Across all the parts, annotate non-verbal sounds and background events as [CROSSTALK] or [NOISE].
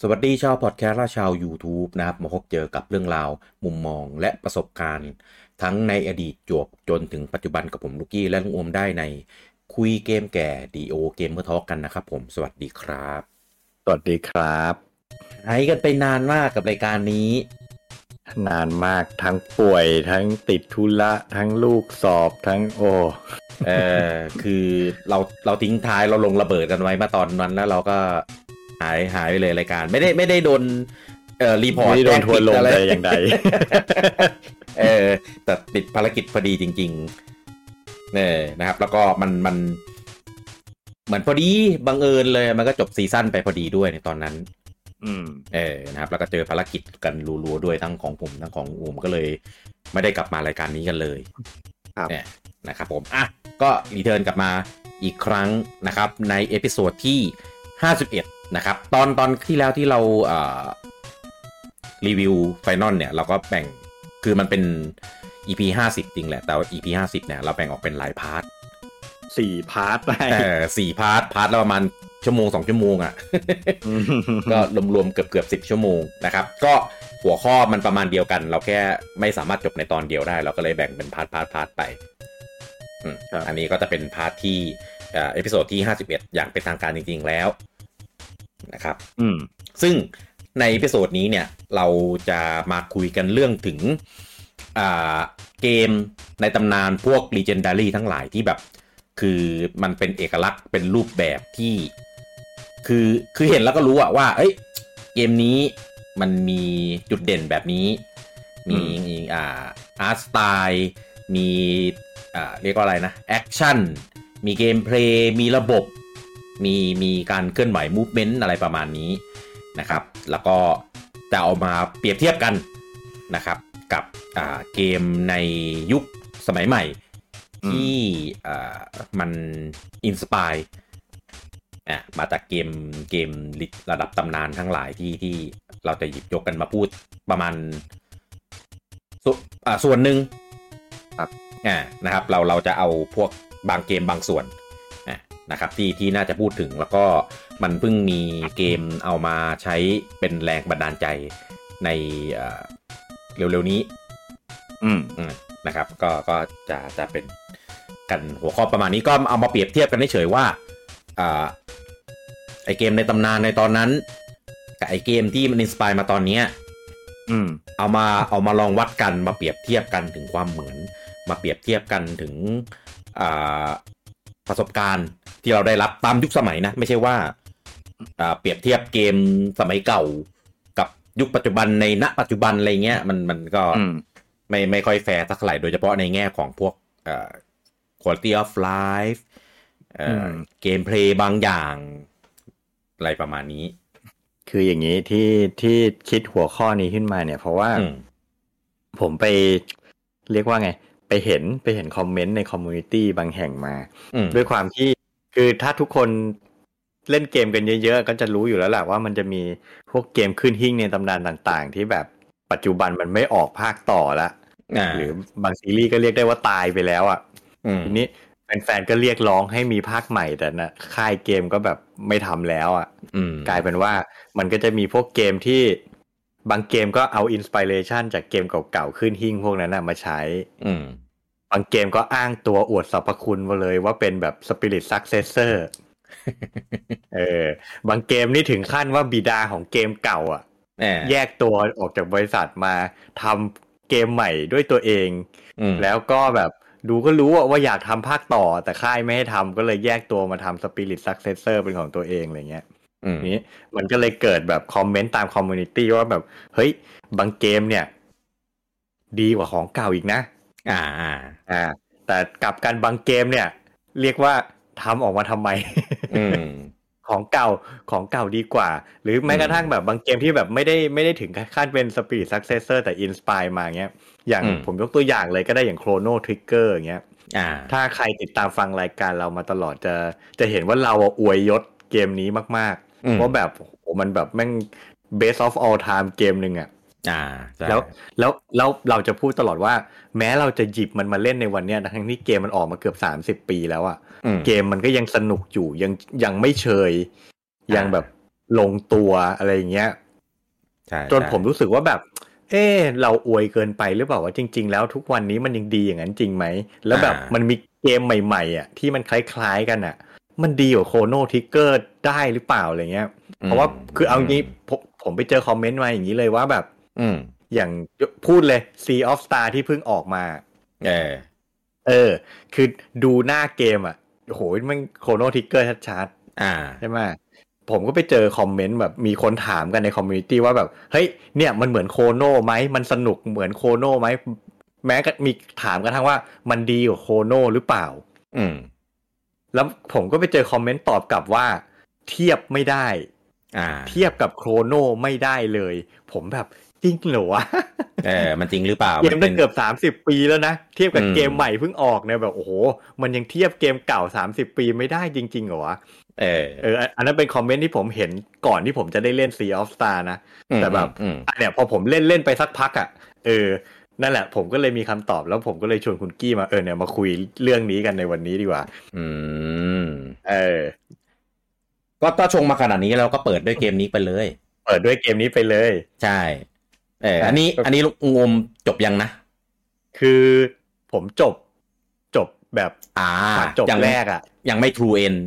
สวัสดีชาวพอดแคสต์และชาว YouTube นะครับมาพบเจอกับเรื่องราว มุมมองและประสบการณ์ ทั้งในอดีตจวบจนถึงปัจจุบันกับผมลูกี้และลุงอมได้ใน คุยเกมแก่ดีโอเกมเมอร์ทอกันนะครับผมสวัสดีครับ สวัสดีครับ หายกันไปนานมากกับรายการนี้ นานมากทั้งป่วยทั้งติดธุระทั้งลูกสอบทั้งโอ เออ คือเราเราทิ้งท้ายเราลงระเบิดกันไว้มาตอนนั้นแล้วเราก็หายหายไปเลยรายการ ไม่ได้ไม่ได้โดนเอ่อรีพอร์ต ไม่ได้โดนทัวร์ลง แจ้ แต่ ปิด อย่าง [LAUGHS] ใด เออแต่ติดภารกิจพอดีจริงๆเนี่ยนะครับ แล้วก็มันมัน เหมือนพอดีบังเอิญเลยมันก็จบซีซั่นไปพอดีด้วยในตอนนั้น อืม เออนะครับ แล้วก็เจอภารกิจกันรัวๆด้วยทั้งของผมทั้งของอูมก็เลย ไม่ได้กลับมารายการนี้กันเลย ครับ เนี่ยนะครับผมอ่ะก็รีเทิร์นกลับมาอีกครั้งนะครับในเอพิโซดที่ 51 นะครับ ตอนตอนที่แล้วที่เราเอ่อรีวิวไฟนอลเนี่ย เราก็แบ่งคือมันเป็น EP 50 จริงแหละ แต่ว่า EP 50 เนี่ย เราแบ่งออกเป็นหลายพาร์ท สี่พาร์ทได้ เอ [LAUGHS] อสี่พาร์ท พาร์ทละประมาณชั่วโมงสองชั่วโมงอ่ะ ก็รวมๆเกือบเกือบสิบชั่วโมงนะครับ ก็หัวข้อมันประมาณเดียวกัน เราแค่ไม่สามารถจบในตอนเดียวได้ เราก็เลยแบ่งเป็นพาร์ทพาร์ทพาร์ทไปอืม ครับ อันนี้ก็จะเป็นพาร์ทที่เอ่อเอพิโซดที่ 51 อย่างเป็นทางการจริง ๆ แล้วนะครับ อืม ซึ่งในเอพิโซดนี้เนี่ย เราจะมาคุยกันเรื่องถึงอ่าเกมในตำนานพวก Legendary ทั้งหลายที่แบบ คือมันเป็นเอกลักษณ์เป็นรูปแบบที่ คือคือเห็นแล้วก็รู้อะว่า เอ้ย เกมนี้มันมีจุดเด่นแบบนี้ มีอ่าอาร์ตสไตล์มีอ่าเรียกว่าอะไรนะ แอคชั่น มีเกมเพลย์มีระบบ มีมีการเคลื่อนไหวมูฟเมนต์อะไรประมาณนี้นะครับ แล้วก็จะเอามาเปรียบเทียบกันนะครับกับอ่าเกมในยุคสมัยใหม่ อืม ที่อ่ามันอินสปายอ่ะมาจากเกมเกมระดับตำนานทั้งหลายที่ที่เราจะหยิบยกกันมาพูดประมาณ สอ่าส่วนหนึ่ง ครับ อ่านะครับ เราเราจะเอาพวกบางเกมบางส่วนอ่ะนะครับที่ที่น่าจะพูดถึงแล้วก็มันเพิ่งมีเกมเอามาใช้เป็นแรงบันดาลใจในเอ่อเร็วๆนี้ อืม อืมนะครับก็ก็จะจะเป็นกันหัวข้อประมาณนี้ก็เอามาเปรียบเทียบกันเฉยๆว่าอ่าไอเกมในตำนานในตอนนั้นกับไอเกมที่มันอินสปายมาตอนเนี้ย อืม เอามาเอามาลองวัดกันมาเปรียบเทียบกันถึงความเหมือน มาเปรียบเทียบกันถึงอ่าประสบการณ์ที่เราได้รับตามยุคสมัยนะ ไม่ใช่ว่าอ่าเปรียบเทียบเกมสมัยเก่า กับยุคปัจจุบันในณปัจจุบันอะไรเงี้ยมันมันก็ อืม ไม่ไม่ค่อยแฟร์สักเท่าไหร่โดยเฉพาะในแง่ของพวกเอ่อ quality of life เอ่ออ ม เกมเพลย์บางอย่างอะไรประมาณนี้ คืออย่างนี้ที่ที่คิดหัวข้อนี้ขึ้นมาเนี่ย เพราะว่า อืม ผมไปเรียกว่าไง ไปเห็นไปเห็นคอมเมนต์ในคอมมูนิตี้บางแห่งมา อืม ด้วยความที่คือถ้าทุกคนเล่นเกมกันเยอะๆ ก็จะรู้อยู่แล้วแหละว่ามันจะมีพวกเกมขึ้นหิ้งในตำนานต่างๆ ที่แบบปัจจุบันมันไม่ออกภาคต่อละ อ่า หรือบางซีรีส์ก็เรียกได้ว่าตายไปแล้วอ่ะ อืม ทีนี้แฟนๆก็เรียกร้องให้มีภาคใหม่แต่นะค่ายเกมก็แบบไม่ทำแล้วอ่ะ อืม กลายเป็นว่ามันก็จะมีพวกเกมที่บางเกมก็เอาอินสปิเรชันจากเกมเก่าๆขึ้นหิ้งพวกนั้นนะมาใช้ อืม บางเกมก็อ้างตัวอวดสรรพคุณมาเลยว่าเป็นแบบสปิริตซักเซสเซอร์ เออบางเกมนี่ถึงขั้นว่าบิดาของเกมเก่าอ่ะ แน่ แยกตัวออกจากบริษัทมาทำเกมใหม่ด้วยตัวเอง อืม แล้วก็แบบดูก็รู้อะว่าอยากทำภาคต่อ แต่ค่ายไม่ให้ทำก็เลยแยกตัวมาทำสปิริตซักเซสเซอร์เป็นของตัวเองอะไรเงี้ย อืม นี้มันก็เลยเกิดแบบคอมเมนต์ตามคอมมูนิตี้ว่าแบบ เฮ้ย บางเกมเนี่ย ดีกว่าของเก่าอีกนะ อ่าอ่า อ่า แต่กลับกันบางเกมเนี่ย เรียกว่าทำออกมาทำไม [LAUGHS] อืม ของเก่าของเก่าดีกว่า หรือแม้กระทั่งแบบบางเกมที่แบบไม่ได้ไม่ได้ถึงขั้นเป็นสปีดซักเซสเซอร์แต่อินสปายมาเงี้ย อย่าง อืม ผมยกตัวอย่างเลยก็ได้อย่างโครโนทริกเกอร์เงี้ย อ่า ถ้าใครติดตามฟังรายการเรามาตลอดจะจะเห็นว่าเราอะอวยยศเกมนี้มาก ๆ อืม เพราะแบบโอ้โหมันแบบแม่ง best of all time เกมหนึ่งอะ อ่าใช่ แล้วแล้วแล้วเราจะพูดตลอดว่า แม้เราจะหยิบมันมาเล่นในวันเนี้ยทั้งที่เกมมันออกมาเกือบ 30 ปีแล้วอะ อืม เกมมันก็ยังสนุกอยู่ยังยังไม่เชย อ่ายั ยังแบบ ลงตัวอะไรอย่างเงี้ย ใช่ จน ใช่ ผมรู้สึกว่าแบบ เออเราอวยเกินไปหรือเปล่าว่าจริง ๆ แล้วทุกวันนี้มันยังดีอย่างนั้นจริงไหม แล้วแบบมันมีเกมใหม่ๆอ่ะที่มันคล้ายๆกันอ่ะ มันดีกว่าโคโนทิกเกอร์ได้หรือเปล่าอะไรเงี้ย เพราะว่าคือเอางี้ผมผมไปเจอคอมเมนต์มาอย่างนี้เลยว่าแบบ อืม อย่างพูดเลย Sea of Star ที่เพิ่งออกมา เออ เออ คือดูหน้าเกมอ่ะโอ้โหมันโคโนทิกเกอร์ชัดๆ อ่า ใช่ไหมผมก็ไปเจอคอมเมนต์แบบมีคนถามกันในคอมมูนิตี้ว่าแบบ เฮ้ยเนี่ยมันเหมือนโคโน่ไหมมันสนุกเหมือนโคโน่ไหมแม้ก็มีถามกันทั้งว่ามันดีกว่าโคโน่หรือเปล่า อืม แล้วผมก็ไปเจอคอมเมนต์ตอบกลับว่า เทียบไม่ได้ อ่า เทียบกับโคโน่ไม่ได้เลย ผมแบบจริงเหรอวะ เออมันจริงหรือเปล่า เกนมนั้ ป็ น น เกือบ 30 ปีแล้วนะ เทียบกับ อืม เกมใหม่เพิ่งออกเนี่ยแบบโอ้โห มันยังเทียบเกมเก่า 30 ปีไม่ได้จริงๆเหรอวะ เออ เอออันอันนั้นเป็นคอมเมนต์ที่ผมเห็นก่อนที่ผมจะได้เล่น Sea of Star นะ อืม แต่แบบ อืม อันเนี้ยพอผมเล่นเล่นไปสักพักอะ่ะ เออ นั่นแหละ ผมก็เลยมีคำตอบแล้วผมก็เลยชวนคุณกี้มาเออเนี่ยมาคุยเรื่องนี้กันในวันนี้ดีกว่า อืม เออ ก็ถ้าชงมาขนาดนี้เราก็เปิดด้วยเกมนี้ไปเลย เปิดด้วยเกมนี้ไปเลย ใช่ เอออันนี้ อันนี้งมจบยังนะ คือผมจบจบแบบ อ่า จบ ยั แรกอะ่ะ ยังไม่ True End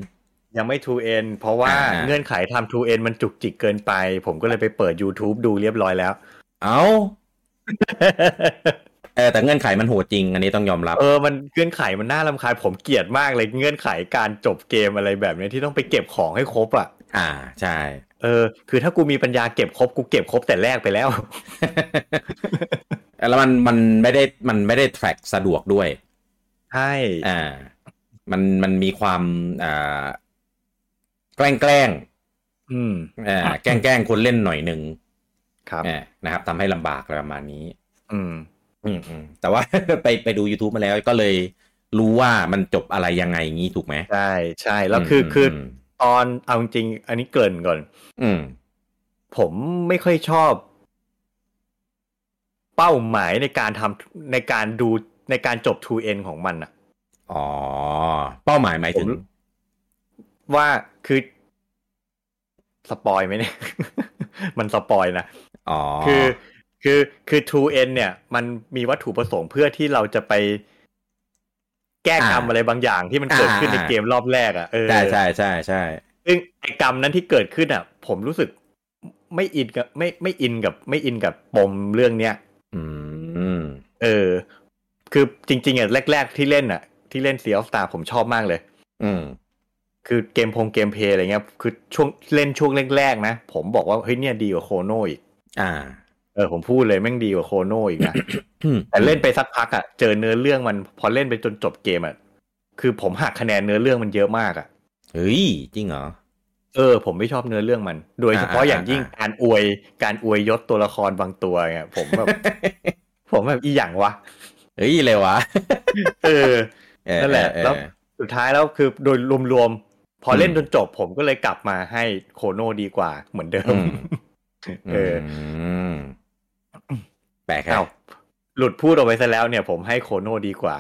ยังไม่ 2N เพราะว่า อ่า เงื่อนไขทำ 2N มันจุกจิกเกินไป ผมก็เลยไปเปิด YouTube ดูเรียบร้อยแล้ว เอาเออแต่เงื่อนไขมันโหดจริง อันนี้ต้องยอมรับ เออ มันเงื่อนไขมันน่าลำคาญผมเกลียดมากเลยเงื่อนไขการจบเกมอะไรแบบเนี้ยที่ต้องไปเก็บของให้ครบอ่ะ อ่า ใช่ เออ คือถ้ากูมีปัญญาเก็บครบ กูเก็บครบแต่แรกไปแล้ว แล้วมันมันไม่ได้มันไม่ได้ track สะดวกด้วย ใช่ อ่า มันมันมีความอ่าแกล้งแกล้ง อืม อ่าแกล้งแกล้งคนเล่นหน่อยหนึ่ง ครับ อ่านะครับทำให้ลำบากอะไรประมาณนี้ อืม อืมอืมแต่ว่า [LAUGHS] ไปไปดู YouTube มาแล้วก็เลยรู้ว่ามันจบอะไรยังไงอย่างนี้ถูกไหม ใช่ใช่ แล้วคืออคืออตอน เอาจริงๆอันนี้เกรินก่อน อืม ผมไม่ค่อยชอบ เป้าหมายในการทำในการดูในการจบ 2N ของมันอะ อ๋อ เป้าหมายหมายถึง ผม ว่าคือ สปอยไหมเนี่ย [LAUGHS] มันสปอยนะ อ๋อ คือคือคือ True End เนี่ย มันมีวัตถุประสงค์เพื่อที่เราจะไป แก้กรรม อ่า อะไรบางอย่างที่มันเกิดขึ้นใน อ่า เกมรอบแรกอะ่ะเออ ใช่ใช่ใช่ใช่ ซึ่งไอ้กรรมนั้นที่เกิดขึ้นอะ่ะ ผมรู้สึกไม่อินกับไม่ไม่อินกับ ไม่อินกับปมเรื่องเนี้ย อืม เออ คือจริง ๆอ่ะแรก ๆ ที่เล่นอ่ะ ที่เล่น Sea of Star ผมชอบมากเลย อืม คือเกมพงเกมเพลย์อะไรเงี้ยคือช่วงเล่นช่วงแรกๆนะ ผมบอกว่าเฮ้ยเนี่ยดีกว่าโคโนอีก อ่า เออผมพูดเลยแม่งดีกว่าโคโนอีกนะ อืม แต่เล่นไปสักพักอะ่ะเจอเนื้อเรื่องมันพอเล่นไปจนจบเกมอะ่ะคือผมหักคะแนนเนื้อเรื่องมันเยอะมากอะ่ะ เฮ้ย จริงเหรอ เออผมไม่ชอบเนื้อเรื่องมัน โดยเฉพาะ อ่า อย่างยิ่ง อ่า การอวยการอวยยศตัวละครบางตัวเนี่ยผมแบบ [LAUGHS] ผมแบบอีหยังวะ เฮ้ย เลยวะ เออ เออ นั่นแหละ เออ แล้ว เออ สุดท้ายแล้วคือโดยรวมๆพอเล่น อืม จนจบผมก็เลยกลับมาให้โคโนดีกว่าเหมือนเดิม อืม เออ มแปลกครั เอ้า บ หลุดพูดออกไปซะแล้วเนี่ย ผมให้โคโนดีกว่า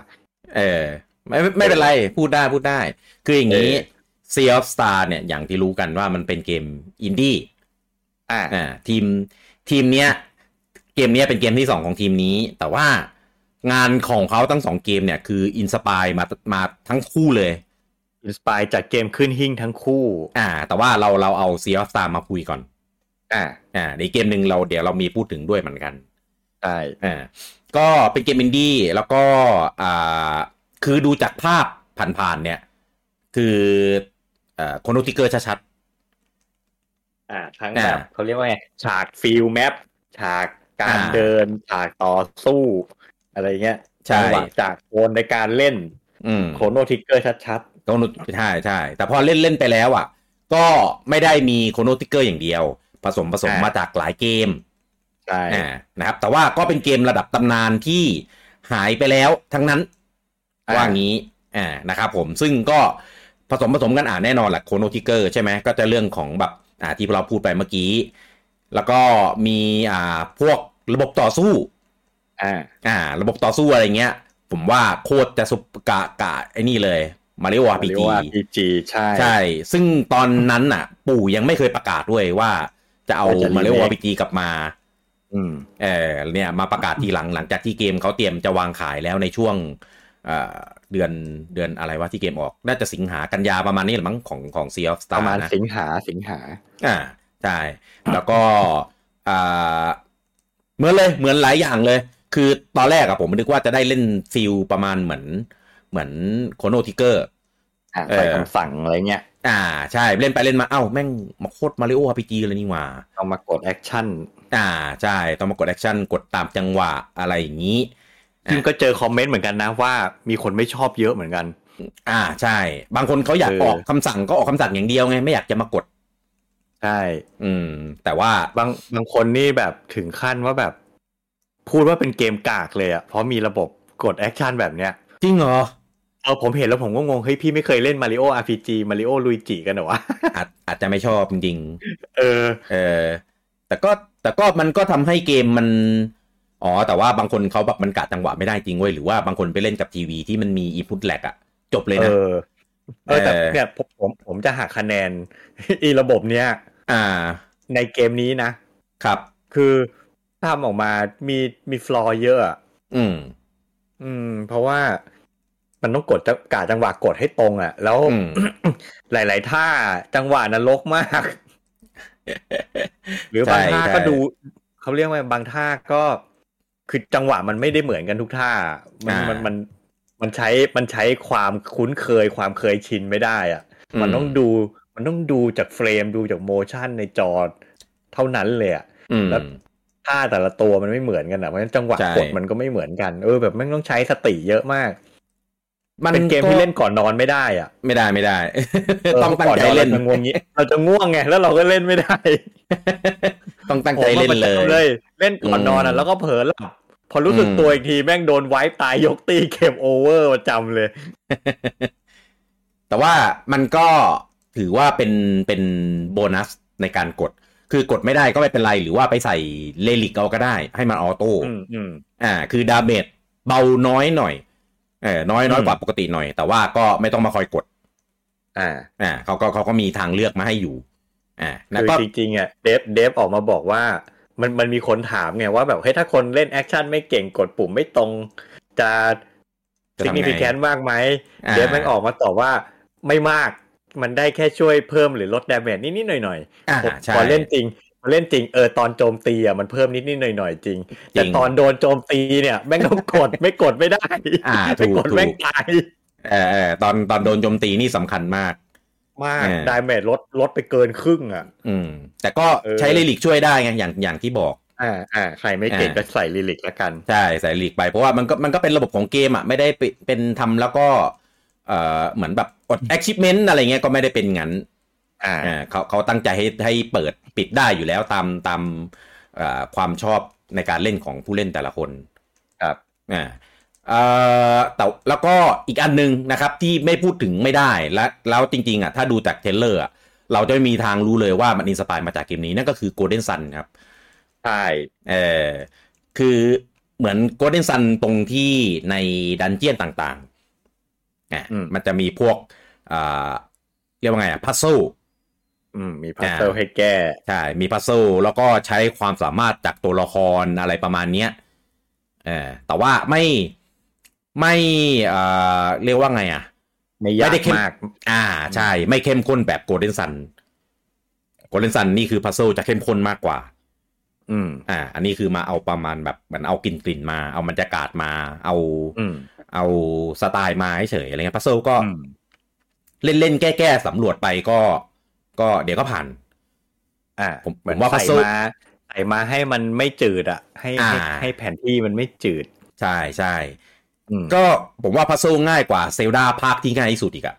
เออ ไม่ไม่ไม่เป็นไร พูดได้พูดได้ คืออย่างนี้ เออ Sea of Star เนี่ย อย่างที่รู้กันว่ามันเป็นเกมอินดี้ อ่า อ่าทีมทีมเนี้ยเกมเนี้ยเป็นเกมที่สองของทีมนี้ แต่ว่างานของเขาทั้งสองเกมเนี่ยคืออินสปายมามาทั้งคู่เลย อินสปายจากเกมขึ้นหิ้งทั้งคู่ อ่า แต่ว่าเราเราเอาซีออฟซามาคุยก่อน อ่า อ่าในเกมหนึ่งเราเดี๋ยวเรามีพูดถึงด้วยเหมือนกัน ใช่ อ่าก็เป็นเกมอินดี้แล้วก็อ่าคือดูจากภาพผ่านๆเนี่ย คือเอ่อคอนโนติเกอร์ชัด อ่าทั้ง อ่า แบบเขาเรียกว่าไงฉากฟิลแมปฉากการ อ่า เดิน ฉากต่อสู้ อะไรเงี้ย ใช่ จังหวะจากโอนในการเล่น ๆอืม โคโนทิกเกอร์ชัด โคโนใช่ใช่แต่พอเล่นเล่นไปแล้วอ่ะ ก็ไม่ได้มีโคโนติกเกอร์อย่างเดียว ผสมผสมมาจากหลายเกม ๆใช่ อ่านะครับ แต่ว่าก็เป็นเกมระดับตำนานที่หายไปแล้วทั้งนั้น ว่างี้อ่านะครับผมซึ่งก็ผสมผสมกันอ่านแน่นอนแหละโคโนติกเกอร์ใช่ไหมก็จะเรื่องของแบบอ่าที่เราพูดไปเมื่อกี้ แล้วก็มีอ่าพวกระบบต่อสู้ อ่า อ่า ระบบต่อสู้อะไรเงี้ย ผมว่าโคตรจะสุปกะกะไอ้นี่เลย มาริโอ p ี RPG จี ใช่ ใช่ ซึ่งตอนนั้นน่ะ ปู่ยังไม่เคยประกาศด้วยว่าจะเอา ว่าจะ มาริโอ RPG กลับมา อืม เออเนี่ยมาประกาศทีหลังหลังจากที่เกมเขาเตรียมจะวางขายแล้วในช่วงเอ่อเดือนเดือนอะไรวะที่เกมออก น่าจะสิงหากันยาประมาณนี้แหรือมั้งของของ Sea of ป Star ระมาณ นะ สิงหาสิงหา อ่าใช่แล้วก็อ่าเหมือนเลยเหมือนหลายอย่างเลย คือตอนแรกอะผมนึกว่าจะได้เล่นฟิลประมาณเหมือนเหมือนโคโนทิเกอร์ อ่ะ เออ ใส่คำสั่งอะไรเงี้ย อ่าใช่เล่นไปเล่นมาเอ้าแม่งมาโคตรมาริโอ RPG เลยนี่หว่า เอามากดแอคชั่น อ่าใช่ต้องมากดแอคชั่นกดตามจังหวะอะไรอย่างนี้ ซึ่งก็เจอคอมเมนต์เหมือนกันนะว่ามีคนไม่ชอบเยอะเหมือนกัน อ่าใช่ บางคนเขาอยาก เออ ออกคำสั่งก็ออกคำสั่งอย่างเดียวไงไม่อยากจะมากด ใช่ อืม แต่ว่า บางบางคนนี่แบบถึงขั้นว่าแบบ พูดว่าเป็นเกมกากเลยอะเพราะมีระบบกดแอคชั่นแบบเนี้ย จริงเหรอ เออผมเห็นแล้วผมก็งงเฮ้ยพี่ไม่เคยเล่นมาริโออาร์พีจีมาริโอลุยจิกันเหรอวะ อาจอาจจะไม่ชอบจริงๆ เออ เออแต่ก็แต่ก็มันก็ทำให้เกมมัน อ๋อ แต่ว่าบางคนเขาแบบมันกะจังหวะไม่ได้จริงเว้ย หรือว่าบางคนไปเล่นกับทีวีที่มันมีอินพุตแลกอะจบเลย เอ นะ อเออแต่ เออ เนี่ยผมผมผมจะหักคะแนน [LAUGHS] อีระบบเนี้ย อ่า ในเกมนี้นะ ครับ คือทำออกมามีมีฟลอเยอะอะ อืม อืม เพราะว่ามันต้องกดจะกาจังหวะกดให้ตรงอะ่ะ แล้ว อืม หลาย ๆ ท่าจังหวะนรกมาก [LAUGHS] หรือบางท่า ใช่ ก็ดูเขาเรียกว่าบางท่าก็คือจังหวะมันไม่ได้เหมือนกันทุกท่า มัน อ่ามั มันมันมันใช้มันใช้ความคุ้นเคยความเคยชินไม่ได้อะ่ะ มันต้องดูมันต้องดูจากเฟรมดูจากโมชั่นในจอเท่านั้นเลยอ่ะ อืม แล้ว ท่าแต่ละตัวมันไม่เหมือนกันอ่ะเพราะฉะนั้นจังหวะ ใช่ กดมันก็ไม่เหมือนกันเออแบบไม่งต้องใช้สติเยอะมาก มัน เป็นเกมที่เล่นก่อนนอนไม่ได้อะ ไม่ได้ไม่ได้ เ ต้องตั้งใจเล่น ก่อราจะง่วงงี้ เราจะง่วงไงแล้วเราก็เล่นไม่ได้ ต้องตั้งใจเล่น ผมว่ามั เล จะ ย เล่นก่อนนอนอ่ะ อืม แล้วก็เผลอหลับพอรู้สึก อืม ตัวอีกทีแม่งโดนไวป์ตายยกตีเกมโอเวอร์ประจำเลย แต่ว่ามันก็ถือว่าเป็นเป็นโบนัสในการกด คือกดไม่ได้ก็ไม่เป็นไร หรือว่าไปใส่เลลิกเอาก็ได้ ให้มันออโต้ อืมอืม อ่าคือดาเมจเบาน้อยหน่อยเออน้อยน้อย อืม กว่าปกติหน่อย แต่ว่าก็ไม่ต้องมาคอยกด อ่า อ่าเขาก็เขาก็มีทางเลือกมาให้อยู่อ่าแล้ว คือ ก็ จริงๆอ่ะเดฟเดฟออกมาบอกว่า มันมันมีคนถามไงว่าแบบเฮ้ยถ้าคนเล่นแอคชั่นไม่เก่งกดปุ่มไม่ตรงจะ จะทำไง significant มากไหม อ่า เดฟแม่งออกมาตอบว่าไม่มาก มันได้แค่ช่วยเพิ่มหรือลดดาเมจนิดๆหน่อย อ่า ๆผม ใช่ พอเล่นจริงพอเล่นจริงเออตอนโจมตีอ่ะมันเพิ่มนิดๆหน่อยๆจริง แต่ จริง ตอนโดนโจมตีเนี่ยแม่งต้องกด [LAUGHS] ไม่กดไม่ได้ อ่าถู ไม่ ก กด ถูก แม่งตาย เออเออตอนตอนโดนโจมตีนี่สำคัญมาก มาก อ่า ดาเมจลดลดไปเกินครึ่งอ่ะ อืม แต่ก็ เออ ใช้เลลิกช่วยได้ไงอย่างอย่างที่บอก อ่าอ่าใครไม่เก่ง อ่า ก็ใส่ลิลิกละกัน ใช่ใส่เลลิกไปเพราะว่ามันก็มันก็เป็นระบบของเกมอ่ะไม่ได้ไปเป็นทำแล้วก็เออเหมือนแบบอด achievement อะไรเงี้ยก็ไม่ได้เป็นงั้น อ่า อ่าเขาเขาตั้งใจให้ให้เปิดปิดได้อยู่แล้วตามตามเอ่อความชอบในการเล่นของผู้เล่นแต่ละคน ครับ อ่าเอ่อแต่แล้วก็อีกอันหนึงนะครับที่ไม่พูดถึงไม่ได้และแล้วจริงๆอ่ะถ้าดูจากเทรลเลอร์อะเราจะไม่มีทางรู้เลยว่ามันอินสปายมาจากเกมนี้นั่นก็คือ Golden Sun ครับ ใช่ เออคือเหมือน Golden Sun ตรงที่ในดันเจียนต่างๆอ่ะมันจะมีพวกอ่าเรียกว่าไงอ่ะพัซโซ อืมมีพัซเซิลให้แก้ ใช่ มีพัซ z ซ e แล้วก็ใช้ความสามารถจากตัวละครอะไรประมาณเนี้ยเออแต่ว่าไม่ไม่เอ่อเรียกว่าไงอ่ะ ไม่ยา ไม่ได้ ก เข้ม มาก อ่าใช่ ไม่เข้มข้นแบบโกลเด้นซันโกลเด้นซันนี่คือพัซ z ซ e จะเข้มข้นมากกว่า อืม อ่า อันนี้คือมาเอาประมาณแบบเหมือนเอากลิ่นกลิ่นๆมา เอาบรรยากาศมา เอา อืม เอาสไตล์มาเฉยๆอะไรเงี้ยพัซ z ซ e ก็ อืม เล่นเล่นๆแก้แก้ๆสำรวจไปก็ ก็เดี๋ยวก็ผ่าน อ่า ผม เหมือน ผมว่าพัซ ใส่ เซิล มาใส่มาให้มันไม่จืดอ่ะ ให้ให้ อ่า ให้แผนที่มันไม่จืด ใช่ใช่ อืม ก็ผมว่าพัซโซง่ายกว่าเซลดาภาคที่ง่ายที่สุดอีกอะ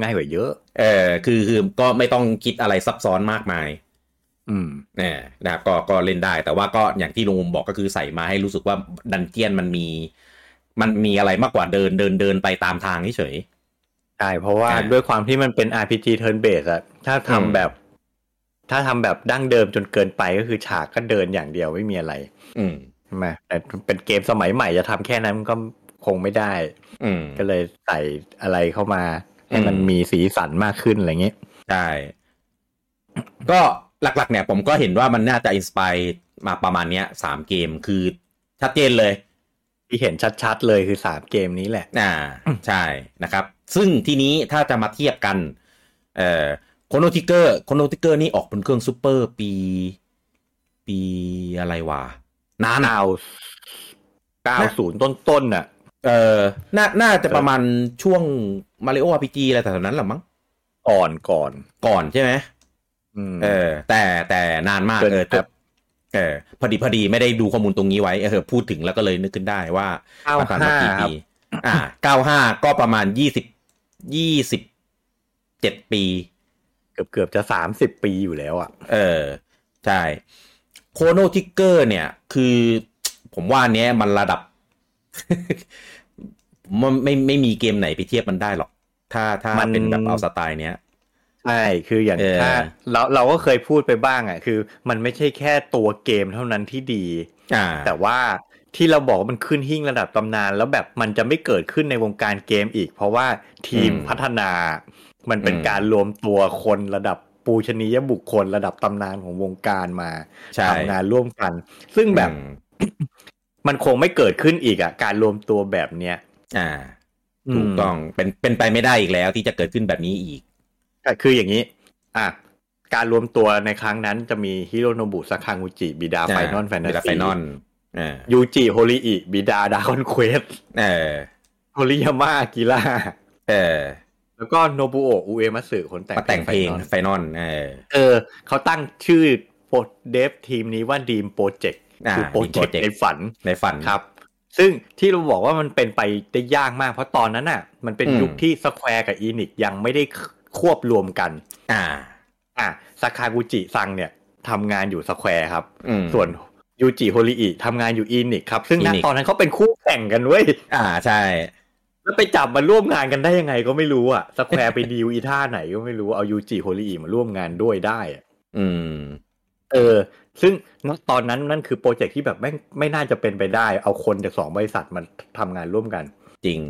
ง่ายกว่าเยอะ เออคือคือก็ไม่ต้องคิดอะไรซับซ้อนมากมาย อืม เนี่ยนะครับก็ก็เล่นได้ แต่ว่าก็อย่างที่ลุงมุมบอกก็คือใส่มาให้รู้สึกว่าดันเจียนมันมี มันมีอะไรมากกว่าเดินเดินเดินไปตามทางเฉย ใช่ เพราะว่า อ่า ด้วยความที่มันเป็น RPG turn based อะถ้า อื ทำ ม แบบ ถ้าทำแบบดั้งเดิมจนเกินไปก็คือฉากก็เดินอย่างเดียวไม่มีอะไร ๆอืม ใช่ไหมแต่เป็นเกมสมัยใหม่จะทำแค่นั้นมันก็ คงไม่ได้ อืม ก็เลยใส่อะไรเข้ามา ให้มัน อืม มีสีสันมากขึ้นอะไรเงี้ย ใช่ ก็หลักๆ เนี่ย ผมก็เห็นว่ามันน่าจะอินสปายมาประมาณเนี้ยสามเกมคือชัดเจนเลย ที่เห็นชัดๆเลยคือสามเกมนี้แหละ อ่าใช่นะครับ ซึ่งทีนี้ถ้าจะมาเทียบกัน เอ่อโคโนติเกอร์โคโนติเกอร์นี่ออกบนเครื่องซูเปอร์ปี ปีอะไรวะนานอะ นาวเก้าศูนย์ต้นๆน่ะ เออน่าน่าจะประมาณช่วงมาริโออาร์พีจีอะไรแต่ตอนนั้นแหละมั้ง ก่อนก่อน ก่อนใช่ไหม อืม เออ แต่แต่นานมาก เกิน เออ แป๊บ เออพอดีพอดีไม่ได้ดูข้อมูลตรงนี้ไว้เออพูดถึงแล้วก็เลยนึกขึ้นได้ว่า เก้า ผ่านมา ห้า กี่ ครั ปี บ อ่าเก้าห้าก็ประมาณยี่สิบยี่สิบเจ็ดปี เกือบเกือบๆจะสามสิบปีอยู่แล้วอ่ะ เออ ใช่โคโนทิกเกอร์เนี่ย คือผมว่าอันเนี้ยมันระดับ [LAUGHS] ผมว่าไม่ไม่มีเกมไหนไปเทียบมันได้หรอก ถ้าถ้า มัน เป็นแบบเอาสไตล์เนี้ย ใช่ คืออย่าง เออ ถ้าเราเราก็เคยพูดไปบ้างอ่ะ คือ มันไม่ใช่แค่ตัวเกมเท่านั้นที่ดี อ่า แต่ว่าที่เราบอกว่ามันขึ้นหิ่งระดับตำนาน แล้วแบบมันจะไม่เกิดขึ้นในวงการเกมอีก เพราะว่าทีม อืม พัฒนา มันเป็น อืม การรวมตัวคนระดับปูชนียบุคคลระดับตำนานของวงการมา ใช่ ทำงานร่วมกัน ซึ่งแบบ อืม มันคงไม่เกิดขึ้นอีกอ่ะ การรวมตัวแบบเนี้ย อ่า ถูกต้องเป็นเป็นไปไม่ได้อีกแล้วที่จะเกิดขึ้นแบบนี้อีก แต่คืออย่างนี้ อ่ะ การรวมตัวในครั้งนั้นจะมีฮิโรโนบุสากางูจิ บิดาไฟนอลแฟนตา ไฟ ซี นอลเออ ยูจิโฮริอิบิดาดาคอนเควส เออ โฮริยาม่ากิล่า เออ แล้วก็โนบุโอะอุเอมัตสึคนแต่ง มาแต่งเพลง ไฟนอล ไฟนอลเออ เออ เขาตั้งชื่อโปรเดฟทีมนี้ว่าดีมโปรเจกต์ อ่า คือโปรเจ Dream กต์ Project ในฝัน ในฝัน ครับ ซึ่งที่เราบอกว่ามันเป็นไปได้ยากมาก เพราะตอนนั้นน่ะ มันเป็น อืม ยุคที่สแควร์กับอีนิกยังไม่ได้ควบรวมกัน อ่า อ่ะสาคากุจิซังเนี่ยทำงานอยู่สแควร์ครับ อืม ส่วนยูจิโฮริอิทำงานอยู่อีนิกครับ ซึ่งณ Enix ตอนนั้นเขาเป็นคู่แข่งกันเว้ย อ่าใช่ แล้วไปจับมาร่วมงานกันได้ยังไงก็ไม่รู้อ่ะสแควร์ ไปดีลอีท่าไหนก็ไม่รู้ เอายูจิโฮริอิมาร่วมงานด้วยได้อะ อืม เออ ซึ่งณตอนนั้นนั่นคือโปรเจกต์ที่แบบไม่งไม่น่าจะเป็นไปได้ เอาคนจากสองบริษัทมาทำงานร่วมกัน จริง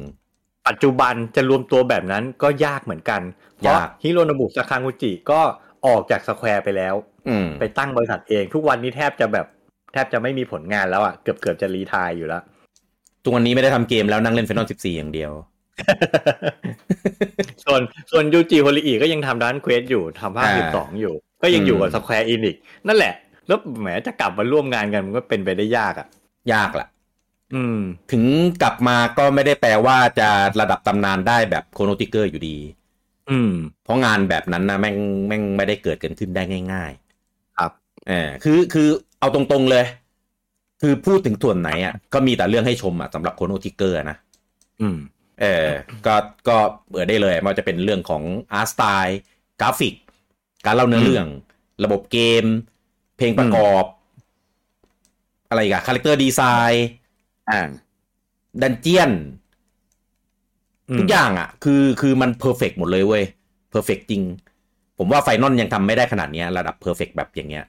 ปัจจุบันจะรวมตัวแบบนั้นก็ยากเหมือนกัน เพราะ ยาก ฮิโรนบุสาคากุจิก็ออกจากสแควร์ไปแล้ว อืม ไปตั้งบริษัทเองทุกวันนี้แทบจะแบบแทบจะไม่มีผลงานแล้วอะ่ะเกือบเกือบจะรีไทายอยู่แล้ว ทุกวันนี้ไม่ได้ทำเกมแล้วนั่งเล่น Final 14 อย่างเดียว ส่วนส่วนยูจิโฮลิอีก็ยังทำร้านเควสอยู่ทำภาค อ่า สิบสองอยู่ ก็ยังอยู่กับ อืม สแควร์อินิกนั่นแหละ แล้วแหมจะกลับมาร่วมงานกันมันก็เป็นไปได้ยากอะ่ะ ยากละ อืม ถึงกลับมาก็ไม่ได้แปลว่าจะระดับตำนานได้แบบโคโนติเกอร์อยู่ดี อืม เพราะงานแบบนั้นนะแม่งแม่งไม่ได้เกิดกันขึ้นได้ง่ายๆ ครับ เออคือคือเอาตรงๆเลย คือพูดถึงส่วนไหนอ่ะก็มีแต่เรื่องให้ชมอ่ะสำหรับโคโนติเกอร์นะ อืม เออ ก็ ก็เปิดได้เลยไมันจะเป็นเรื่องของอาร์ตสไตล์กราฟิก การเล่าเนื้อเรื่อง ระบบเกม เพลงประกอบ อะไรอีกันคาแรคเตอร์ดีไซน์ อ่า ดันเจียน ทุกอย่างอ่ะ คือ คือมันเพอร์เฟกหมดเลยเว้ยเพอร์เฟกจริง ผมว่าไฟนอลยังทำไม่ได้ขนาดเนี้ย ระดับเพอร์เฟกแบบอย่างเงี้ย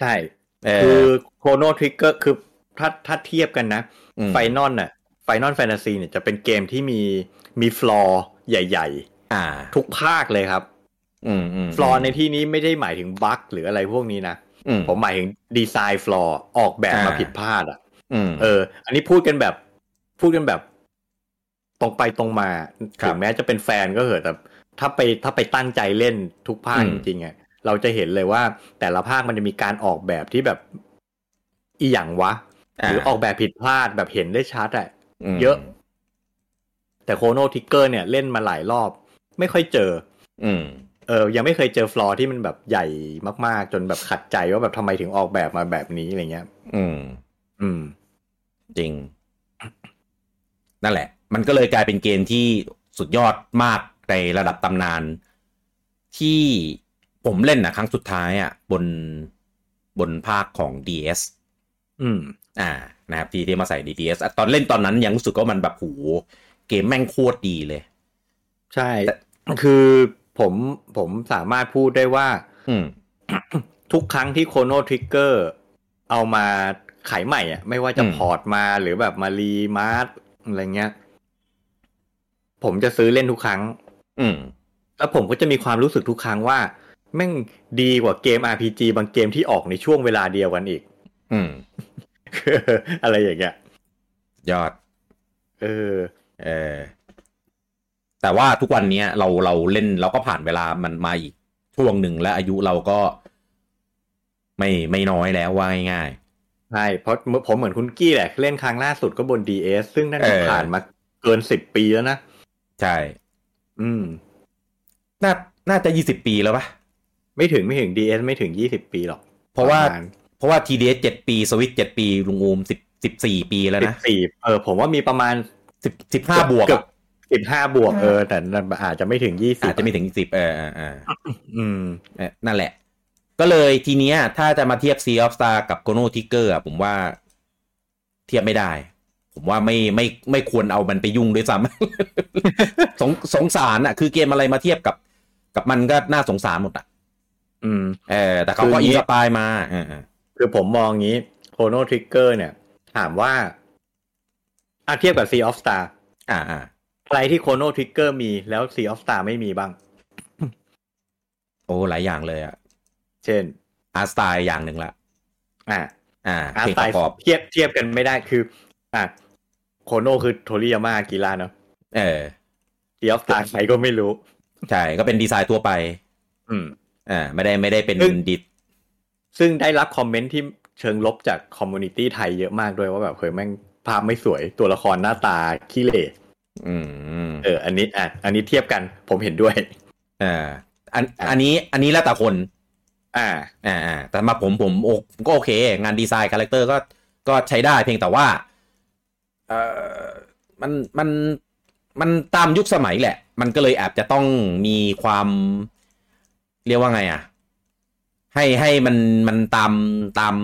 ใช่ เอ คือ อโคโนทริกเกอร์คือถ้าถ้าเทียบกันนะ ม ไฟนอลน่ะไฟนอลแฟนตาซีเนี่ยจะเป็นเกมที่มีมีฟลอร์ใหญ่ อ่า ๆ ทุกภาคเลยครับ อืมอืม ฟลอร์ในที่นี้ไม่ได้หมายถึงบั๊กหรืออะไรพวกนี้นะ อืม ผมหมายถึงดีไซน์ฟลอร์ออกแบบมา อ่า ผิดพลาดอ่ะ อืม เออ อันนี้พูดกันแบบ พูดกันแบบ ตรงไปตรงมา ครับ ถึงแม้จะเป็นแฟนก็เหอะแต่ถ้าไปถ้าไปตั้งใจเล่นทุกภาค อืมจริงๆอ่ะเราจะเห็นเลยว่า แต่ละภาคมันจะมีการออกแบบที่แบบ อีหยังวะ หรือออกแบบผิดพลาดแบบเห็นได้ชัดอ่ะ เยอะ แต่โคโนทิกเกอร์เนี่ยเล่นมาหลายรอบ ไม่ค่อยเจอ อืม เออ ยังไม่เคยเจอฟลอร์ที่มันแบบใหญ่มากๆ จนแบบขัดใจว่าแบบทำไมถึงออกแบบมาแบบนี้อะไรเงี้ย อืม อืม จริง นั่นแหละ มันก็เลยกลายเป็นเกมที่สุดยอดมากในระดับตำนาน ที่ผมเล่นนะครั้งสุดท้ายอ่ะ บนบนภาคของ DS อืม อ่านะครับที่ที่มาใส่ DS อ่ะตอนเล่นตอนนั้นยังรู้สึกว่ามันแบบโหเกมแม่งโคตรดีเลย ใช่ คือผมผมสามารถพูดได้ว่า [COUGHS] อืม ทุกครั้งที่โคโนทริกเกอร์เอามาขายใหม่อ่ะ ไม่ว่าจะ อืม พอร์ตมาหรือแบบมารีมาร์ อะไรเงี้ย ผมจะซื้อเล่นทุกครั้ง อืม แล้วผมก็จะมีความรู้สึกทุกครั้งว่า แม่งดีกว่าเกม RPG บางเกมที่ออกในช่วงเวลาเดียวกันอีก [LAUGHS] อืม อะไรอย่างเงี้ย ยอด เออ เออแต่ว่าทุกวันเนี้ยเราเราเล่นเราก็ผ่านเวลามันมาอีกช่วงหนึ่งและอายุเราก็ ไม่ไม่น้อยแล้วว่าง่าย ใช่เพราะผมเหมือนคุณกี้แหละ เล่นครั้งล่าสุดก็บน DS ซึ่งนั่นก็ เออ ผ่านมาเกินสิบปีแล้วนะ ๆใช่ อืม น่าน่าจะยี่สิบปีแล้วปะ ไม่ถึงไม่ถึง DS ไม่ถึงยี่สิบปีหรอก เพราะว่า ปมณ เพราะว่า TDS เจ็ดปีสวิตเจ็ดปีลุงอูมสิบสิบสี่ปีแล้ว สิบ นะ สี่เออ ผมว่ามีประมาณ สิบสิบห้าบวก เกือ อะ บสิบห้าบวกเออ แต่นั่นอาจจะไม่ถึงยี่สิ อา บ จจะไม่ถึงสิบเออเออเออ อืม เออนั่นแหละ ก็เลยทีเนี้ย ถ้าจะมาเทียบ Sea of Star กับ Chrono Trigger อะผมว่าเทียบไม่ได้ ผมว่าไม่ไม่ไม่ควรเอามันไปยุ่งด้วยซ้ำ [LAUGHS] สงสงสารอ่ะ คือเกมอะไรมาเทียบกับ กับมันก็น่าสงสารหมดอ่ะ อืม เออแต่เขาก็อินคืออย่างงี้ สปายมาเออเออ คือผมมองงี้โคโนทริกเกอร์เนี่ย ถามว่าอาเทียบกับ Sea of Star อ่าอ่า อะไรที่โคโนทริกเกอร์มีแล้ว Sea of Star ไม่มีบ้าง โอ้หลายอย่างเลยอ่ะ เช่น อาร์ตสไตล์อย่างหนึ่งละ อ่ะ อ่า อา เพลง สา ป ย ระกอบ เทียบเทียบกันไม่ได้คือ อ่ะโคโน่คือโทริยาม่ากีฬาเนาะ เออ เดียวตาใครก็ไม่รู้ ใช่ ก็เป็นดีไซน์ทั่วไป อืม อ่า ไม่ได้ไม่ได้เป็น ซึ่ง ดิด ซึ่งได้รับคอมเมนต์ที่เชิงลบจากคอมมูนิตี้ไทยเยอะมากด้วยว่าแบบเฮ้ยแม่งภาพไม่สวยตัวละครหน้าตาขี้เหร่ อืม เออ อันนี้อ่ะอันนี้เทียบกันผมเห็นด้วย อ่า อัน อันนี้ อันนี้แล้วแต่คน อ่า อ่าอ่าแต่มาผมผมโอก็โอเค งานดีไซน์คาแรคเตอร์ก็ ก็ใช้ได้เพียงแต่ว่า เออมัน มัน มันตามยุคสมัยแหละ มันก็เลยอาจจะต้องมีความ เรียกว่าไงอ่ะ ให้ ให้มัน มันตาม ตาม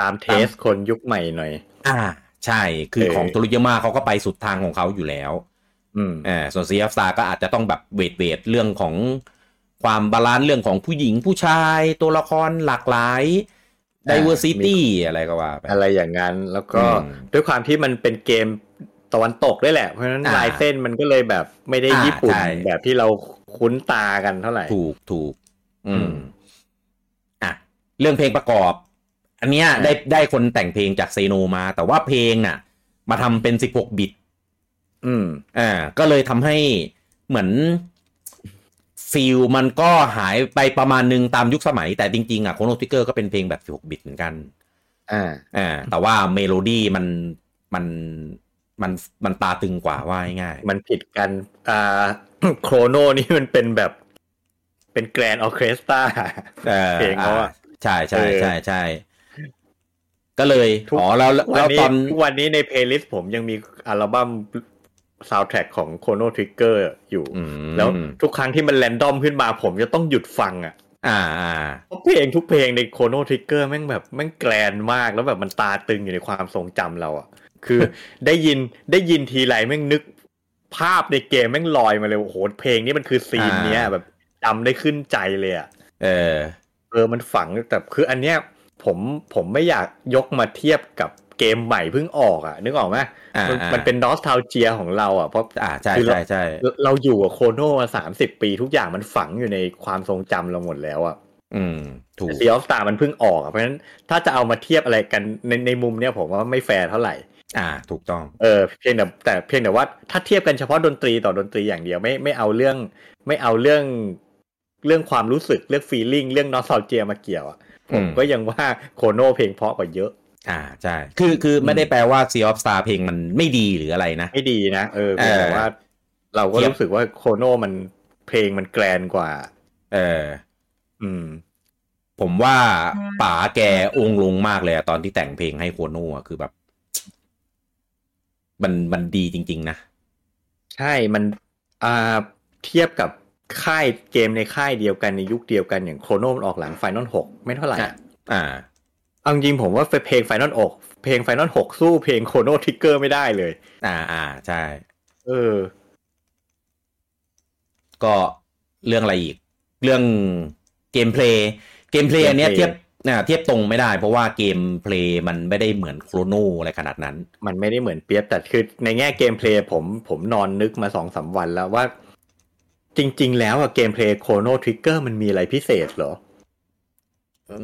ตามเทสคนยุคใหม่หน่อย อ่า ใช่ คือ เออ ของโทรุยาม่าเขาก็ไปสุดทางของเขาอยู่แล้ว อืม อ่าส่วน Sea of Star ก็อาจจะต้องแบบเวทเวทเรื่องของความบาลานซ์เรื่องของผู้หญิงผู้ชายตัวละครหลากหลาย อ่า diversity อะไรก็ว่าไป อะไรอย่างนั้นแล้วก็ อืม ด้วยความที่มันเป็นเกมตะวันตกด้วยแหละเพราะฉะนั้น อ่า ลายเส้นมันก็เลยแบบไม่ได้ อ่า ญี่ปุ่น ใช่ แบบที่เราคุ้นตากันเท่าไหร่ ถูกถูกอื อื ม ม อ่ะเรื่องเพลงประกอบ อันเนี้ย อ่า ได้ได้คนแต่งเพลงจากเซโนมา แต่ว่าเพลงน่ะ มาทำเป็น 16 บิต อืม อ่าก็เลยทำให้เหมือนฟิลมันก็หายไปประมาณนึงตามยุคสมัย แต่จริงๆอ่ะโคโนติเกอร์ก็เป็นเพลงแบบ 16 บิตเหมือนกัน อ่า อ่าแต่ว่าเมโลดี้มันมันมันมันตาตึงกว่าว่าง่าย มันผิดกัน อ่า [COUGHS] โครโนนี่มันเป็นแบบ เป็นแกรนออเคสตรา ๆเออ เพลงเขาอะ อ่าใช่ใช่ เออ ใช่ใช่ก็เลย ทุก อ๋อแล้วแล้ว วั แล้ว นี้ ตอน ทุกวันนี้ในเพลย์ลิสต์ผมยังมีอัลบั้มซาว n d แทร็กของโคโนทริกเกอร์อยู่ อืม แล้วทุกครั้งที่มันแรนดอมขึ้นมาผมจะต้องหยุดฟังอ่ะ อ่าอ่า เพราะเพลงทุกเพลงในโคโนทริกเกอร์แม่งแบบแม่งแกรนมากแล้วแบบมันตาตึงอยู่ในความทรงจำเราอ่ะ คือ [LAUGHS] ได้ยินได้ยินทีไรแม่งนึกภาพในเกมแม่งลอยมาเลยโอ้โหเพลงนี้มันคือซีนเนี้ยแบบจำได้ขึ้นใจเลยอ่ะ เออ เออ มันฝังแต่คืออันเนี้ยผมผมไม่อยากยกมาเทียบกับเกมใหม่เพิ่งออกอะ่ะ นึกออกไหม อ่า มัน อ่า มันเป็นนอสทาเจียของเราอะ่ะเพราะ อ่าใช่ คือเรา ใช่ใช่ เราเราอยู่กับโคโนมาสามสิบปีทุกอย่างมันฝังอยู่ในความทรงจำเราหมดแล้วอะ่ะ อืม ถูก ซีออฟตามันเพิ่งออกอะ่ะเพราะฉะนั้นถ้าจะเอามาเทียบอะไรกันในในมุมเนี้ยผมว่าไม่แฟร์เท่าไหร่ อ่า ถูกต้อง เออเพียงแต่แต่เพียงแต่ว่าถ้าเทียบกันเฉพาะดนตรีต่อดนตรีอย่างเดียวไม่ไม่เอาเรื่อง ไม่เอาเรื่องเรื่องความรู้สึกเรื่องฟีลลิ่งเรื่องนอสทาเจียมาเกี่ยวอ่ะ ผ อื ม ม ก็ยังว่าโคโน่เพลงเพราะกว่าเยอะ อ่าใช่ คือคือไม่ได้แปลว่า Sea of Star เพลงมันไม่ดีหรืออะไรนะ ไม่ดีนะเออ เออ แต่ว่า เราก็ เทียบ รู้สึกว่าโคโน่มันเพลงมันแกรนกว่า เออ อืม ผมว่าป๋าแกองค์ลงมากเลยอะตอนที่แต่งเพลงให้โคโน่อะคือแบบ มันมันดีจริง ๆ นะ ใช่มันอ่าเทียบกับค่ายเกมในค่ายเดียวกันในยุคเดียวกันอย่างโคโน่มันออกหลังไฟนอลหกไม่เท่าไหร่ อ่ะ อ่า เอาจริงๆผมว่าเพลงไฟนอลหกเพลงไฟนอลหกสู้เพลงโคโน่ทริกเกอร์ไม่ได้เลย อ่าอ่าใช่ เออ ก็เรื่องอะไรอีก เรื่องเกมเพลย์เกมเพลย์ Gameplay เนี้ยเทียบ อ่าเทียบตรงไม่ได้ เพราะว่าเกมเพลย์มันไม่ได้เหมือนโครโนอะไรขนาดนั้น มันไม่ได้เหมือนเปียบแต่คือในแง่เกมเพลย์ผมผมนอนนึกมาสองสามวันแล้วว่า จริง ๆ แล้วอะเกมเพลย์โคโนทริกเกอร์มันมีอะไรพิเศษเหรอ อื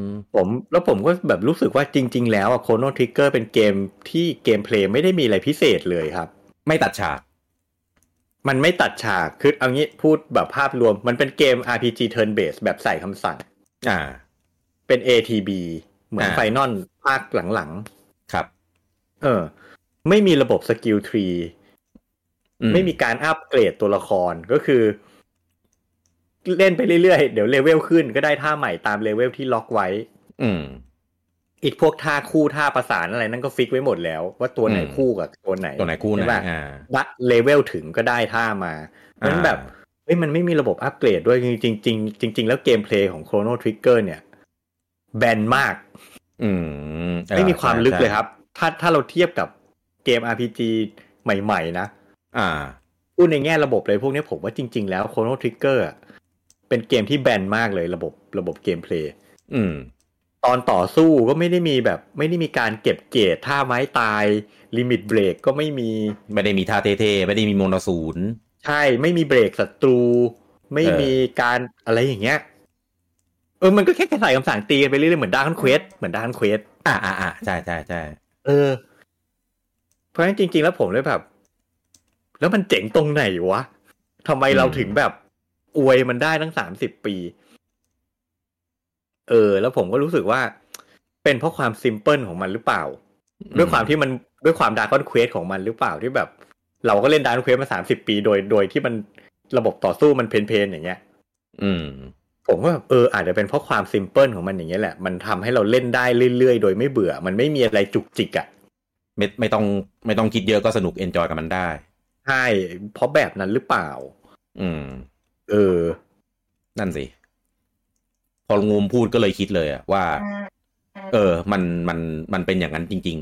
ม ผมแล้วผมก็แบบรู้สึกว่าจริง ๆ แล้วอะโคโนทริกเกอร์เป็นเกมที่เกมเพลย์ไม่ได้มีอะไรพิเศษเลยครับ ไม่ตัดฉาก มันไม่ตัดฉากคือเอางี้พูดแบบภาพรวม มันเป็นเกม RPG turn based แบบใส่คำสั่ง อ่า เป็น ATB เหมือน อ่า ไฟนอลภาคหลัง ครับ ๆ เออ ไม่มีระบบสกิลทรี อื ไม่มีการอัปเกรดตัวละครก็คือ เล่นไปเรื่อยๆ เดี๋ยวเลเวลขึ้นก็ได้ท่าใหม่ตามเลเวลที่ล็อกไว้ อืม อีกพวกท่าคู่ท่าประสานอะไรนั่นก็ฟิกไว้หมดแล้ว ว่าตัวไหน อืม คู่กับตัวไหน ตัวไหนคู่ไหน ใช่ปะ อ่า ณเลเวลถึงก็ได้ท่ามาเพราะฉะนั้นแบบเฮ้ยมันไม่มีระบบอัปเกรดด้วยจริงๆจริงๆจริงๆแล้วเกมเพลย์ของ Chrono Trigger เนี่ย แบนมาก อืมเออ ไม่มีความ ใช่ ลึกเลยค ใช่ รับ ถ้าถ้าเราเทียบกับเกม RPG ใหม่ๆนะ อ่า พูดในแง่ระบบเลยพวกเนี้ยผมว่าจริง ๆ แล้ว Chrono Trigger อะเป็นเกมที่แบนมากเลยระบบระบบเกมเพลย์ อืม ตอนต่อสู้ก็ไม่ได้มีแบบไม่ได้มีการเก็บเกรดท่าไม้ตายลิมิตเบรกก็ไม่มี ไม่ได้มีท่าเท่ๆไม่ได้มีโมโนศูนย์ ใช่ไม่มีเบรกศัตรู ไม่ เออ มีการอะไรอย่างเงี้ยเออมันก็แค่ใส่คำสั่งตีกันไปเรื่อยๆเหมือนดาร์คเควสเหมือนดาร์คเควส อ่าอ่าอ่าใช่ใช่ใช่ เออ เพราะฉะนั้นจริง ๆ แล้วผมเลยแบบ แล้วมันเจ๋งตรงไหนวะทำไมเราถึงแบบ อวยมันได้ตั้งสามสิบปี เออ แล้วผมก็รู้สึกว่า เป็นเพราะความซิมเพิลของมันหรือเปล่า ด้วยความที่มันด้วยความดาร์คอนเควสของมันหรือเปล่าที่แบบ เราก็เล่นดาร์คอนเควสมาสามสิบปี โดยโดยที่มันระบบต่อสู้มันเพลนๆอย่างเงี้ย อืม ผมก็แบบเอออาจจะเป็นเพราะความซิมเพิลของมันอย่างเงี้ยแหละมันทำให้เราเล่นได้เรื่อยๆโดยไม่เบื่อ มันไม่มีอะไรจุกจิกอ่ะ ไม่ไม่ต้องไม่ต้องคิดเยอะก็สนุกเอนจอยกับมันได้ ใช่เพราะแบบนั้นหรือเปล่า อืม เออ นั่นสิ พอลุงงูมพูดก็เลยคิดเลยอะว่า เออ มันมันมันเป็นอย่างนั้นจริง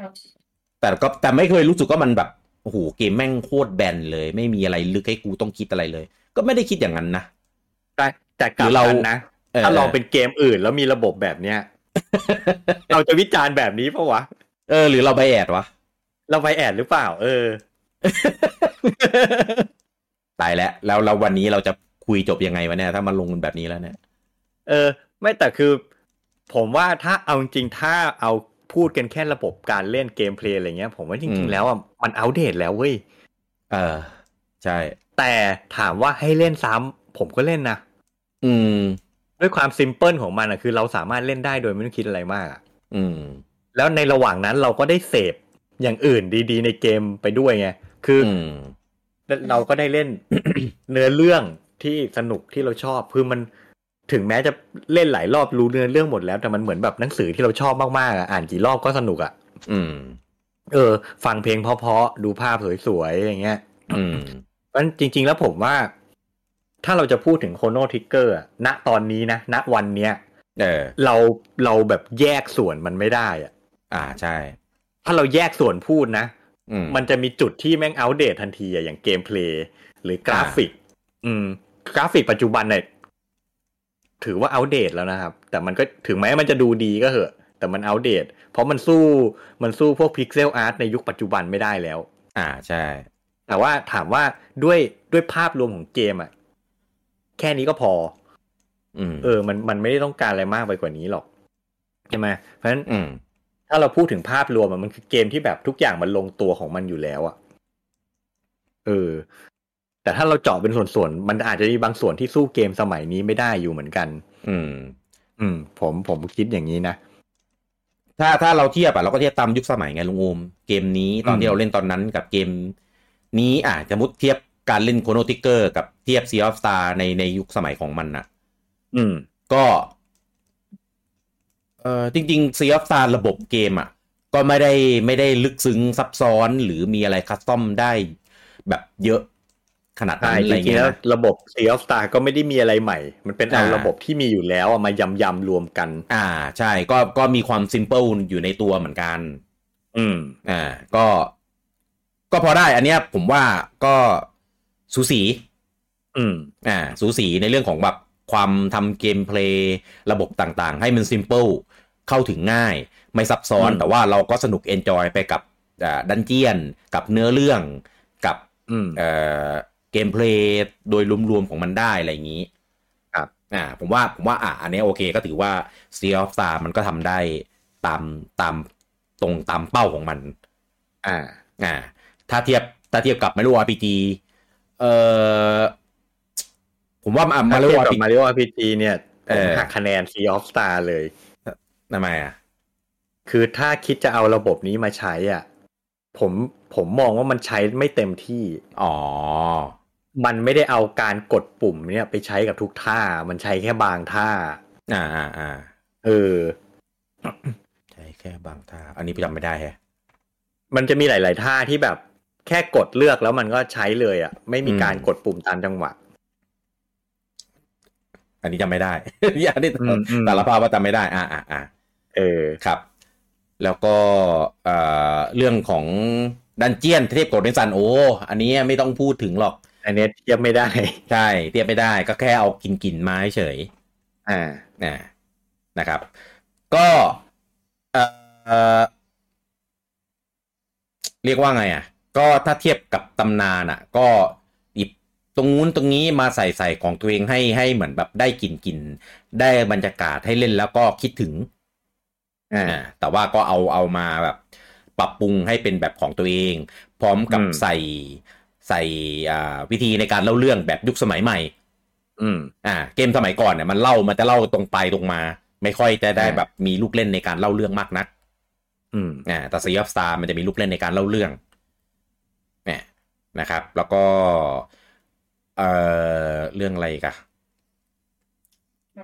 ๆ แต่ก็แต่ไม่เคยรู้สึกว่ามันแบบโอ้โหเกมแม่งโคตรแบนเลย ไม่มีอะไรลึกให้กูต้องคิดอะไรเลย ก็ไม่ได้คิดอย่างนั้นนะ แต่แต่กลัหบรือเรา กันนะถ้าลองเป็นเกมอื่นแล้วมีระบบแบบ [LAUGHS] เนี้ย เราจะวิจารณ์แบบนี้ปะวะ เออ หรือเราไปแอดวะ เราไปแอดหรือเปล่า เออ ตายแล้ว แล้วเราวันนี้เราจะคุยจบยังไงวะเนี่ย ถ้ามันลงกันแบบนี้แล้วเนี่ย เออ ไม่แต่คือ ผมว่าถ้าเอาจริงๆถ้าเอาพูดกันแค่ระบบการเล่นเกมเพลย์อะไรเงี้ย ผมว่าอืจริ ม ง ๆ แล้วอ่ะมันอัปเดตแล้วเว้ย เออ ใช่ แต่ถามว่าให้เล่นซ้ำผมก็เล่นนะ อืม ด้วยความซิมเพิลของมันอ่ะคือเราสามารถเล่นได้โดยไม่ต้องคิดอะไรมากอะ อืม แล้วในระหว่างนั้นเราก็ได้เสพอย่างอื่นดีๆ ในเกมไปด้วยไง คือ อื อ ม เราก็ได้เล่น [COUGHS] เนื้อเรื่องที่สนุกที่เราชอบ คือมันถึงแม้จะเล่นหลายรอบรู้เนื้อเรื่องหมดแล้ว แต่มันเหมือนแบบหนังสือที่เราชอบมากๆอะอ่านกี่รอบก็สนุกอะ อืม เออ ฟังเพลงเพราะๆดูภาพสวยๆอย่างเงี้ย อืม เพราะฉะนั้นจริง ๆ แล้วผมว่า ถ้าเราจะพูดถึงโคโนทิกเกอร์ณตอนนี้นะณวันเนี้ย เออ เราเราแบบแยกส่วนมันไม่ได้อะ อ่าใช่ ถ้าเราแยกส่วนพูดนะ อืม มันจะมีจุดที่แม่งอัปเดตทันทีอะอย่างเกมเพลย์หรือกราฟิก อืม กราฟิกปัจจุบันเนี่ยถือว่าอัปเดตแล้วนะครับ แต่มันก็ถึงแม้มันจะดูดีก็เหอะ แต่มันอัปเดต เพราะมันสู้มันสู้พวกพิกเซลอาร์ตในยุคปัจจุบันไม่ได้แล้ว อ่าใช่ แต่ว่าถามว่าด้วยด้วยภาพรวมของเกมอะแค่นี้ก็พอ อืม เออ มันมันไม่ได้ต้องการอะไรมากไปกว่านี้หรอกใช่ไหมเพราะฉะนั้น อืม ถ้าเราพูดถึงภาพรวมอะมันคือเกมที่แบบทุกอย่างมันลงตัวของมันอยู่แล้วอะเออ แต่ถ้าเราเจาะเป็นส่วนๆ มันอาจจะมีบางส่วนที่สู้เกมสมัยนี้ไม่ได้อยู่เหมือนกัน อืม อืม ผมผมคิดอย่างนี้นะ ถ้าถ้าเราเทียบอะเราก็เทียบตามยุคสมัยไงลุงอูมเกมนี้ตอน อืม ที่เราเล่นตอนนั้นกับเกม นี้อ่ะสมมติเทียบการเล่นโคโนติเกอร์กับเทียบซีออฟสตาในในยุคสมัยของมันน่ะ อืม ก็ เออจริงๆซีออฟสตาระบบเกมอ่ะ ก็ไม่ได้ไม่ได้ลึกซึ้งซับซ้อนหรือมีอะไรคัสตอมได้แบบเยอะขนาดนั้นใช่อะ จ ไร ริงๆ เงี้ย แล้ว นะ ระบบ Sea of Star ก็ไม่ได้มีอะไรใหม่ มันเป็นเอา อ่า ระบบที่มีอยู่แล้วอะมายำยำๆรวมกัน อ่า ใช่ก็ก็มีความซิมเ l ิลอยู่ในตัวเหมือนกัน อืม อ่าก็ ก็พอได้อันเนี้ยผมว่าก็สูสี อืม อ่าสูสีในเรื่องของแบบ ความทำเกมเพลย์ระบบต่างๆ ให้มัน simple เข้าถึงง่าย ไม่ซับซ้อน อืม แต่ว่าเราก็สนุก enjoy ไปกับดันเจียน กับเนื้อเรื่องกับ อืม เอ่อเกมเพลย์โดยรวมๆของมันได้อะไรอย่างนี้ ครับ อ่าผมว่าผมว่าอ่ะอันนี้โอเคก็ถือว่า Sea of Star มันก็ทำได้ตามตามตรงตามเป้าของมัน อ่า อ่าถ้าเทียบถ้าเทียบกับมาริโอ RPG เอ่อผมว่ามามา มา ริ เรี โอ ยกกับ RPG มาริโอ RPG เนี่ยผ เอ ม อ หักคะแนน Sea of Star เลย ทำไมอ่ะ คือถ้าคิดจะเอาระบบนี้มาใช้อ่ะผมผมมองว่ามันใช้ไม่เต็มที่ อ๋อ มันไม่ได้เอาการกดปุ่มเนี่ยไปใช้กับทุกท่า มันใช้แค่บางท่า อ่าอ่าอ่า เออ ใช่แค่บางท่า อันนี้จำไม่ได้แฮะ มันจะมีหลาย ๆ ท่าที่แบบแค่กดเลือกแล้วมันก็ใช้เลยอ่ะ ไม่มีการ อืม กดปุ่มตามจังหวะ อันนี้จำไม่ได้ [LAUGHS] อันนี้ อืมอืม สารภาพว่าจำไม่ได้ อ่าอ่าอ่า เออ ครับ แล้วก็เอ่อเรื่องของดันเจียนเทียบกับเดนซันโออันนี้ไม่ต้องพูดถึงหรอก อันเนี้ยเทียบไม่ได้ ใช่ เทียบไม่ได้ก็แค่เอากินกินๆมาเฉย อ่า อ่านะครับ ก็เอ่อเรียกว่าไงอ่ะ ก็ถ้าเทียบกับตำนานอ่ะ ก็หยิบตรงนู้นตรงนี้มาใส่ใส่ของตัวเองให้ให้เหมือนแบบได้กลิ่นกลิ่นได้บรรยากาศให้เล่นแล้วก็คิดถึง อ่า อ่าแต่ว่าก็เอาเอามาแบบ ปรับปรุงให้เป็นแบบของตัวเอง พร้อมกับ อืม ใส่ใส่อ่าวิธีในการเล่าเรื่องแบบยุคสมัยใหม่ อืม อ่าเกมสมัยก่อนเนี่ยมันเล่ามันจะเล่าตรงไปตรงมา ไม่ค่อยจะได้ อ่า แบบมีลูกเล่นในการเล่าเรื่องมากนัก อืม อ่าแต่ซีออฟสตาร์มันจะมีลูกเล่นในการเล่าเรื่องเนี่ยนะครับ แล้วก็เอ่อเรื่องอะไรอีกอะ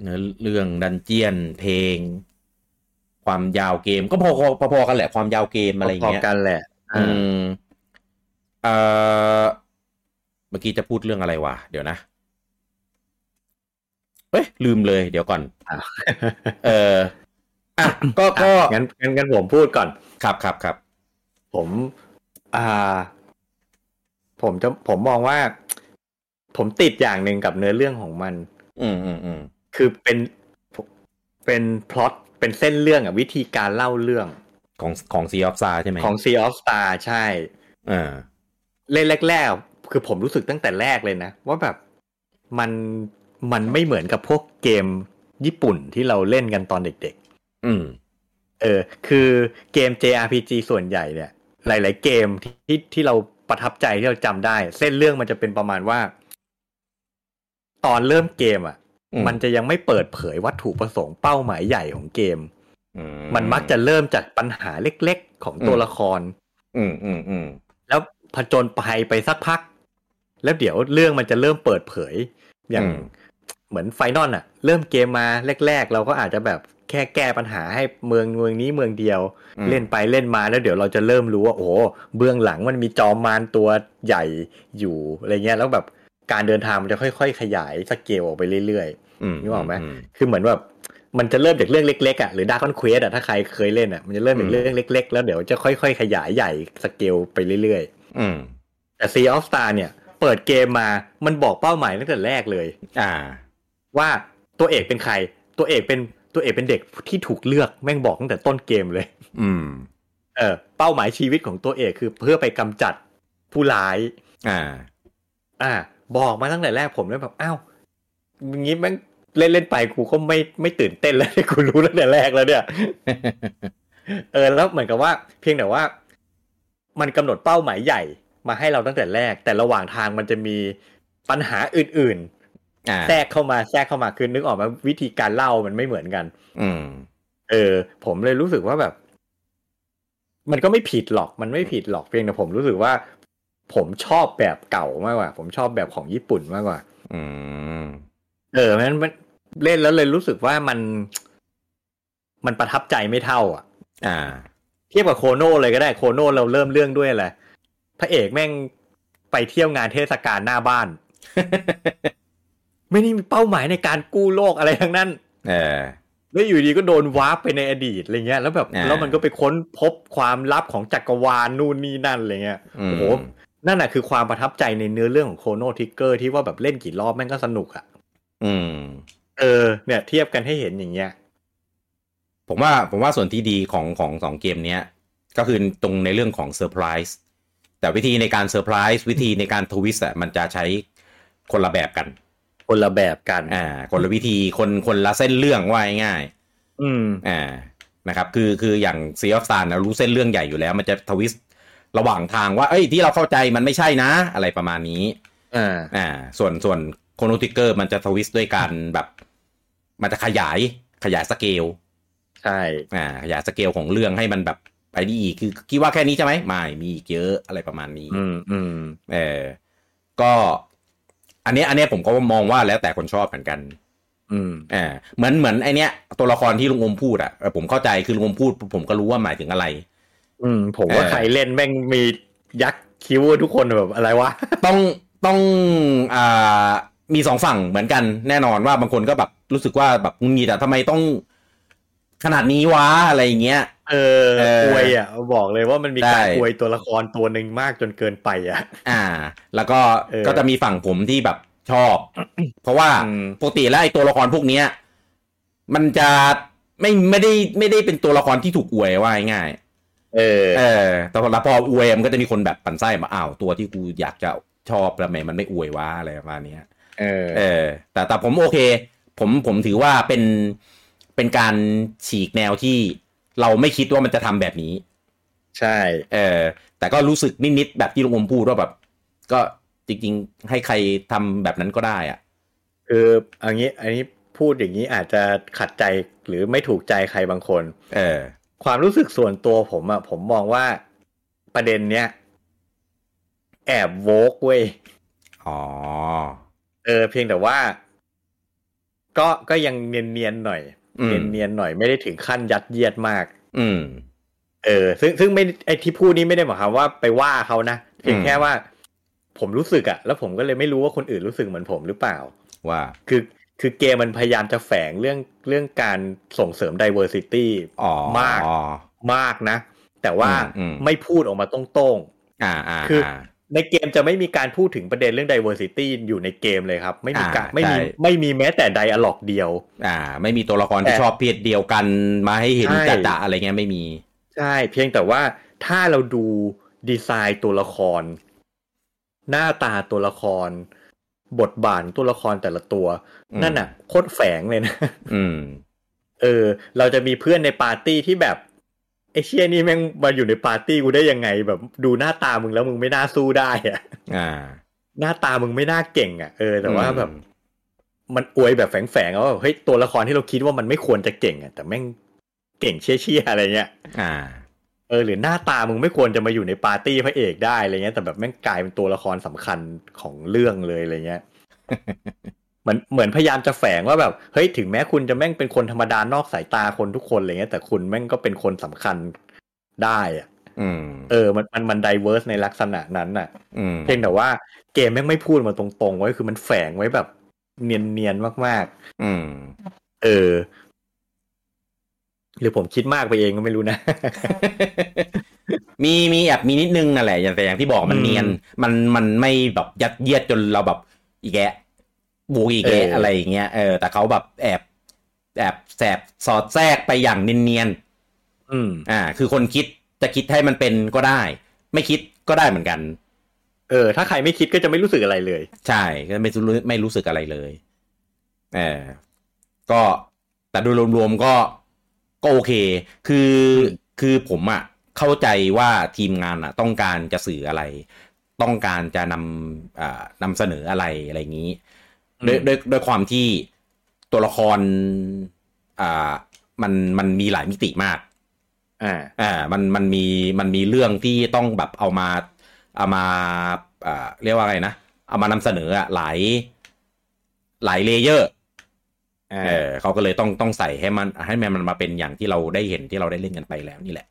เนื้อเรื่องดันเจียนเพลง ความยาวเกมก็พอพอพอกันแหละความยาวเกมอะไรอย่าง พอ เงี้ย ๆกันแหละ อื อ่าม เอ่อเมื่อกี้จะพูดเรื่องอะไรวะ เดี๋ยวนะ เอ้ย ลืมเลย เดี๋ยวก่อน เออ [COUGHS] อ่ะ ก็ ก็ อ่ะงั้นงั้นงั้นผมพูดก่อน ครับครับครับ ผม อ่า ผมจะผมมองว่า ผมติดอย่างหนึ่งกับเนื้อเรื่องของมัน อืมอืมอืม คือเป็นเป็นพล็อตเป็นเส้นเรื่องอะวิธีการเล่าเรื่อง ของของซีออฟซาใช่ไหม ของ Sea of Star ใช่ เออ เล่นแรกๆ คือผมรู้สึกตั้งแต่แรกเลยนะ ว่าแบบมันมันไม่เหมือนกับพวกเกมญี่ปุ่นที่เราเล่นกันตอนเด็ก อืม ๆ เออ คือเกม JRPG ส่วนใหญ่เนี่ย หลาย ๆ เกมที่ที่ที่เราประทับใจที่เราจำได้ เส้นเรื่องมันจะเป็นประมาณว่า ตอนเริ่มเกมอ่ะ อืม มันจะยังไม่เปิดเผยวัตถุประสงค์เป้าหมายใหญ่ของเกม อื มันมักจะเริ่มจากปัญหาเล็ก ๆ ของตัวละคร อืมอืมอืม แล้วผจญภัยไปสักพัก แล้วเดี๋ยวเรื่องมันจะเริ่มเปิดเผย อย่างเหมือนไฟนอลอะเริ่มเกมมาแรก ๆ เราก็อาจจะแบบแค่แก้ปัญหาให้เมืองเมืองนี้เมืองเดียว อืม เล่นไปเล่นมาแล้วเดี๋ยวเราจะเริ่มรู้ว่าโอ้โหเบื้องหลังมันมีจอมมารตัวใหญ่อยู่อะไรเงี้ยแล้วแบบการเดินทางมันจะค่อย ๆ ขยายสเกลออกไปเรื่อย นึกออกไหม ๆ คือเหมือนแบบมันจะเริ่มจากเรื่องเล็กๆอ่ะหรือดาร์คอนเควสอ่ะถ้าใครเคยเล่นอ่ะมันจะเริ่มจากเรื่องเล็ก ๆ แล้วเดี๋ยวจะค่อย ๆ ขยายใหญ่สเกลไปเรื่อยๆ อืม แต่ Sea of Star เนี่ย เปิดเกมมา มันบอกเป้าหมายตั้งแต่แรกเลย อ่า ว่าตัวเอกเป็นใคร ตัวเอกเป็นตัวเอกเป็นเด็กที่ถูกเลือกแม่งบอกตั้งแต่ต้นเกมเลย อืม เออ เป้าหมายชีวิตของตัวเอกคือเพื่อไปกำจัดผู้ร้าย อ่า อ่า บอกมาตั้งแต่แรกผมเลยแบบอ้าวอย่างงี้แม่งเล่นเล่นไปกูก็ไม่ไม่ตื่นเต้นแล้ว [LAUGHS] กูรู้ตั้งแต่แรกแล้วเนี่ย เออแล้วเหมือนกับว่า เพียงแต่ว่า มันกำหนดเป้าหมายใหญ่มาให้เราตั้งแต่แรก แต่ระหว่างทางมันจะมีปัญหาอื่น ๆ อ่า แทรกเข้ามาแทรกเข้ามาคือนึกออกไหมาวิธีการเล่ามันไม่เหมือนกัน อืม เออ ผมเลยรู้สึกว่าแบบ มันก็ไม่ผิดหรอก มันไม่ผิดหรอกเพียงแต่ผมรู้สึกว่า ผมชอบแบบเก่ามากกว่า ผมชอบแบบของญี่ปุ่นมากกว่า อืม เออเพราะฉะนั้นมันเล่นแล้วเลยรู้สึกว่ามัน มันประทับใจไม่เท่า อ่ะ อ่า เทียบกับโคโน่เลยก็ได้โคโน่เราเริ่มเรื่องด้วยอะไรพระเอกแม่งไปเที่ยวงานเทศกาลหน้าบ้าน [LAUGHS] ไม่ได้มีเป้าหมายในการกู้โลกอะไรทั้งนั้น เออ แล้วอยู่ดีก็โดนวาร์ปไปในอดีตอะไรเงี้ยแล้วแบบ อ่า แล้วมันก็ไปค้นพบความลับของจักรวาลนู่นนี่นั่นอะไรเงี้ย อืม โอ้โหนั่นแหะคือความประทับใจในเนื้อเรื่องของโคโนทิกเกอร์ที่ว่าแบบเล่นกี่รอบแม่งก็สนุกอะ อืม เออเนี่ยเทียบกันให้เห็นอย่างเงี้ย ผมว่าผมว่าส่วนที่ดีของของสองเกมเนี้ย ก็คือตรงในเรื่องของเซอร์ไพรส์แต่วิธีในการเซอร์ไพรส์วิธีในการทวิสต์อะมันจะใช้คนละแบบกัน คนละแบบกัน อ่า คนละวิธีคนคนละเส้นเรื่องว่าง่าย อืม ๆอ่านะครับ คือคืออย่างซีออฟซานนะรู้เส้นเรื่องใหญ่อยู่แล้ว มันจะทวิสต์ระหว่างทางว่าเอ้ยที่เราเข้าใจมันไม่ใช่นะ อะไรประมาณนี้ อ่า อ่าส่วนส่วนโคโนติเกอร์มันจะทวิสต์ด้วยการแบบมันจะขยายขยายสเกล ใช่ อ่าขยายสเกลของเรื่องให้มันแบบไปไดีอีกคือคิดว่าแค่นี้ใช่ไหมไม่มีอีกเยอะอะไรประมาณนี้ อืมอืม เออก็อันเนี้ยอันเนี้ยผมก็มองว่าแล้วแต่คนชอบเหมือนกัน อืม อ่าเหมือนเหมือนไอเนี้ยตัวละครที่ลุงอมพูดอะเออผมเข้าใจคือลุงอมพูด ผมก็รู้ว่าหมายถึงอะไร อืมผมว่า เออ ใครเล่นแม่งมียักษ์คิ้วทุกคนแบบอะไรวะ ต้องต้องอ่ามีสองฝั่งเหมือนกันแน่นอนว่าบางคนก็แบบรู้สึกว่าแบบงุนงีแต่ทำไมต้องขนาดนี้วะอะไรอย่างเงี้ย เออ เออ อวยอ่ะบอกเลยว่ามันมีการ ใช่ อวยตัวละครตัวหนึ่งมากจนเกินไปอ่ะ อ่า แล้วก็ เออ ก็จะมีฝั่งผมที่แบบชอบ เพราะว่า อืม ปกติแล้วไอ้ตัวละครพวกเนี้ย มันจะไม่ไม่ได้ไม่ได้เป็นตัวละครที่ถูกอวยว่าง่ายๆ เออ เออแต่พอแล้วพออวยมันก็จะมีคนแบบปั่นไส้มาอ้าวตัวที่กูอยากจะชอบแล้วทำไมมันไม่อวยวะอะไรประมาณเนี้ย เออ เออแต่แต่ผมโอเค ผมผมถือว่าเป็นเป็นการฉีกแนวที่เราไม่คิดว่ามันจะทำแบบนี้ ใช่ เออแต่ก็รู้สึกนิดๆแบบที่ลุงอมพูดว่าแบบ ก็จริงๆ ให้ใครทำแบบนั้นก็ได้อะ คือเอันนี้ อันนี้พูดอย่างนี้อาจจะขัดใจหรือไม่ถูกใจใครบางคน เออ ความรู้สึกส่วนตัวผมอ่ะ ผมมองว่าประเด็นเนี้ยแอบโวกเว้ย อ๋อ เออ เพียงแต่ว่า ก็ก็ยังเนียนๆหน่อย อืม เนียนๆหน่อยไม่ได้ถึงขั้นยัดเยียดมาก อืม เออ ซึ่งซึ่งไม่ไอที่พูดนี้ไม่ได้หมายความว่าไปว่าเขานะเพียง อืม แค่ว่า ผมรู้สึกอะแล้วผมก็เลยไม่รู้ว่าคนอื่นรู้สึกเหมือนผมหรือเปล่า ว่า คือคือเกมมันพยายามจะแฝงเรื่องเรื่องการส่งเสริม diversity อ๋อ มาก มากนะ แต่ว่า อืมอืม ไม่พูดออกมาตรง อ่าอ่า คือ า ๆ ในเกมจะไม่มีการพูดถึงประเด็นเรื่อง diversity อยู่ในเกมเลยครับ ไม่มีการ อ่า ไม่มี ใช่ ไม่มีแม้แต่ dialog เดียว อ่า ไม่มีตัวละคร แต่ ที่ชอบเพศเดียวกันมาให้เห็น ใช่ จะๆอะไรเงี้ยไม่มี ใช่ เพียงแต่ว่าถ้าเราดูดีไซน์ตัวละคร หน้าตาตัวละคร บทบาทตัวละครแต่ละตัว อืม นั่นน่ะโคตรแฝงเลยนะ [LAUGHS] อืม เออ เราจะมีเพื่อนในปาร์ตี้ที่แบบไอ้เชี่ยนี่แม่งมาอยู่ในปาร์ตี้กูได้ยังไง แบบดูหน้าตามึงแล้วมึงไม่น่าสู้ได้อะ [LAUGHS] อ่า หน้าตามึงไม่น่าเก่ง อ่ะเออแต่ว่าแบบ มันอวยแบบแฝงๆเอาว่าเฮ้ยตัวละครที่เราคิดว่ามันไม่ควรจะเก่งอ่ะแต่แม่งเก่งเชี่ยๆอะไรเงี้ย อ่า เออหรือหน้าตามึงไม่ควรจะมาอยู่ในปาร์ตี้พระเอกได้อะไรเงี้ยแต่แบบแม่งกลายเป็นตัวละครสำคัญของเรื่องเลยอะไรเงี้ย [LAUGHS] เหมือนเหมือนพยายามจะแฝงว่าแบบเฮ้ยถึงแม้คุณจะแม่งเป็นคนธรรมดานอกสายตาคนทุกคนอะไรเงี้ยแต่คุณแม่งก็เป็นคนสำคัญได้อะ อืม เออมันมันมันไดเวอร์สในลักษณะนั้นน่ะ อืม เพียงแต่ว่าเกมแม่งไม่พูดมาตรงๆไว้คือมันแฝงไว้แบบเนียนๆมาก อืม ๆ เออ หรือผมคิดมากไปเองก็ไม่รู้นะ [LAUGHS] มีมีแอบมีนิดนึงนั่นแหละอย่างแต่อย่างที่บอกมัน อืม เนียนมันมันไม่แบบยัดเยียดจนเราแบบอีกแกะบูอีกแกะ เอออ อะไรอย่างเงี้ยเออแต่เขาแบบแอบแอบแสบสอดแทรกไปอย่างเนียน อืม ๆอ่า คือคนคิดจะคิดให้มันเป็นก็ได้ ไม่คิดก็ได้เหมือนกัน เออ ถ้าใครไม่คิดก็จะไม่รู้สึกอะไรเลย ใช่ก็ไม่รู้ไม่รู้สึกอะไรเลยเออก็แต่โดยรวมๆก็ก็โอเค คือคือผมอะเข้าใจว่าทีมงานอะต้องการจะสื่ออะไร ต้องการจะนำอ่านำเสนออะไรอะไรอย่างนี้ อืม ด้วยด้วยด้วยความที่ตัวละครอ่ามันมันมีหลายมิติมาก อ่า อ่ามันมันมีมันมีเรื่องที่ต้องแบบเอามาเอามาอ่าเรียกว่าไงนะ เอามานำเสนออะหลายหลายเลเยอร์ อ่า เออเขาก็เลยต้องต้องใส่ให้มันให้มันมาเป็นอย่างที่เราได้เห็นที่เราได้เล่นกันไปแล้วนี่แหละ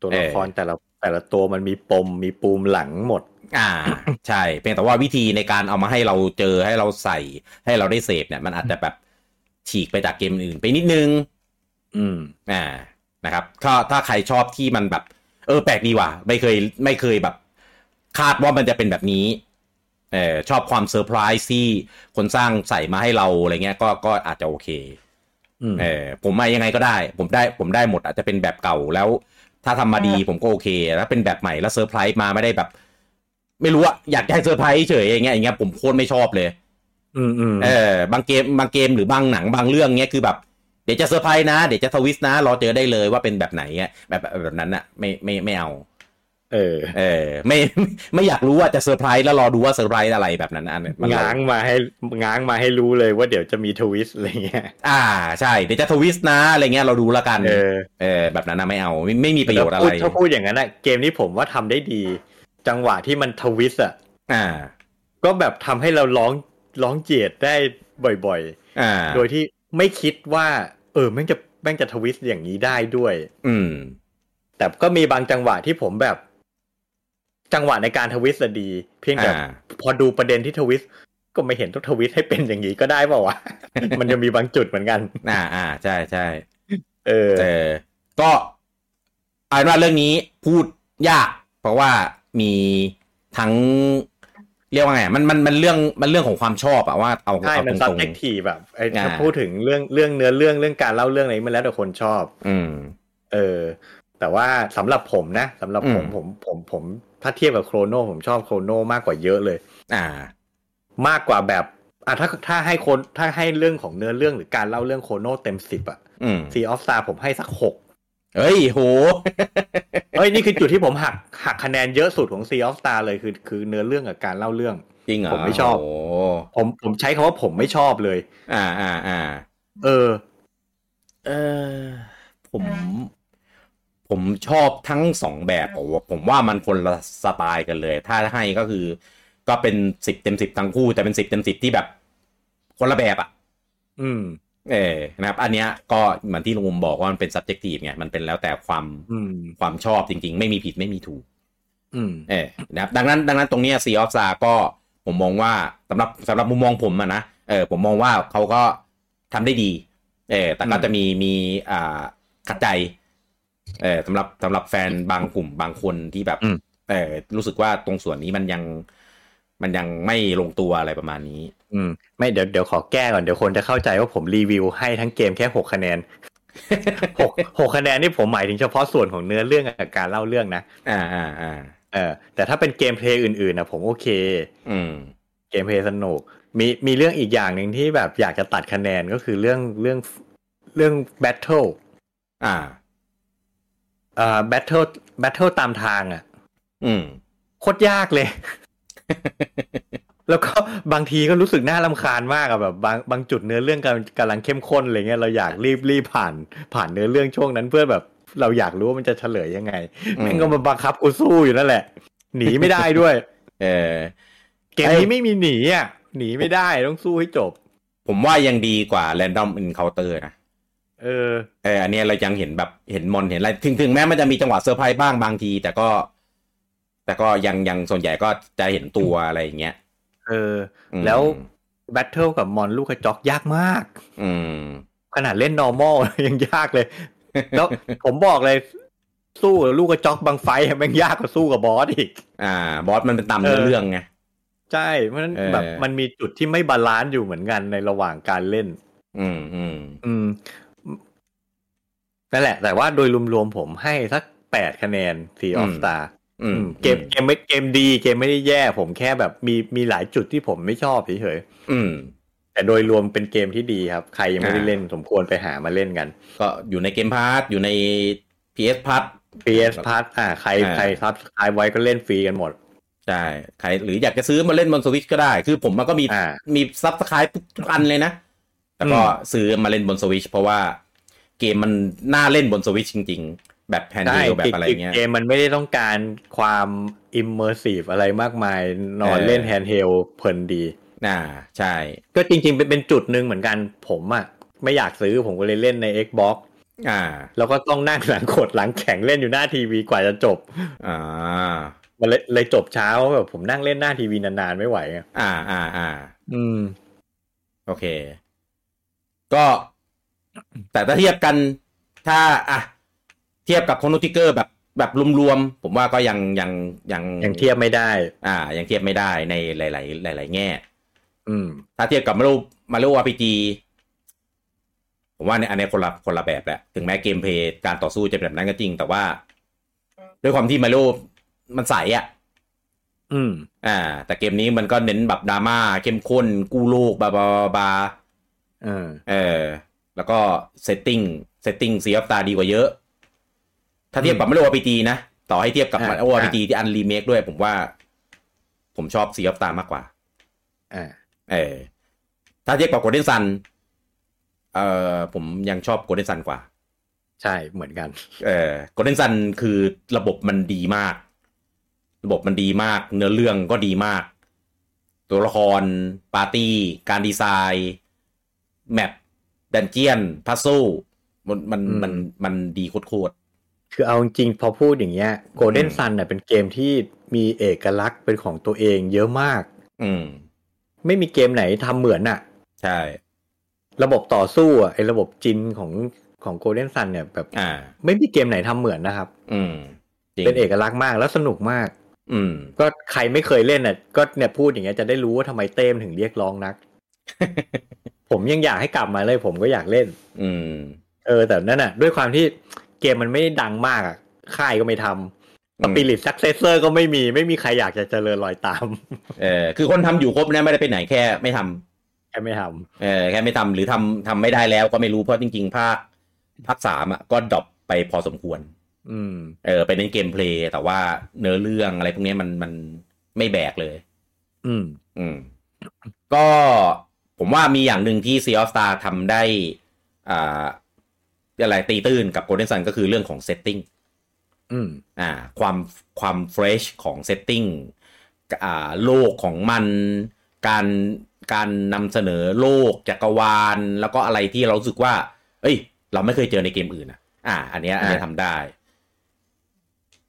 ตัวละครแต่ละแต่ละตัวมันมีปมมีปูมหลังหมด อ่า ใช่เพียงแต่ว่าวิธีในการเอามาให้เราเจอให้เราใส่ให้เราได้เสพเนี่ยมันอาจจะแบบฉีกไปจากเกมอื่นไปนิดนึง อืม อ่านะครับถ้าถ้าใครชอบที่มันแบบ เออแปลกดีว่ะไม่เคยไม่เคยแบบ คาดว่ามันจะเป็นแบบนี้ เออชอบความเซอร์ไพรส์ที่คนสร้างใส่มาให้เราอะไรเงี้ยก็ก็อาจจะโอเค อืม เออผมมายังไงก็ได้ ผมได้ผมได้หมดอาจจะเป็นแบบเก่าแล้ว ถ้าทำมาดีผมก็โอเคแล้วเป็นแบบใหม่แล้วเซอร์ไพรส์มาไม่ได้แบบ ไม่รู้อะอยากได้เซอร์ไพรส์เฉยอย่างเงี้ยอย่างเงี้ยผมโคตรไม่ชอบเลย อืมอืม เออบางเกมบางเกมหรือบางหนังบางเรื่องเงี้ยคือแบบ เดี๋ยวจะเซอร์ไพรส์นะ เดี๋ยวจะทวิสต์นะรอเจอได้เลยว่าเป็นแบบไหนเงี้ยแบบแบบแบบนั้นอะไม่ไม่ไม่เอา เออ เออไม่ไม่ไม่อยากรู้ว่าจะเซอร์ไพรส์แล้วรอดูว่าเซอร์ไพรส์อะไรแบบนั้นอันมัน ง้างมาให้ง้างมาให้รู้เลยว่าเดี๋ยวจะมีทวิสต์อะไรเงี้ย อ่าใช่เดี๋ยวจะทวิสต์นะอะไรเงี้ยเราดูแล้วกัน เออ เออแบบนั้นนะไม่เอาไม่ไม่มีประโยชน์อะไร แล้วพูดถ้าพูดอย่างนั้นอะเกมนี้ผมว่าทำได้ดี จังหวะที่มันทวิสต์อะ อ่า ก็แบบทำให้เราร้องร้องเจียดได้บ่อย อ่า ๆ โดยที่ไม่คิดว่า เออแม่งจะแม่งจะทวิสต์อย่างนี้ได้ด้วย อืม แต่ก็มีบางจังหวะที่ผมแบบ จังหวะในการทวิสต์อะดี เพียงแต่ อ่า พอดูประเด็นที่ทวิสต์ก็ไม่เห็นต้องทวิสต์ให้เป็นอย่างนี้ก็ได้เปล่าวะ [LAUGHS] มันจะมีบางจุดเหมือนกัน อ่าอ่าใช่ใช่ เออ เออก็เอาเป็นว่าเรื่องนี้พูดยาก เพราะว่ามีทั้ง เรียกว่าไงมันมันมันเรื่องมันเรื่องของความชอบอะว่าเอา ใช่ เอา มัน ตรง subjective แบบไอ้ อ่า ถ้าพูดถึงเรื่องเรื่องเนื้อเรื่องเรื่องการเล่าเรื่องอะไรมันแล้วแต่คนชอบ ๆอืม เออ แต่ว่าสำหรับผมนะสำหรับผม อืม ผมผมผม ถ้าเทียบกับโครโนผมชอบโครโนมากกว่าเยอะเลย อ่า มากกว่าแบบอ่ะถ้าถ้าให้คนถ้าให้เรื่องของเนื้อเรื่องหรือการเล่าเรื่องโครโนเต็มสิบอะ อืม ซีออฟซาผมให้สักหก เฮ้ยโห เอ้ยนี่คือจุดที่ผมหักหักคะแนนเยอะสุดของ Sea of Star เลยคือคือเนื้อเรื่องกับการเล่าเรื่อง จริงเหรอ ผมไม่ชอบ โอ้ ผมผมใช้คำว่าผมไม่ชอบเลย อ่าอ่าอ่า เออ เออผม ผมชอบทั้งสองแบบผมว่าผมว่ามันคนละสไตล์กันเลย ถ้าให้ก็คือ ก็เป็นสิบเต็มสิบทั้งคู่ แต่เป็นสิบเต็มสิบที่แบบ คนละแบบอะ อืม เออนะครับ อันเนี้ยก็เหมือนที่ลุงมุมบอกว่ามันเป็น subjective ไงมันเป็นแล้วแต่ความ อืม ความชอบจริง ๆ ไม่มีผิดไม่มีถูก อืม เออนะครับดังนั้นดังนั้นตรงเนี้ซีออฟซาก็ผมมองว่าสำหรับสำหรับมุมมองผมอะนะเออผมมองว่าเขาก็ทำได้ดีเออแต่ก็ อืม จะมีมีอ่าขัดใจเออสำหรับสำหรับแฟนบางกลุ่มบางคนที่แบบเออรู้สึกว่าตรงส่วนนี้มันยังมันยังไม่ลงตัวอะไรประมาณนี้ อืม ไม่เดี๋ยวเดี๋ยวขอแก้ก่อนเดี๋ยวคนจะเข้าใจว่าผมรีวิวให้ทั้งเกมแค่หกคะแนนหกหกคะแนนนี่ผมหมายถึงเฉพาะส่วนของเนื้อเรื่องกับการเล่าเรื่องนะ อ่าอ่าอ่า เออแต่ถ้าเป็นเกมเพลย์อื่นๆนะผมโอเค อืม เกมเพลย์สนุกมีมีเรื่องอีกอย่างหนึ่งที่แบบอยากจะตัดคะแนนก็คือเรื่องเรื่องเรื่องแบทเทิล อ่า เอ่อแบทเทิลแบทเทิลตามทางอะ่ะ อืม โคตรยากเลย [LAUGHS] แล้วก็บางทีก็รู้สึกน่าลำคาญมากอะแบบบางบางจุดเนื้อเรื่องกำลังกำลังเข้มข้นอะไรเงี้ยเราอยากรีบรีบผ่าน ผ่านเนื้อเรื่องช่วงนั้นเพื่อแบบ เราอยากรู้ว่ามันจะเฉลยยังไง อืม แม่งก็มาบังคับกูสู้อยู่นั่นแหละ หนีไม่ได้ด้วย เออ [LAUGHS] เกมนี้ไม่มีหนีอ่ะหนีไม่ได้ต้องสู้ให้จบ ผมว่ายังดีกว่า Random Encounter นะ เออ เอออันเนี้ยเรายังเห็นแบบเห็นมอนเห็นอะไรถึงถึงแม้มันจะมีจังหวะเซอร์ไพรส์บ้างบางที แต่ก็ แต่ก็ยังยังส่วนใหญ่ก็จะเห็นตัวอะไรอย่างเงี้ย เออ อืม แล้ว แบทเทิลกับมอนลูกกระจอกยากมาก อืม ขนาดเล่น normal [LAUGHS] ยังยากเลย แล้วผมบอกเลย สู้กับลูกกระจอกบางไฟท์แมันยากกว่าสู้กับบอสอีก อ่า บอสมันเป็นตามเนื้อ เออ เรื่องไง ใช่ เพราะฉะนั้น เออ แบบมันมีจุดที่ไม่บาลานซ์อยู่เหมือนกันในระหว่างการเล่น อืมอืม อืมนั่นแหละ แต่ว่าโดยรวมๆผมให้สักแปดคะแนน Sea of Star อืม อืมเกมเกมไม่เกมดี เกมไม่ได้แย่ ผมแค่แบบมีมีหลายจุดที่ผมไม่ชอบเฉย อืม ๆแต่โดยรวมเป็นเกมที่ดีครับ ใครยังไม่ได้ อ่า เล่นสมควรไปหามาเล่นกัน ก็อยู่ในเกมพาร์ทอยู่ใน PS พาร์ท PS Plus อ่าใคร อ่า ใครซับสไครไว้ก็เล่นฟรีกันหมด ใช่ใครหรืออยากจะซื้อมาเล่นบนสวิตก็ได้ คือผมมันก็มี อ่า มีซับสไครป์ทุกอันเลยนะ แต่ก็ อืม ซื้อมาเล่นบนสวิตเพราะว่าเกมมันน่าเล่นบนสวิตจริง ๆ แบบแพน ใช่ ดิลแบบอะไร จริง เงี้ย ๆเกมมันไม่ได้ต้องการความ immersive อะไรมากมาย นอน เออ เล่นแฮนด์เฮลเพลินดี อ่าใช่ ก็จริงๆ เป็นเป็นจุดหนึ่งเหมือนกัน ผมอะไม่อยากซื้อผมก็เลยเล่นใน Xbox อ่า แล้วก็ต้องนั่งหลังกดหลังแข็งเล่นอยู่หน้าทีวีกว่าจะจบ อ่า มันเลยเลยจบเช้าแบบผมนั่งเล่นหน้าทีวีนานๆ ไม่ไหวอะ อ่า อ่า อ่า อืม โอเค ก็ แต่ถ้าเทียบกัน ถ้า อ่ะ เทียบกับคอนโนติเกอร์แบบ แบบรวมๆผมว่าก็ยังยังยัง ยังเทียบไม่ได้ อ่ายังเทียบไม่ได้ในหลาย ๆ หลาย ๆ แง่ อืม ถ้าเทียบกับมารูมารูอาร์พีจีผมว่าในอันนี้คนละคนละแบบแหละ ถึงแม้เกมเพลย์การต่อสู้จะเป็นแบบนั้นก็จริง แต่ว่า ด้วยความที่มารูมันใสอะ อืม อ่า แต่เกมนี้มันก็เน้นแบบดราม่าเข้มข้น กู้โลกบาบาบาบา เออ เออ แล้วก็เซตติ้งเซตติ้งสีออฟตาดีกว่าเยอะ ถ้าเทียบกับมารูอาร์พีจีนะ ต่อให้เทียบกับ อ่า มารูอาร์พี อ่า จีที่อันรีเมคด้วย ผมว่า ผมชอบสีออฟตามากกว่า อ่า เออถ้าเทียบกับโกลเด้นซันเอ่อผมยังชอบโกลเด้นซันกว่า ใช่เหมือนกัน เออโกลเด้นซันคือระบบมันดีมาก ระบบมันดีมาก เนื้อเรื่องก็ดีมาก ตัวละครปาร์ตี้ การดีไซน์แมปดันเจียนพัซโซมันมัน อืม มันมันดีโคตร คือเอาจริงๆพอพูดอย่างเงี้ยโกลเด้น อืม ซันน่ะเป็นเกมที่มีเอกลักษณ์เป็นของตัวเองเยอะมาก ๆอืม ไม่มีเกมไหนทำเหมือนน่ะ ใช่ ระบบต่อสู้อ่ะไอ้ระบบจินของของโกลเด้นซันเนี่ยแบบ อ่า ไม่มีเกมไหนทำเหมือนนะครับ อืมจริง เป็นเอกลักษณ์มากแล้วสนุกมาก อืม ก็ใครไม่เคยเล่นน่ะก็เนี่ยพูดอย่างเงี้ยจะได้รู้ว่าทำไมเต้มถึงเรียกร้องนัก [LAUGHS] ผมยังอยากให้กลับมาเลย ผมก็อยากเล่น อืม เออแต่นั่นน่ะ ด้วยความที่เกมมันไม่ได้ดังมากอ่ะค่ายก็ไม่ทำสปิริตซักเซสเซอร์ก็ไม่มีไม่มีใครอยากจะเจริญรอยตาม [LAUGHS] เออคือคนทำอยู่ครบนะไม่ได้ไปไหนแค่ไม่ทำ แค่ไม่ท เออแค่ไม่ทำหรือทำทำไม่ได้แล้วก็ไม่รู้เพราะจริงๆ ภาคภาคสามอ่ะก็ดรอปไปพอสมควร ำอืม เออไปเน้นเกมเพลย์แต่ว่าเนื้อเรื่องอะไรพวกเนี้ยมันมันไม่แบกเลย อืม อืม ก็ผมว่ามีอย่างหนึ่งที่ซีออสตาทำได้อ่าอะไรตีตื้นกับโ o ลเด้นซันก็คือเรื่องของเซตติ้ง อืม อ่าความความเฟรชของเซตติ้งอ่าโลกของมันการการนำเสนอโลกจักรวาล แล้วก็อะไรที่เรารู้สึกว่า เอ้ย เราไม่เคยเจอในเกมอื่นอ่ะ อ่า อันเนี้ยอันเนี้ย อ่า ทำได้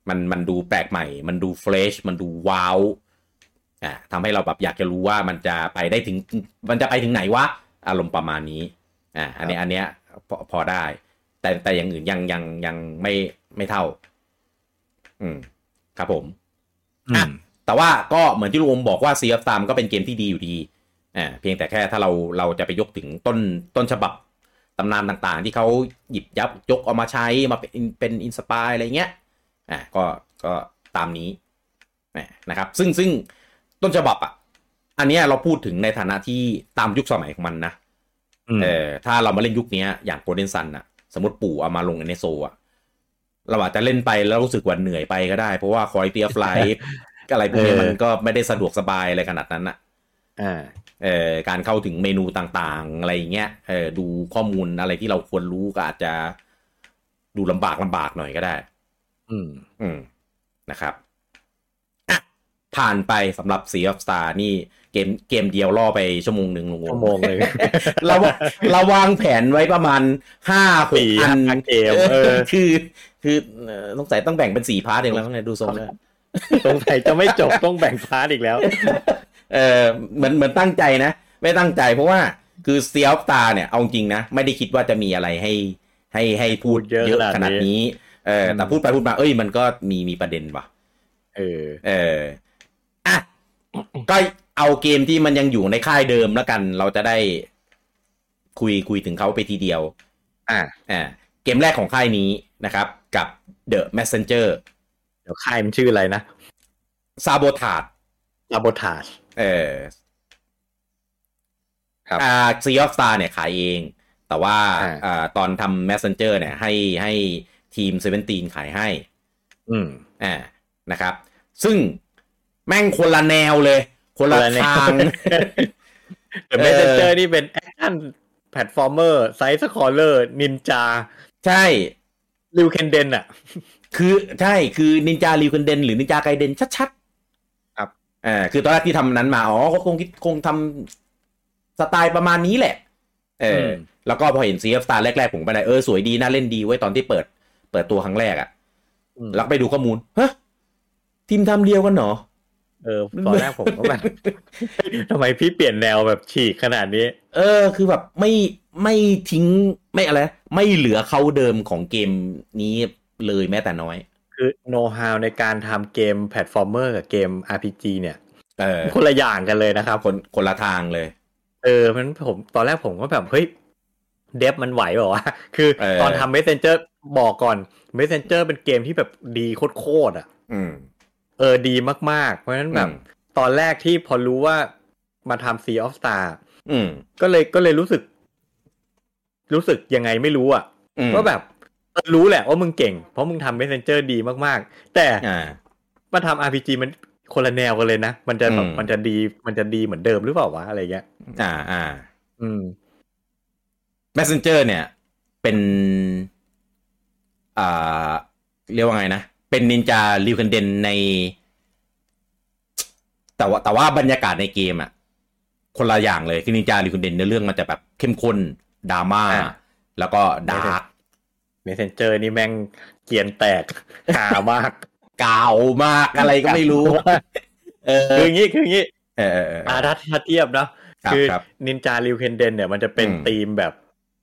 มันมันดูแปลกใหม่ มันดูเฟรชมันดูว้าวอ่าทำให้เราแบบอยากจะรู้ว่ามันจะไปได้ถึงมันจะไปถึงไหนวะอารมณ์ประมาณนี้อ่าอันเนี้ยอันเนี้ยพอพอได้ แต่แต่อย่างอื่นยังยังยังไม่ไม่เท่า อืมครับผม อืม แต่ว่าก็เหมือนที่ลุงอมบอกว่า Sea of Time ก็เป็นเกมที่ดีอยู่ดีอ่าเพียงแต่แค่ถ้าเราเราจะไปยกถึงต้นต้นฉบับตำนานต่างๆ ที่เขาหยิบยับยกเอามาใช้มาเป็นเป็นอินสปายอะไรเงี้ยอ่าก็ก็ตามนี้อ่ะนะครับ ซึ่งซึ่งต้นฉบับอ่ะ อันเนี้ยเราพูดถึงในฐานะที่ตามยุคสมัยของมันนะ อืม เออถ้าเรามาเล่นยุคเนี้ยอย่างโกลเด้นซันอะสมมติปู่เอามาลงในโซอะเราอาจจะเล่นไปแล้วรู้สึกว่าเหนื่อยไปก็ได้ เพราะว่าคอยเตียฟไล [LAUGHS] ท์ อะไรพวกเนี้ยมันก็ไม่ได้สะดวกสบายอะไรขนาดนั้นอะ อ่า เออการเข้าถึงเมนูต่างๆ อะไรอย่างเงี้ยเออดูข้อมูลอะไรที่เราควรรู้ก็อาจจะดูลำบากลำบากหน่อยก็ได้ อืม อืมนะครับอ่ะผ่านไปสำหรับ Sea of Star นี่เกมเกมเดียวล่อไปชั่วโมงหนึ่งลง ชั่วโมงเลย เรา [LAUGHS] ว่าเราวางแผนไว้ประมาณห้าหก สี่ อัน ห้าเกมเออ คือ คือเอ่อสงสัยต้องแบ่งเป็นสี่พาร์ทเองแล้วมั้งเนี่ยดูทรงแล้ว [LAUGHS] สงสัยจะไม่จบต้องแบ่งพาร์ทอีกแล้ว เออเหมือนเหมือนตั้งใจนะ ไม่ตั้งใจเพราะว่าคือเซียฟตาเนี่ยเอาจริงนะ ไม่ได้คิดว่าจะมีอะไรให้ให้ให้พูด พูดเยอะ เยอะข ข นา นา ด ดนี้ นี้เออแต่พูดไปพูดมาเอ้ยมันก็มีมีประเด็นว่ะ เออ เอออ่ะก็เอาเกมที่มันยังอยู่ในค่ายเดิมแล้วกัน เราจะได้คุยคุยถึงเขาไปทีเดียว อ่า อ่าเกมแรกของค่ายนี้นะครับ กับ The Messenger เดี๋ยวค่ายมันชื่ออะไรนะ s a b o t a g e ลาโบทาส เออ ครับ อ่า Sea of Star เนี่ยขายเอง แต่ว่า อ่า อ่าตอนทำ Messenger เนี่ยให้ให้ทีม 17 ขายให้ อื [LAUGHS] ม อ่านะครับ ซึ่งแม่งคนละแนวเลย คนละ คนละแนว [LAUGHS] ทาง แต่เมสเซนเจอร์นี่เป็นแอคชั่นแพลตฟอร์มเมอร์ไซส์สคอร์เลอร์นินจา ใช่ ริวเคนเดนอ่ะ คือใช่คือนินจาริวเคนเดนหรือนินจาไกเดนชัดๆ ครับ เออคือตอนแรกที่ทำนั้นมา อ๋อเขาคงคิดคงทำสไตล์ประมาณนี้แหละ เอออแล้วก็พอเห็นซีเอฟสตาร์แรกๆ ผมก็ได้เออ สวยดีน่าเล่นดีไว้ยตอนที่เปิด เปิดตัวครั้งแรกอะ อืม แล้วไปดูข้อมูลฮะทีมทำเดียวกันเหรอ เออตอนแรกผมก็แบบ [LAUGHS] ทำไมพี่เปลี่ยนแนวแบบฉีกขนาดนี้ เออ คือแบบไม่ไม่ทิ้งไม่อะไร ไม่เหลือเขาเดิมของเกมนี้เลยแม้แต่น้อย ค คือโน้ตฮาวในการทำเกมแพลตฟอร์มเมอร์กับเกม RPG เนี่ย เออ คนละอย่างกันเลยนะครับ คนคนละทางเลย เออเพราะฉะนั้นผมตอนแรกผมก็แบบ เฮ้ย เดฟมันไหวเปล่าวะ คือ เออ ตอนทำ Messenger บอกก่อน Messenger เป็นเกมที่แบบดีโคตรๆอ่ะ อืม เออดีมากๆ เพราะฉะนั้นแบบ อืม ตอนแรกที่พอรู้ว่ามาทำ Sea of Star อืม ก็เลยก็เลยรู้สึก รู้สึกยังไงไม่รู้อ่ะ อืม ว่าแบบเออรู้แหละว่ามึงเก่ง เพราะมึงทำ Messenger ดีมากๆ แต่ อ่า มาทำ RPG มันคนละแนวกันเลยนะ มันจะแบบ อืม มันจะดีมันจะดีเหมือนเดิมหรือเปล่าวะอะไรเงี้ย อ่าอ่า อืม messenger เนี่ยเป็นอ่าเรียกว่าไงนะ เป็นนินจาริวกันเดนใน แต่ว่าแต่ว่าบรรยากาศในเกมอะคนละอย่างเลยคือนินจาริวกันเดนในอเรื่องมันจะแบบเข้มข้นดราม่า อ่า แล้วก็ดาร์ก Messenger นี่แม่งเกรียนแต [LAUGHS] ก หามาก กาวมากอะไรก็ไม่รู้ เออ คืออย่างงี้คืออย่างงี้ เออเออเออ อาถ้าถ้าเทียบเนาะ ครับ คือ ครับ นินจาริวเคนเดนเนี่ยมันจะเป็น อืม ธีมแบบ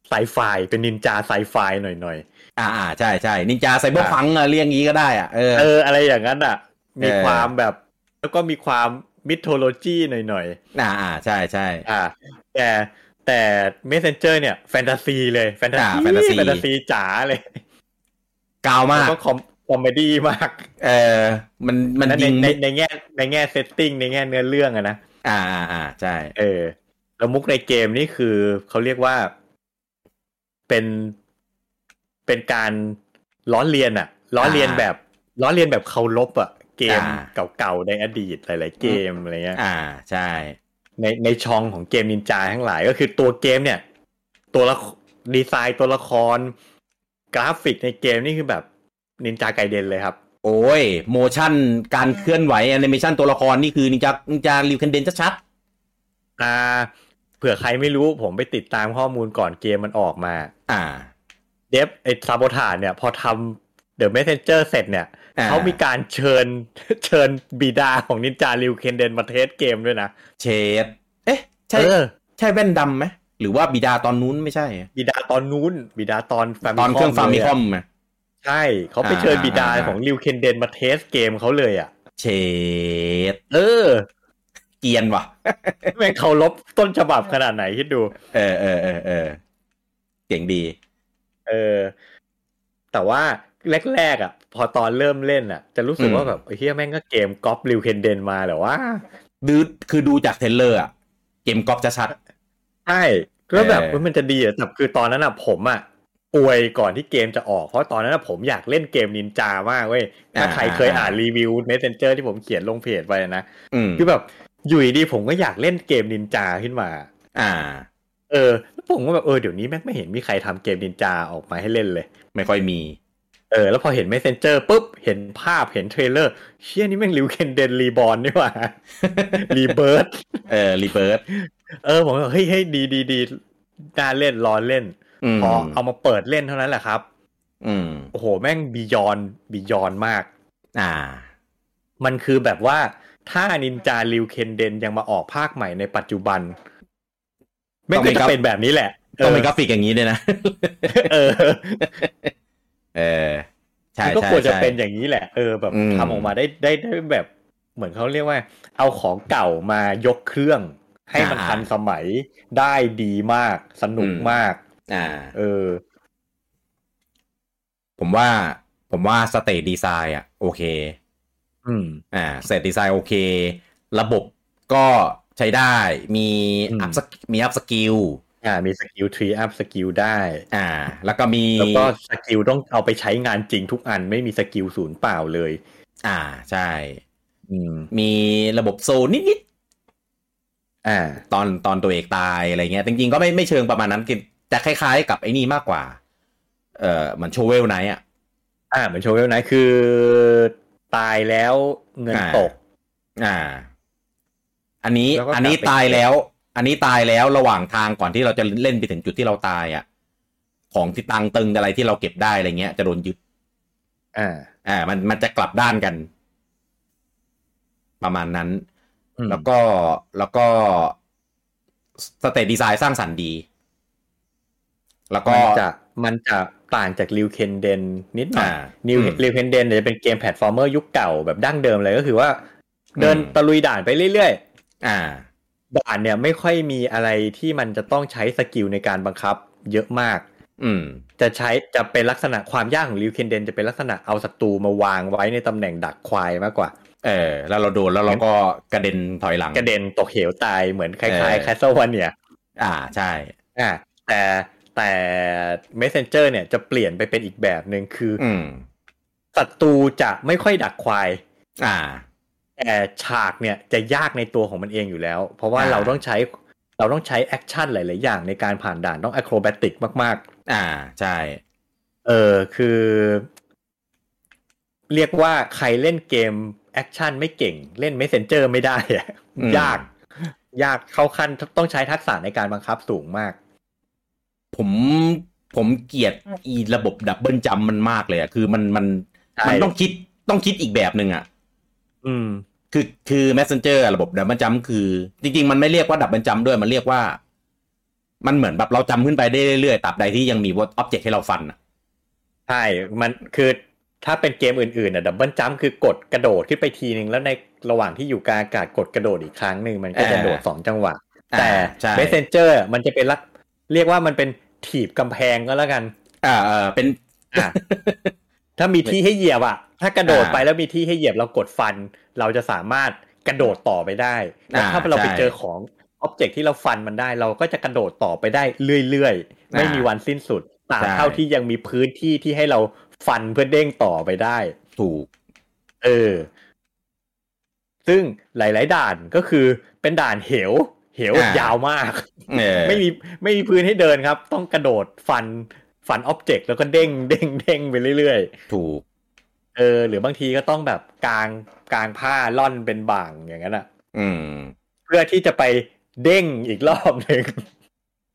ไซไฟเป็นนินจาไซไฟหน่อยหน่อย อ่าอ่าใช่ใช่นินจาไซเบอร์ฟังก์อะเรียกงี้ก็ได้อ่ะเออ ๆเออ อะไรอย่างนั้นอ่ะ มี เออ ความแบบ แล้วก็มีความมิทโทโลจีหน่อยหน่อยๆ อ่าอ่าใช่ใช่ อ่าแต่แต่ messenger เนี่ยแฟนตาซีเลยแฟนตาซี อ่าแฟนตาซี แฟนตาซีจ๋าเลย กาวมา แล้ว ก ก็คอมคอมเมดี้มาก เออมันมัน และใน ยิง ใน มุก ในแง่ในแง่เซตติ้งในแง่เนื้อเรื่องอะนะ อ่าอ่าอ่าใช่ เออ แล้วมุกในเกมนี่คือเขาเรียกว่าเป็นเป็นการล้อเลียนอะล้อเลียน อ่า แบบล้อเลียนแบบเคารพอะเกม อ่ เก่าๆในอดีตหลายๆเกมอะไรเงี้ย อ่าใช่ ในในช่องของเกมนินจาทั้งหลายก็คือตัวเกมเนี่ย ตัวละคดีไซน์ตัวละคร กราฟิกในเกมนี่คือแบบนินจาไกเดนเลยครับ โอ้ยโมชั่นการเคลื่อนไหวแอนิเมชันตัวละครนี่คือนินจานินจาริวเคนเดนชัด อ่า เผื่อใครไม่รู้ผมไปติดตามข้อมูลก่อนเกมมันออกมา ๆอ่า เดฟไอ้ซาโบทานเนี่ย พอทำเดอะเมสเซนเจอร์เสร็จเนี่ย อ่า เขามีการเชิญ [LAUGHS] เชิญบิดาของนินจาริวเคนเดนมาเทสเกมด้วยนะ เชดเอ๊ะ ใช่ เออ ใช่แว่นดำไหมหรือว่าบิดาตอนนู้นไม่ใช่ บิดาตอนนู้น บิดาตอน Famicom ตอนเครื่องฟาร์มิ ลยะ คอมไหม ใช่เขาไปเชิญ อ่า บิดา อ่า ของริวเคนเดนมาเทสเกมเขาเลยอ่ะ เชด เอ [LAUGHS] อ เกรียนว่ะ แม่งเคารพต้นฉบับขนาดไหนคิดดู เออเออเออเออเก่งดี เออ แต่ว่าแรกๆอ่ะ พอตอนเริ่มเล่นอ่ะ จะรู้สึก อืม ว่าแบบเฮียแม่งก็เกมก๊อปริวเคนเดนมาเหรอว่า ดูคือดูจากเทรลเลอร์อะเกมกอล์ฟจะชัด ใช่แล้วแบบ เออ เฮ้ยมันจะดีเหรอแต่คือตอนนั้นอ่ะ ผมอ่ะอวยก่อนที่เกมจะออก เพราะตอนนั้นอ่ะผมอยากเล่นเกมนินจามากเว้ยถ้าใครเคยอ่านรีวิวเมสเซนเจอร์ที่ผมเขียนลงเพจไปนะ อืม คือแบบอยู่ดีๆผมก็อยากเล่นเกมนินจาขึ้นมา อ่า เออแล้วผมก็แบบเออเดี๋ยวนี้แม่งไม่เห็นมีใครทำเกมนินจาออกมาให้เล่นเลย ไม่ค่อยมี [LAUGHS] เออแล้วพอเห็น Messenger ปุ๊บ เห็นภาพเห็นเทรลเลอร์ เชี่ยนี่แม่งริวเคนเดนรีบอ n นี่หว่า [LAUGHS] รีเบิร์ด เออรีเบิร์ด เออ ผมก็เฮ้ยเฮ้ยดีดีดีน่าเล่นรอเล่น อืม พอเอามาเปิดเล่นเท่านั้นแหละครับ อืม โอ้โห แม่งบียอนบียอนมาก อ่า มันคือแบบว่า ถ้านินจาริวเคนเดนยังมาออกภาคใหม่ในปัจจุบัน แม่งก็จะเป็นแบบนี้แหละเอ ต้อง อ เป็นกราฟิกอย่างนี้ด้วยนะ เออ เออ ใช่ มันก็ ใช่ ควรจะ ใช่ เป็นอย่างนี้แหละเออแบบ อืม ทำออกมาได้ได้ได้แบบเหมือนเขาเรียกว่า เอาของเก่ามายกเครื่อง ให้มันทันสมัยได้ดีมาก สนุกมาก อ่า เออ ผมว่า ผมว่าสเต e ดีไซน์อ่ะ โอเค อืม อ่าเสร็จดีไซน์โอเค ระบบก็ใช้ได้ มี อืม อัพสมีอัพสกิล อ่า มีสกิลทรีอัพสกิลได้ อ่า แล้วก็มี แล้วก็สกิลต้องเอาไปใช้งานจริงทุกอันไม่มีสกิลศูนย์เปล่าเลย อ่า ใช่ อืม มีระบบโซนนิด อ่า ๆ ตอนตอนตัวเอกตายอะไรเงี้ย จริงๆ ก็ไม่ไม่เชิงประมาณนั้นคือแต่คล้ายๆ กับไอ้นี่มากกว่า เอ่อเหมือนโชเวลไนท์อ่ะ อ่าเหมือนโชว์เวลนะคือ ตายแล้วเงิน อ่า ตก อ่า อันนี้ แล้วก็กลับ อันนี้ ไป ตายแล้ว อันนี้ตายแล้วระหว่างทางก่อนที่เราจะเล่นไปถึงจุดที่เราตายอ่ะ ของที่ตังตึงอะไรที่เราเก็บได้อะไรเงี้ย จะโดนยึด อ่า อ่า มันมันจะกลับด้านกัน ประมาณนั้น อืม แล้วก็แล้วก็สเตตดีไซน์สร้างสรรค์ดี แล้วก็ มันจะมันจะ ต่างจากริวเคนเดนนิดหน่อย อ่า นิว อืม ริวเคนเดนเนี่ยจะเป็นเกมแพลตฟอร์มเมอร์ยุคเก่าแบบดั้งเดิมเลยก็คือว่า เดิน อืม ตะลุยด่านไปเรื่อย อ่า ๆ ด่านเนี่ยไม่ค่อยมีอะไรที่มันจะต้องใช้สกิลในการบังคับ เยอะมาก อืม จะใช้จะเป็นลักษณะความยากของริวเคนเดนจะเป็นลักษณะเอาศัตรูมาวางไว้ในตำแหน่งดักควายมากกว่า เออ แล้วเราโดนแล้วเราก็กระเด็นถอยหลัง กระเด็นตกเหวตายเหมือนค เอ ล้าย อ ๆ Castle วันเนี่ย อ่าใช่ อ่าแต่แต่ messenger เนี่ยจะเปลี่ยนไปเป็นอีกแบบหนึ่งคืออ อืม ศัตรูจะไม่ค่อยดักควาย อ่า แต่ฉากเนี่ยจะยากในตัวของมันเองอยู่แล้ว เพราะว่า อ่า เราต้องใช้เราต้องใช้แอคชั่นหลาย ๆ อย่างในการผ่านด่านต้องแอค o b บติกมาก อ่าใช่ ๆ เออคือ เรียกว่าใครเล่นเกมแอคชั่นไม่เก่งเล่น messenger ไม่ได้อะ อืม ยาก ยากเข้าขั้นต้องใช้ทักษะในการบังคับสูงมาก ผมผมเกลียดอีระบบดับเบิลจัมป์มันมากเลยอะคือมันมัน ใช่ มันต้องคิดต้องคิดอีกแบบหนึ่งอะ อืม คือคือ messenger อะระบบดับเบิลจัมป์คือ จริง ๆ มันไม่เรียกว่าดับเบิลจัมป์ด้วยมันเรียกว่า มันเหมือนแบบเราจำขึ้นไปได้เรื่อยๆตราบใดที่ยังมีวอตอ็อบเจกต์ให้เราฟันอะ ใช่ มันคือถ้าเป็นเกมอื่นๆน่ะดับเบิลจัมคือกดกระโดดขึ้นไปทีนึง แล้วในระหว่างที่อยู่กลางอากาศกดกระโดดอีกครั้งหนึ่งมันก็จะโดดสองจังหวะ แต่ อ่าใช่ Messenger มันจะเป็นลักเรียกว่ามันเป็นถีบกำแพงก็แล้วกัน อ่าเออเป็น อ่ะ ถ้ามีที่ให้เหยียบอ่ะ ถ้ากระโดดไป อ่า แล้วมีที่ให้เหยียบเรากดฟัน เราจะสามารถกระโดดต่อไปได้แล้ว อ่า ถ้าเราไป ใช่ เจอของอ็อบเจกที่เราฟันมันได้ เราก็จะกระโดดต่อไปได้เรื่อยๆ ไม่ อ่ามี มีวันสิ้นสุดตราบ ใช่ เท่าที่ยังมีพื้นที่ที่ให้เราฟันเพื่อเด้งต่อไปได้ ถูก เออ ซึ่งหลาย ๆ ด่านก็คือเป็นด่านเหว เหว อ่าย ยาวมาก เออ ไม่มีไม่มีพื้นให้เดินครับ ต้องกระโดดฟันฟันอ็อบเจกต์แล้วก็เด้งเด้งเด้งไปเรื่อย ถูก ๆเออ หรือบางทีก็ต้องแบบกางกางผ้าล่อนเป็นบ่างอย่างนั้นอะ อืม เพื่อที่จะไปเด้งอีกรอบหนึ่ง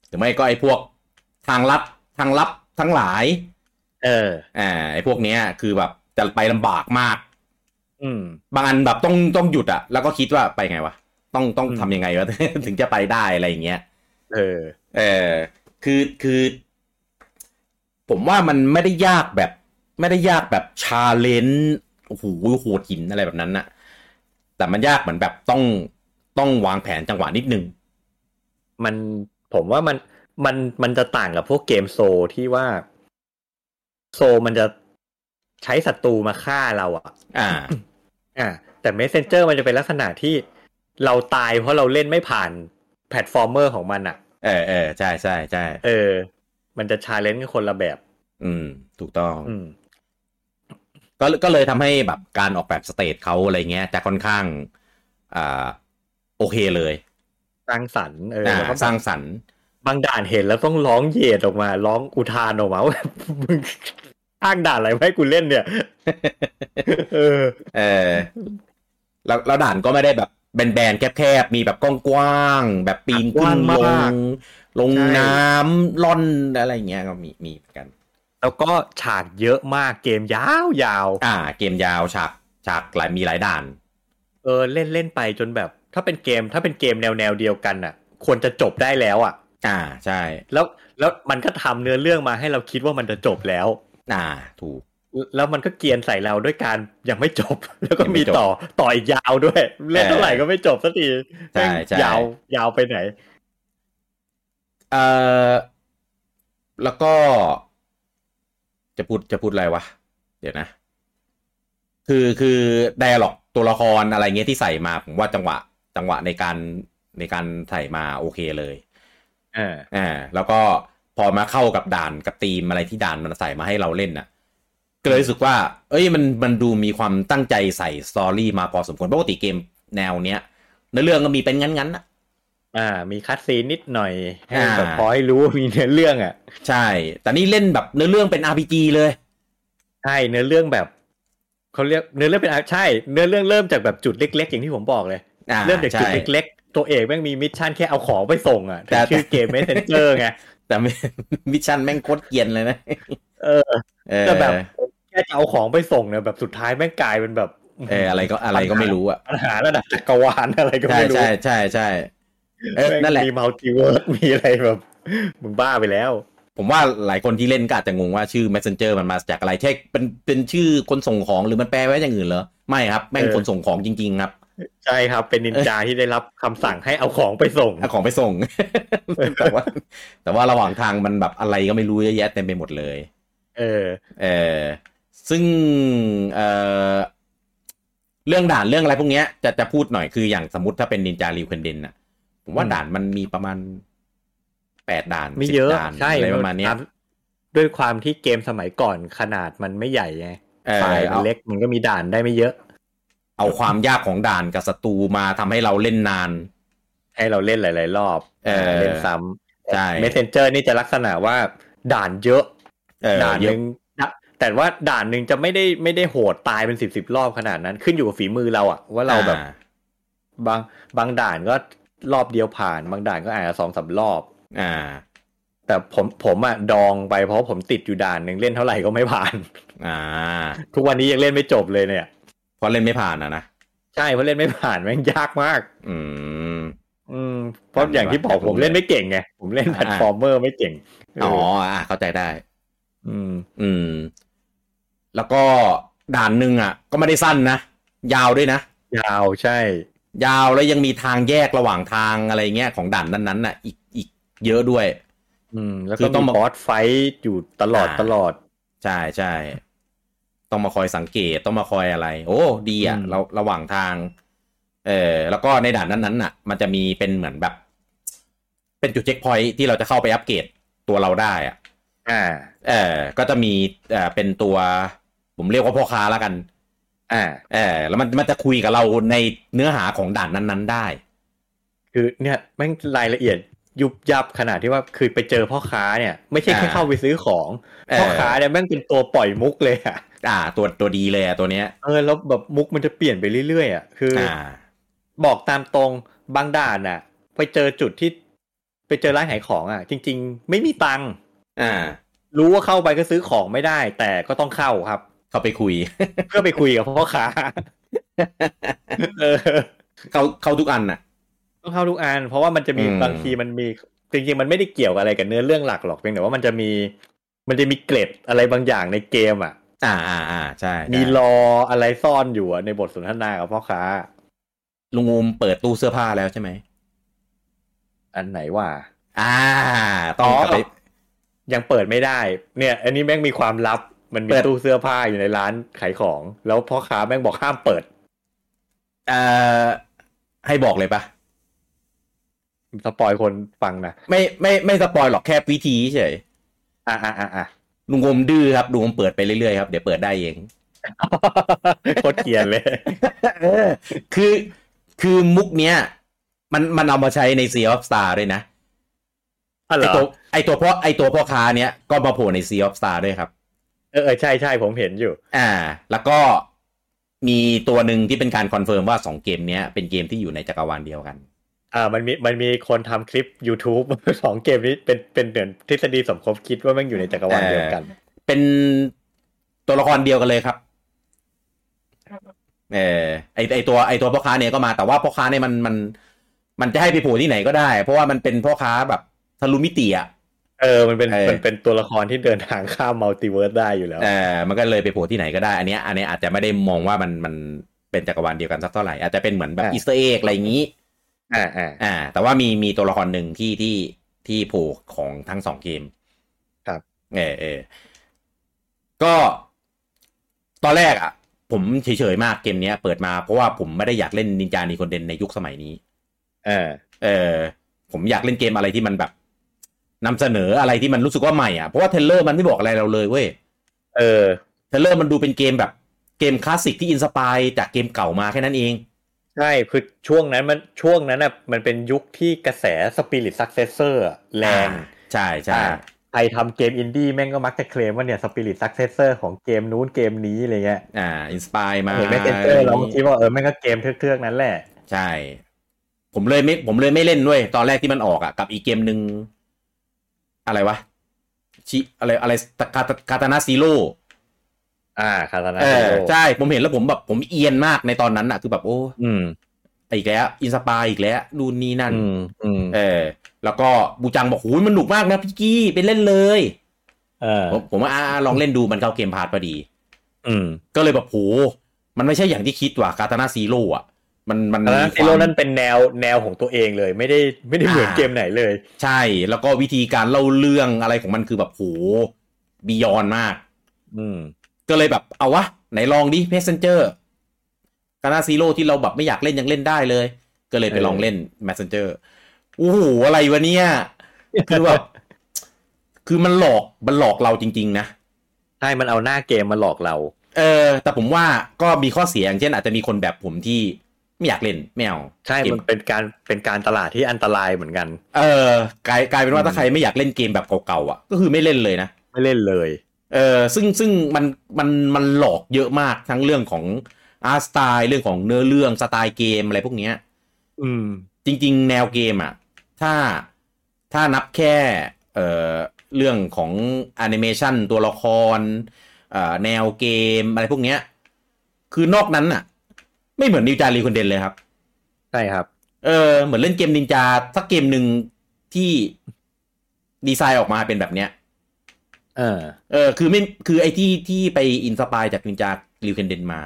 หรือไม่ก็ไอ้พวกทางลับทางลับทั้งหลาย เออ อ่าไอ้พวกเนี้ยคือแบบจะไปลำบากมาก อืม บางอันแบบต้องต้องหยุดอะแล้วก็คิดว่าไปไงวะต้องต้อง อืม ทำยังไงวะ [LAUGHS] ถึงจะไปได้อะไรอย่างเงี้ย เออ เออคือคือ ผมว่ามันไม่ได้ยากแบบ ไม่ได้ยากแบบชาเลนจ์โอ้โหโหดหินอะไรแบบนั้นน่ะ แต่มันยากเหมือนแบบต้องต้องวางแผนจังหวะนิดนึง มันผมว่ามันมันมันจะต่างกับพวกเกมโซลที่ว่า โซลมันจะใช้ศัตรูมาฆ่าเราอะ อ่า อ่าแต่ Messenger มันจะเป็นลักษณะที่เราตายเพราะเราเล่นไม่ผ่านแพลตฟอร์มเมอร์ของมันอะ่ะ เออเออใช่ใช่ใช่ เออ มันจะชาเลนจ์กันคนละแบบ อืม ถูกต้อง อืม ก็ก็เลยทำให้แบบการออกแบบสเตจเขาอะไรเงี้ยจะค่อนข้างอ่าโอเคเลย สร้างสรรค์เออ อ่า แล้วก็ ส บา ร้าง งสรรค์ บางด่านเห็นแล้วต้องร้องเหยยดออกมา ร้องอุทานออกมา [LAUGHS] ว่า มึงอ้างด่านอะไรไว้ให้กูเล่นเนี่ย [LAUGHS] เออ เออแล้วแล้วด่านก็ไม่ได้แบบแบนๆแคบๆมีแบบกว้างๆแบบปีน ก ขึ้ ว้าน ง ล มาง ก ลง ใช่ น้ำล่อนอะไรเงี้ยก็มีมีเหมือนกัน แล้วก็ฉากเยอะมากเกมยาวยาวๆ อ่า เกมยาวฉากฉากหลายมีหลายด่าน เออเล่นเล่นไปจนแบบ ถ้าเป็นเกมถ้าเป็นเกมแนวแนวๆเดียวกันอ่ะ ควรจะจบได้แล้วอ่ะ อ่าใช่ แล้วแล้วมันก็ทำเนื้อเรื่องมาให้เราคิดว่ามันจะจบแล้ว อ่าถูก แล้วมันก็เกรียนใส่เราด้วยการยังไม่จบ [LAUGHS] แล้วก็ ยังไม่ มี จบ ต่อต่ออีกยาวด้วย เล่นเท่าไหร่ก็ไม่จบสักที ใช่ แม่ง ใช่ ยาวยาวไปไหน เออแล้วก็ จะพูดจะพูดอะไรวะ เดี๋ยวนะ คือคือไดอะล็อกตัวละครอะไรเงี้ยที่ใส่มา ผมว่าจังหวะจังหวะในการในการใส่มาโอเคเลย เออ อ่าแล้วก็พอมาเข้ากับด่านกับธีมอะไรที่ด่านมันใส่มาให้เราเล่นน่ะ ก็เลยรู้สึกว่า เอ้ยมันมันดูมีความตั้งใจใส่สตอรี่มาพอสมควรปกติเกมแนวเนี้ยในอเรื่องก็มีเป็นงั้นๆน่ะ อ่า มีคัดซีนนิดหน่อยให้ อ่า แบบพอให้รู้ว่ามีเนื้อเรื่องอ่ะ ใช่ แต่นี่เล่นแบบเนื้อเรื่องเป็น RPG เลย ใช่เนื้อเรื่องแบบเขาเรียกเนื้อเรื่องเป็นอ่ะใช่ เนื้อเรื่องเริ่มจากแบบจุดเล็ก ๆ อย่างที่ผมบอกเลย อ่า เริ่มจากจุด ใช่ เล็กๆ ตัวเอกแม่งมีมิชชั่นแค่เอาของไปส่งอ่ะถึ แต่ งชื่อเกม messenger ไง แต่ [LAUGHS] ไม่ มิชชั่นแม่งโคตรเกรียนเลยนะ เออ เออ แต่แบบแค่จะเอาของไปส่งเนี่ยแบบสุดท้ายแม่งกลายเป็นแบบ เอออะไรก็อะไรก็ไม่รู้อ่ะ ปัญหาระดับจักรวาลอะไรก็ ใช่ ไม่รู้ ใช่ใช่ใช่เออ แม่ง นั่นแหละ มีมัลติเวิร์สมีอะไรแบบ มึงบ้าไปแล้ว ผมว่าหลายคนที่เล่นก็อาจจะงงว่าชื่อ messenger มันมาจากอะไรแค่เป็นเป็นชื่อคนส่งของหรือมันแปลไว้อย่างอื่นเหรอไม่ครับแม่ง เออ คนส่งของจริงๆครับ ใช่ครับ เป็นนินจาที่ได้รับคำสั่งให้เอาของไปส่ง เอาของไป [LAUGHS] ส่ง แต่ว่า แต่ว่าระหว่างทางมันแบบอะไรก็ไม่รู้เยอะแยะเต็มไปหมดเลย เออ เออซึ่งเออเรื่องด่านเรื่องอะไรพวกเนี้ยจะจะพูดหน่อยคืออย่างสมมติถ้าเป็นนินจาริวเคนเดนน่ะ ผมว่า อืม ด่านมันมีประมาณแปดด่าน ไม่เยอะ 10ด่าน ใช่ อะไรประมาณเนี้ย ตด้วยความที่เกมสมัยก่อนขนาดมันไม่ใหญ่ไง เออ ฝ่ายมั เอา นเล็กมันก็มีด่านได้ไม่เยอะ เอาความยากของด่านกับศัตรูมาทำให้เราเล่นนาน ให้เราเล่นหลาย ๆ รอบ เออ เล่นซ้ ใช่ ำ Messenger นี่จะลักษณะว่าด่านเยอะ เออ ด่าน เย ห อะ นึ่งนะแต่ว่าด่านหนึ่งจะไม่ได้ไม่ได้โหดตายเป็นสิบสิบรอบขนาดนั้น ขึ้นอยู่กับฝีมือเราอะว่าเราแบบ อ่ บางบางด่านก็รอบเดียวผ่าน บางด่านก็อาจจะสองสามรอบ อ่า แต่ผมผมอะดองไปเพราะผมติดอยู่ด่านหนึ่งเล่นเท่าไหร่ก็ไม่ผ่าน [LAUGHS] อ่า ทุกวันนี้ยังเล่นไม่จบเลยเนี่ย เพราะเล่นไม่ผ่านอ่ะนะ ใช่เพราะเล่นไม่ผ่านแม่งยากมาก อืม อืมเพราะอย่างที่บอกผมเล่นไม่เก่งไงผมเล่นแพลตฟอร์มเมอร์ไม่เก่ง อ๋ออ่ะเข้าใจได้ อืม อืม แล้วก็ด่านหนึ่งอ่ะ ก็ไม่ได้สั้นนะ ยาวด้วยนะ ยาวใช่ ยาวแล้วยังมีทางแยกระหว่างทางอะไรเงี้ยของด่านนั้นๆน่ะ อีกอีกเยอะด้วย อืม แล้ว คื ก็ อต้ ต้ อ อง ง มา บอสไฟท์อยู่ตลอด อ่า ตลอด ใช่ใช่ต้องมาคอยสังเกตต้องมาคอยอะไร โอ้ ดีอ่ะ อืม เราระหว่างทาง เออแล้วก็ในด่านนั้นๆน่ะ มันจะมีเป็นเหมือนแบบ เป็นจุดเช็คพอยที่เราจะเข้าไปอัปเกรดตัวเราได้อ่ะ อ่า เออก็จะมีเออเป็นตัว ผมเรียกว่าพ่อค้าแล้วกัน อ่า เออแล้วมันมันจะคุยกับเราในเนื้อหาของด่านนั้น ๆ ได้ คือเนี่ยแม่งรายละเอียดยุบยับขนาดที่ว่าคือไปเจอพ่อค้าเนี่ย ไม่ใช่แค่ อ่า เข้าไปซื้อของ เออ พ่อค้าเนี่ยแม่งเป็นตัวปล่อยมุกเลยอ่ะ อ่า ตัวตัวดีเลยอะตัวเนี้ย เออแล้วแบบมุกมันจะเปลี่ยนไปเรื่อยๆอ่ะคืออ อ่า บอกตามตรงบางด่านอ่ะ ไปเจอจุดที่ ไปเจอร้านขายของอ่ะ จริง ๆ ไม่มีตังค์ อ่า รู้ว่าเข้าไปก็ซื้อของไม่ได้ แต่ก็ต้องเข้าครับ เข้าไปคุย [LAUGHS] เพื่อไปคุยกับพ่อค้า [LAUGHS] เออ เข้าเข้าทุกอันน่ะ ต้องเข้าทุกอันเพราะว่ามันจะมี อืม บางทีมันมีจริงๆมันไม่ได้เกี่ยวอะไรกับเนื้อเรื่องหลักหรอกเพียงแต่ว่ามันจะมีมันจะมีเกร็ดอะไรบางอย่างในเกมอ่ะ อ่าอ่าอ่าใช่ใช่ มีรออะไรซ่อนอยู่อะในบทสนทนากับพ่อค้า ลุงอูมเปิดตู้เสื้อผ้าแล้วใช่ไหม อันไหนว่า อ่าต้องกลับไป อ๋อ ยังเปิดไม่ได้ เนี่ย อันนี้แม่งมีความลับมันมี เปิด ตู้เสื้อผ้าอยู่ในร้านขายของ แล้วพ่อค้าแม่งบอกห้ามเปิด เอ่อให้บอกเลยปะ สปอยคนฟังนะ ไม่ไม่ไม่สปอยหรอกแค่วิธีเฉย อ่ะอ่ะอ่ะอ่ะ ลุงอูมดื้อครับลุงอูมเปิดไปเรื่อยๆครับเดี๋ยวเปิดได้เอง โคตรเกลียนเลย เออคือคือมุกเนี้ย มันมันเอามาใช้ใน Sea of Star ด้วยนะ อ๋อเหร ไอ อ ตัวไอตัวพ่อไอตัวพ่อค้าเนี้ยก็มาโผล่ใน Sea of Star ด้วยครับ เออเออใช่ใช่ผมเห็นอยู่ อ่า แล้วก็มีตัวหนึ่งที่เป็นการคอนเฟิร์มว่าสองเกมเนี้ยเป็นเกมที่อยู่ในจักรวาลเดียวกัน อ่ามันมีมันมีคนทำคลิป YouTube [LAUGHS] สองเกมนี้เป็นเป็นเหมือนทฤษฎีสมคบคิดว่าแมันอยู่ในจักรวาล เออ เดียวกัน เป็นตัวละครเดียวกันเลยครับ เออไอไอตัวไอตัวพ่อค้าเนี่ยก็มาแต่ว่าพ่อค้าเนี่ยมันมัน มันจะให้ไปโผล่ที่ไหนก็ได้ เพราะว่ามันเป็นพ่อค้าแบบทะลุมิติอะ เออมันเป็น เออ มันเป็นตัวละครที่เดินทางข้ามมัลติเวิร์สได้อยู่แล้ว เออมันก็เลยไปโผล่ที่ไหนก็ได้ อันเนี้ยอันเนี้ยอาจจะไม่ได้มองว่ามันมันเป็นจักรวาลเดียวกันสักเท่าไหร่อาจจะเป็นเหมือนแบบ อ่า อีสเตอร์เอ็กอะไรอย่างนี้ อ่าอ่า อ่า แต่ว่ามีมีตัวละครหนึ่งที่ที่ที่โผล่ของทั้งสองเกม ครับ เออเออก็ ตอนแรกอ่ะ ผมเฉยๆมากเกมเนี้ย เปิดมาเพราะว่าผมไม่ได้อยากเล่นนินจานีคนเดนในยุคสมัยนี้ อ่า เออผมอยากเล่นเกมอะไรที่มันแบบนำเสนออะไรที่มันรู้สึกว่าใหม่อ่ะเพราะว่าเทรลเลอร์มันไม่บอกอะไรเราเลยเว้ย เออ เทรลเลอร์มันดูเป็นเกมแบบเกมคลาสสิกที่อินสปายจากเกมเก่ามาแค่นั้นเอง ใช่คือช่วงนั้นมันช่วงนั้นน่ะมันเป็นยุคที่กระแสสปิริตซักเซสเซอร์แรง อ่าใช่ใช่ อ่าใครทำเกมอินดี้แม่งก็มักจะเคลมว่าเนี่ยสปิริตซักเซสเซอร์ของเกมนู้นเกมนี้อะไรเงี้ย อ่า อินสปายมา เห็นไหมเซนเตอร์เราก็คิดว่าเออแม่งก็เกมเทือกๆนั้นแหละ ใช่ ผมเลยไม่ผมเลยไม่เล่นด้วย ตอนแรกที่มันออกอ่ะ กับอีกเกมหนึ่งอะไรวะชิอะไรอะไรคาคาตานาซีโร่ อ่าคาตานา เออโด ใช่ ผมเห็นแล้วผมแบบผมเอียนมากในตอนนั้นอ่ะ คือแบบโอ้ อืม เ อีกแล้วอินสปายอีกแล้วนู่นนี่นั่น อืมอืม เออ แล้วก็บูจังบอกโอ้ยมันหนุกมากนะพี่กี้เป็นเล่นเลย เออ ผมผมว่าอ่าลองเล่นดูมันเข้าเกมพาร์ทพอดี อืม ก็เลยแบบโหมันไม่ใช่อย่างที่คิดว่ะกาตานาซีโร่อะมันมัน อันนั้น มี ซีโร่ ความ นั่นเป็นแนวแนวของตัวเองเลย ไม่ได้ไม่ได้เหมือน อ่า เกมไหนเลย ใช่ แล้วก็วิธีการเล่าเรื่องอะไรของมันคือแบบโหบียอนมาก อืม ก็เลยแบบเอาวะ ไหนลองดิเพสเซนเจอร์กานาซีโร่ที่เราแบบไม่อยากเล่นยังเล่นได้เลย ก็เลยไป เออ ลองเล่น Messenger โอ้โหอะไรวะเนี่ย คือแบบ คือมันหลอกมันหลอกเราจริง ๆ นะ ใช่มันเอาหน้าเกมมาหลอกเรา เออ แต่ผมว่าก็มีข้อเสียอย่างเช่นอาจจะมีคนแบบผมที่ไม่อยากเล่นไม่เอา ใช่ เก มันเป็นการเป็นการตลาดที่อันตรายเหมือนกัน เออกลายกลายเป็นว่าถ้าใครไม่อยากเล่นเกมแบบเก่าๆอ่ะ ก็คือไม่เล่นเลยนะ ไม่เล่นเลย เออซึ่งซึ่งมันมันมันหลอกเยอะมากทั้งเรื่องของอาร์ตสไตล์เรื่องของเนื้อเรื่องสไตล์เกมอะไรพวกเนี้ย อืม จริง ๆ แนวเกมอ่ะ ถ้าถ้านับแค่เอ่อเรื่องของแอนิเมชันตัวละครเอ่อแนวเกมอะไรพวกเนี้ย คือนอกนั้นอ่ะ ไม่เหมือนนิวจารีคอนเดนเลยครับ ใช่ครับ เออเหมือนเล่นเกมนินจาสักเกมหนึ่งที่ดีไซน์ออกมาเป็นแบบเนี้ย เออ เออคือไม่คือไอ้ที่ที่ไปอินสปายจากนินจาริวเคนเดนมา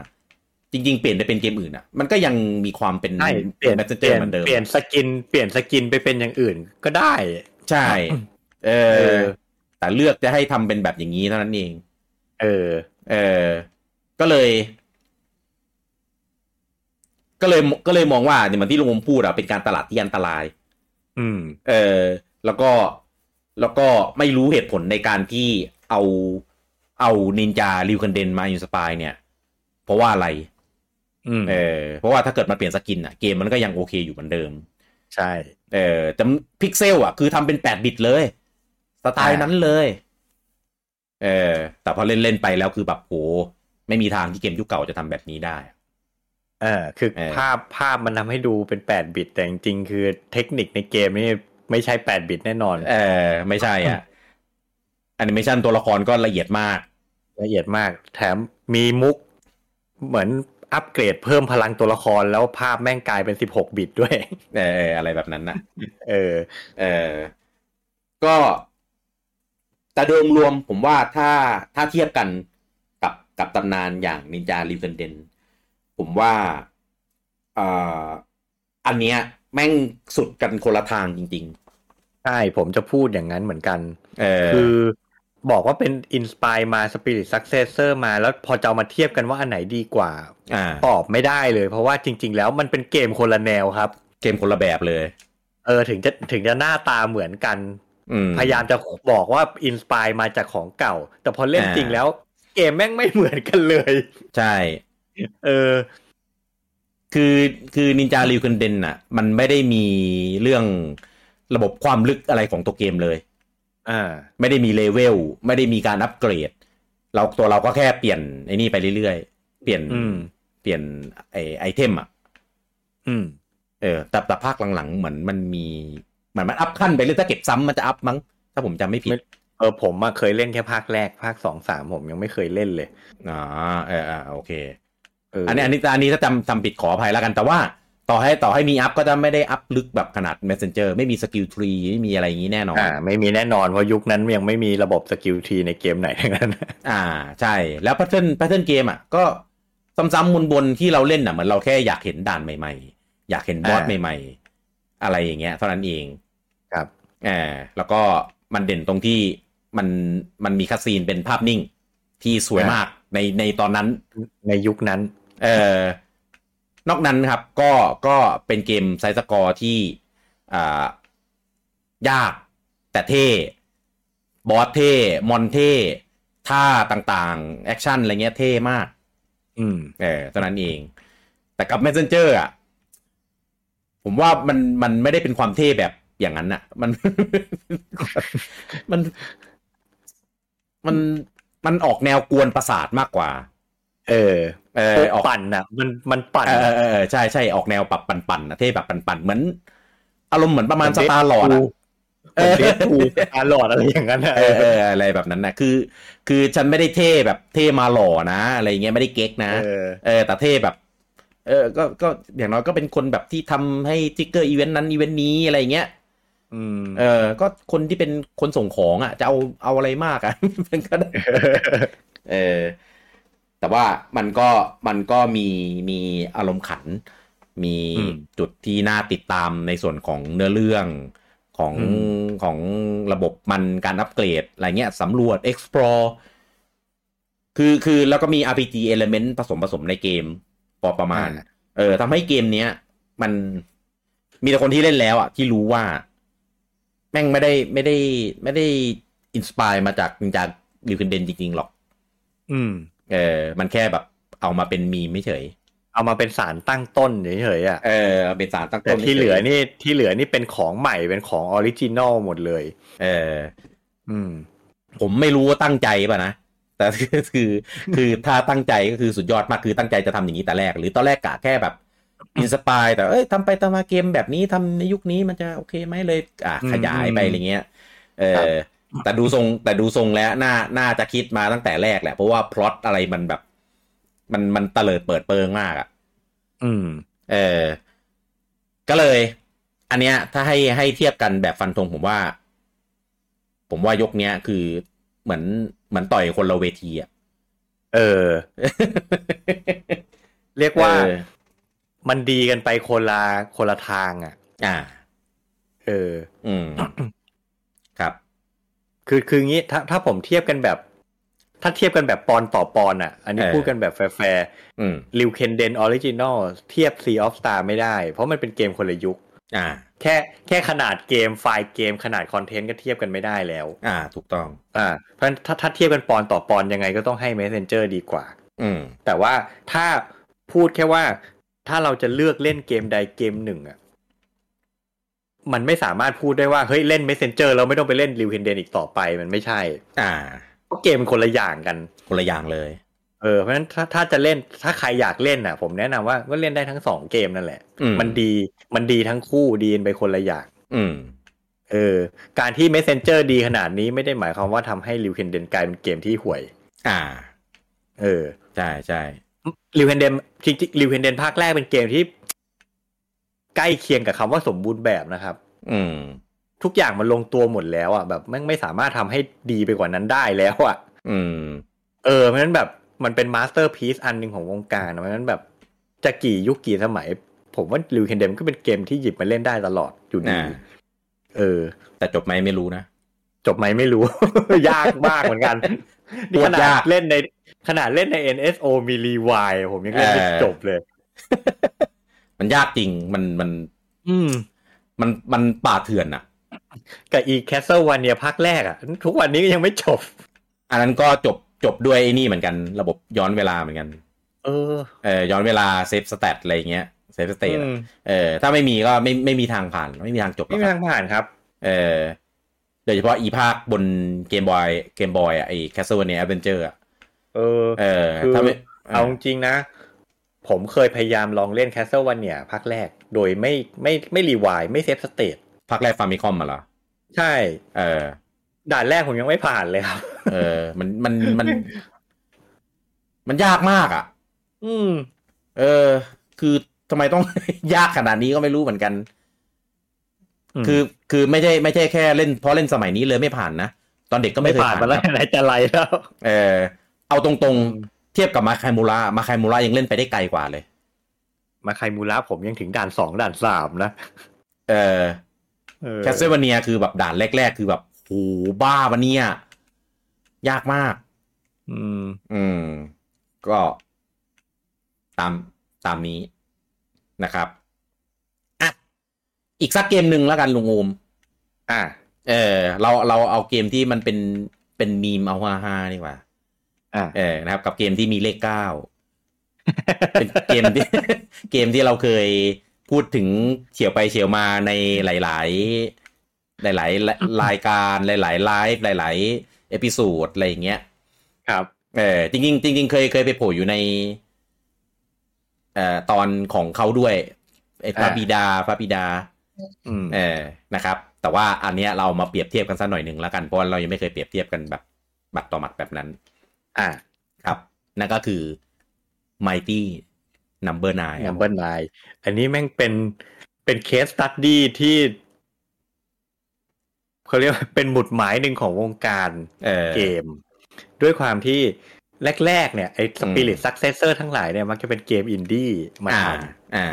จริง ๆ เปลี่ยนไปเป็นเกมอื่นอ่ะ มันก็ยังมีความเป็น ใช่ เปลี่ยน แมสเต เป อ ลี่ ร์ ยน เหมือนเดิม เปลี่ยนสกิน เปลี่ยนสกินไปเป็นอย่างอื่นก็ได้ ใช่ เอ เอ อ อ แต่เลือกจะให้ทำเป็นแบบอย่างนี้เท่านั้นเอง เออ เออ ก็เลย ก็เลยก็เลยมองว่าเนี่ยเหมือนที่ลุงอมพูดอะเป็นการตลาดที่อันตราย อืม เออแล้วก็แล้วก็ไม่รู้เหตุผลในการที่เอาเอานินจาริวคันเดนมาอินสปายเนี่ย เพราะว่าอะไร อืม เออเพราะว่าถ้าเกิดมาเปลี่ยนสกินอ่ะเกมมันก็ยังโอเคอยู่เหมือนเดิม ใช่ เออแต่พิกเซลอ่ะคือทำเป็น 8 บิตเลย สไตล์นั้นเลย เออแต่พอเล่นเล่นๆไปแล้วคือแบบโหไม่มีทางที่เกมยุคเก่าจะทำแบบนี้ได้ เออ คือ เออ ภาพภาพมันทำให้ดูเป็นแปดบิต แต่จริงๆ คือเทคนิคในเกมนี่ไม่ใช่แปดบิตแน่นอน เออไม่ใช่อ่ะแอนิเมชันตัวละครก็ละเอียดมาก ละเอียดมาก แถมมีมุก เหมือนอัปเกรดเพิ่มพลังตัวละครแล้วภาพแม่งกลายเป็นสิบหกบิตด้วย [LAUGHS] เออเอออะไรแบบนั้นนะ เออ เออก็แต่โดยรวมผมว่าถ้าถ้าเทียบกันกับกับตำนานอย่างนินจารีเวนเดนผมว่าเอ่ออันเนี้ยแม่งสุดกันคนละทางจริง ใช่ ผมจะพูดอย่างนั้นเหมือนกัน ๆ เออ คือบอกว่าเป็นอินสปายมาสปิริตซักเซสเซอร์มาแล้วพอจะเอามาเทียบกันว่าอันไหนดีกว่า อ่า ตอบไม่ได้เลย เพราะว่าจริง ๆ แล้วมันเป็นเกมคนละแนวครับ เกมคนละแบบเลย เออถึงจะถึงจะหน้าตาเหมือนกัน อืม พยายามจะบอกว่าอินสปายมาจากของเก่า แต่พอเล่น อ่า จริงแล้ว เกมแม่งไม่เหมือนกันเลย ใช่ เออ คือคือนินจารีเวนเดนอ่ะ มันไม่ได้มีเรื่องระบบความลึกอะไรของตัวเกมเลย อ่า ไม่ได้มีเลเวลไม่ได้มีการอัปเกรด เราตัวเราก็แค่เปลี่ยนไอ้นี่ไปเรื่อยๆ เปลี่ยน อืม เปลี่ยนไอไอเทมอ่ะ อืม เออแต่แต่ภาคหลังๆเหมือนมันมีเหมือนมันอัพขั้นไปเรื่อยถ้าเก็บซ้ำมันจะอัพมั้ง ถ้าผมจำไม่ผิด ไม่ เออผมอะเคยเล่นแค่ภาคแรก ภาคสองสามผมยังไม่เคยเล่นเลย อ๋อเออเออโอเค เออ อั อั นนี้อันนี้อันนี้ถ้าจำจำผิดขออภัยแล้วกัน แต่ว่าต่อให้ต่อให้มีอัพก็จะไม่ได้อัพลึกแบบขนาด messenger ไม่มีสกิลทรีไม่มีอะไรอย่างนี้แน่นอน อ่า ไม่มีแน่นอนเพราะยุคนั้นยังไม่มีระบบสกิลทีในเกมไหนทั้งนั้น [LAUGHS] อ่าใช่แล้วแพทเทิร์นแพทเทิร์นเกมอ่ะก็ซ้ำๆวนๆที่เราเล่นอ่ะเหมือนเราแค่อยากเห็นด่านใหม่ๆ อยากเห็นบอส อ่า ใหม่ๆ อะไรอย่างเงี้ยเท่านั้นเอง ครับ อ่าแล้วก็มันเด่นตรงที่มันมันมีคัสซีนเป็นภาพนิ่งที่สวยมากในในตอนนั้น ในยุคนั้น เออนอกนั้นครับก็ก็เป็นเกมไซส์สกอร์ที่อ่ายากแต่เท่บอสเท่มอนเท่ท่าต่างๆ แอคชั่นอะไรเงี้ยเท่มาก อืม เออเท่านั้นเอง แต่กับ messenger อ่ะ ผมว่ามันมันไม่ได้เป็นความเท่แบบอย่างนั้นอ่ะ มัน [LAUGHS] มัน มันมันออกแนวกวนประสาทมากกว่า เออ เออออก ปั่นอ่ะ มันมันปั่น เออเออเออใช่ใช่ออกแนวปับปันปันๆอะเท่แบบปันปันๆเหมือน อารมณ์เหมือนประมาณสตาร์ลอดอ่ะ เออเดทูตาหลอดอะไรอย่างนั้นอะ เออเอออะไรแบบนั้นนะคือ คือฉันไม่ได้เท่แบบเท่มาหล่อนะ อะไรอย่างเงี้ยไม่ได้เก๊กนะ เออ เออแต่เท่แบบ เออก็ก็อย่างน้อยก็เป็นคนแบบที่ทำให้ทิกเกอร์อีเวนต์นั้นอีเวนต์นี้อะไรอย่างเงี้ย อืม เออ ก็คนที่เป็นคนส่งของอ่ะ จะเอาเอาอะไรมากอ่ะ [LAUGHS] มันก็ได้ [LAUGHS] เออ แต่ว่ามันก็มันก็มีมีอารมณ์ขัน มี อืม จุดที่น่าติดตามในส่วนของเนื้อเรื่องของ อื ของระบบมันการอัปเกรด อะไรเงี้ยสำรวจ explore คือคือแล้วก็มี RPG element ผสมผสมในเกมพอประมาณ อ่า เออทำให้เกมเนี้ย มันมีแต่คนที่เล่นแล้วอ่ะ ที่รู้ว่า แม่งไม่ได้ไม่ได้ไม่ได้อินสปายมาจากจากริวเคนเดนจริง ๆ หรอก อืม เออ มันแค่แบบเอามาเป็นมีมไม่เฉย เอามาเป็นสารตั้งต้นเฉยๆอ่ะ เออเอาเป็นสารตั้ง แต่ ต้น ที่ ฉย เหลือนี่ที่เหลือนี่เป็นของใหม่เป็นของออริจินอลหมดเลย เออ อืม ผมไม่รู้ว่าตั้งใจป่ะนะ แต่ [LAUGHS] คือคือคือถ้าตั้งใจก็คือสุดยอดมากคือตั้งใจจะทำอย่างนี้แต่แรก หรือตอนแรกกะแค่แบบอินสปายแต่เอ้ยทำไปทำมาเกมแบบนี้ทำในยุคนี้มันจะโอเคไหมเลย อ่ะขยายไป อืม อะไรเงี้ย เออ แต่ดูทรงแต่ดูทรงแล้วน่าน่าจะคิดมาตั้งแต่แรกแหละ เพราะว่าพล็อตอะไรมันแบบ มันมันเตลิดเปิดเปิงมากอะ อืม เออ ก็เลย อันเนี้ย ถ้าให้ให้เทียบกันแบบฟันธงผมว่า ผมว่ายกเนี้ยคือเหมือนเหมือนต่อยคนละเวทีอะ [LAUGHS] เออ เรียกว่า เออ มันดีกันไปคนละคนละทางอ่ะ อ่า เออ อืม ครับ คือคืองี้ถ้าถ้าผมเทียบกันแบบ ถ้าเทียบกันแบบปอนต่อปอนอ่ะ อันนี้ เออ พูดกันแบบแฟร์ อืม ๆริวเคนเดนออริจินอลเทียบ Sea of Star ไม่ได้ เพราะมันเป็นเกมคนละยุค อ่า แค่แค่ขนาดเกมไฟล์เกมขนาดคอนเทนต์ก็เทียบกันไม่ได้แล้ว อ่า ถูกต้อง อ่าเพราะฉะนั้นถ้าถ้าเทียบกันปอนต่อปอนยังไงก็ต้องให้ Messenger ดีกว่า อืม แต่ว่าถ้าพูดแค่ว่า ถ้าเราจะเลือกเล่นเกมใดเกมหนึ่งอ่ะมันไม่สามารถพูดได้ว่าเฮ้ยเล่น Messenger แล้วไม่ต้องไปเล่น r e w h e n d e n อีกต่อไปมันไม่ใช่ อ่า เพราะเกมมันคนละอย่างกัน คนละอย่างเลย เออเพราะฉะนั้นถ้าถ้าจะเล่นถ้าใครอยากเล่นอ่ะ ผมแนะนำว่าก็เล่นได้ทั้งสองเกมนั่นแหละ อืม มันดีมันดีทั้งคู่ดีกันไปคนละอย่าง อืม เออ การที่ Messenger ดีขนาดนี้ไม่ได้หมายความว่าทำให้ r e w h e n d e n กลายเป็นเกมที่ห่วย อ่า เออ ใช่ใช่ ริวเฮนเดนจริงๆริวเฮนเดนภาคแรกเป็นเกมที่ ใกล้เคียงกับคำว่าสมบูรณ์แบบนะครับ อืม ทุกอย่างมันลงตัวหมดแล้วอ่ะแบบแม่งไม่สามารถทำให้ดีไปกว่านั้นได้แล้วอ่ะ อืม เออเพราะฉะนั้นแบบมันเป็นมาสเตอร์พีซอันหนึ่งของวงการนะเพราะฉะนั้นแบบจะกี่ยุคกี่สมัย ผมว่าริวเฮนเดนก็เป็นเกมที่หยิบมาเล่นได้ตลอดอยู่ดี อ่า เออ แต่จบไหมไม่รู้นะ จบไหมไม่รู้ [LAUGHS] ยากมากเหมือนกันนี่ ปว ข ด นาย า ด ก เล่นในขนาดเล่นใน NSO มีรีวายผมยังเล่นไม่ เออ จบเลย มันยากจริง มันมัน อืม มันมันป่าเถื่อนอะ กับอีแคสเซิลวันเนี่ยภาคแรกอะทุกวันนี้ก็ยังไม่จบ อันนั้นก็จบจบด้วยไอ้นี่เหมือนกัน ระบบย้อนเวลาเหมือนกัน เออ เออย้อนเวลาเซฟสเตตอะไรเงี้ยเซฟสเตต อืม เออถ้าไม่มีก็ไม่ไม่มีทางผ่าน ไม่มีทางจบหรอไม่ก มี ครับ ทางผ่านครับ เออโดยเฉพาะอีภาคบนเกมบอยเกมบอยอะไอแคสเซิลเนี่ยแอดเวนเจอร์อะ เออ เออ คือ ถ้าไม่ เอาจริงๆนะ ผมเคยพยายามลองเล่นแคสเซิลวันเนี่ยภาคแรก โดยไม่ไม่ไม่รีวายไม่เซฟสเตต ภาคแรกฟาร์มิคอมมาเหรอ ใช่ เออ ด่านแรกผมยังไม่ผ่านเลยครับ เออ มันมันมัน มันยากมากอ่ะ อืม เออ คือทำไมต้อง [LAUGHS] ยากขนาดนี้ก็ไม่รู้เหมือนกัน อืม คือคือไม่ใช่ไม่ใช่แค่เล่นเพราะเล่นสมัยนี้เลยไม่ผ่านนะตอนเด็กก็ไม่ ไม่ เคย ผ่าน ผ่าน มาแล้ว ครับ ไหนจะไรแล้ว เออเอาตรง ม ๆ เทียบกับมาคายมูระมาคายมูระยังเล่นไปได้ไกลกว่าเลย มาใครมูระผมยังถึงด่านสองด่านสามนะ เออ เออ แคสเซเวเนียคือแบบด่านแรก ๆ คือแบบโหบ้าวะเนี่ยยากมาก อืม อืม ก็ ตามตามนี้นะครับอ่ะอีกสักเกมหนึ่งแล้วกันลุงโอม อ่ะ เออ เราเราเอาเกมที่มันเป็นเป็นมีมเอาฮาฮาๆดีกว่า อ่ะ เออ นะครับ กับเกมที่มีเลขเก้า เป็นเกมที่ [LAUGHS] เกมที่เราเคยพูดถึงเฉียวไปเฉียวมาในหลาย ๆ หลาย ๆ รายการหลาย ๆ ไลฟ์หลาย ๆ เอพิสูดอะไรอย่างเงี้ย ครับ เออจริงๆจริงๆเคยเคยไปโผล่อยู่ในเอ่อตอนของเขาด้วยไอ้พระ อ่า บิดาพระบิดา อืม เออนะครับ แต่ว่าอันเนี้ยเรามาเปรียบเทียบกันสักหน่อยหนึ่งแล้วกันเพราะว่าเรายังไม่เคยเปรียบเทียบกันแบบหมัดต่อหมัดแบบนั้น อ่ะ ครับ นั่นก็คือ Mighty number nine นัมเบอร์นายอันนี้แม่งเป็นเป็นเคสตัดดี้ที่เขาเรียกว่า [LAUGHS] เป็นหมุดหมายหนึ่งของวงการ เออ เกม ด้วยความที่แรก ๆ เนี่ยไอ้สปิริต อืม ซักเซสเซอร์ทั้งหลายเนี่ยมักจะเป็นเกมอินดี้มา อ่า ท อ่า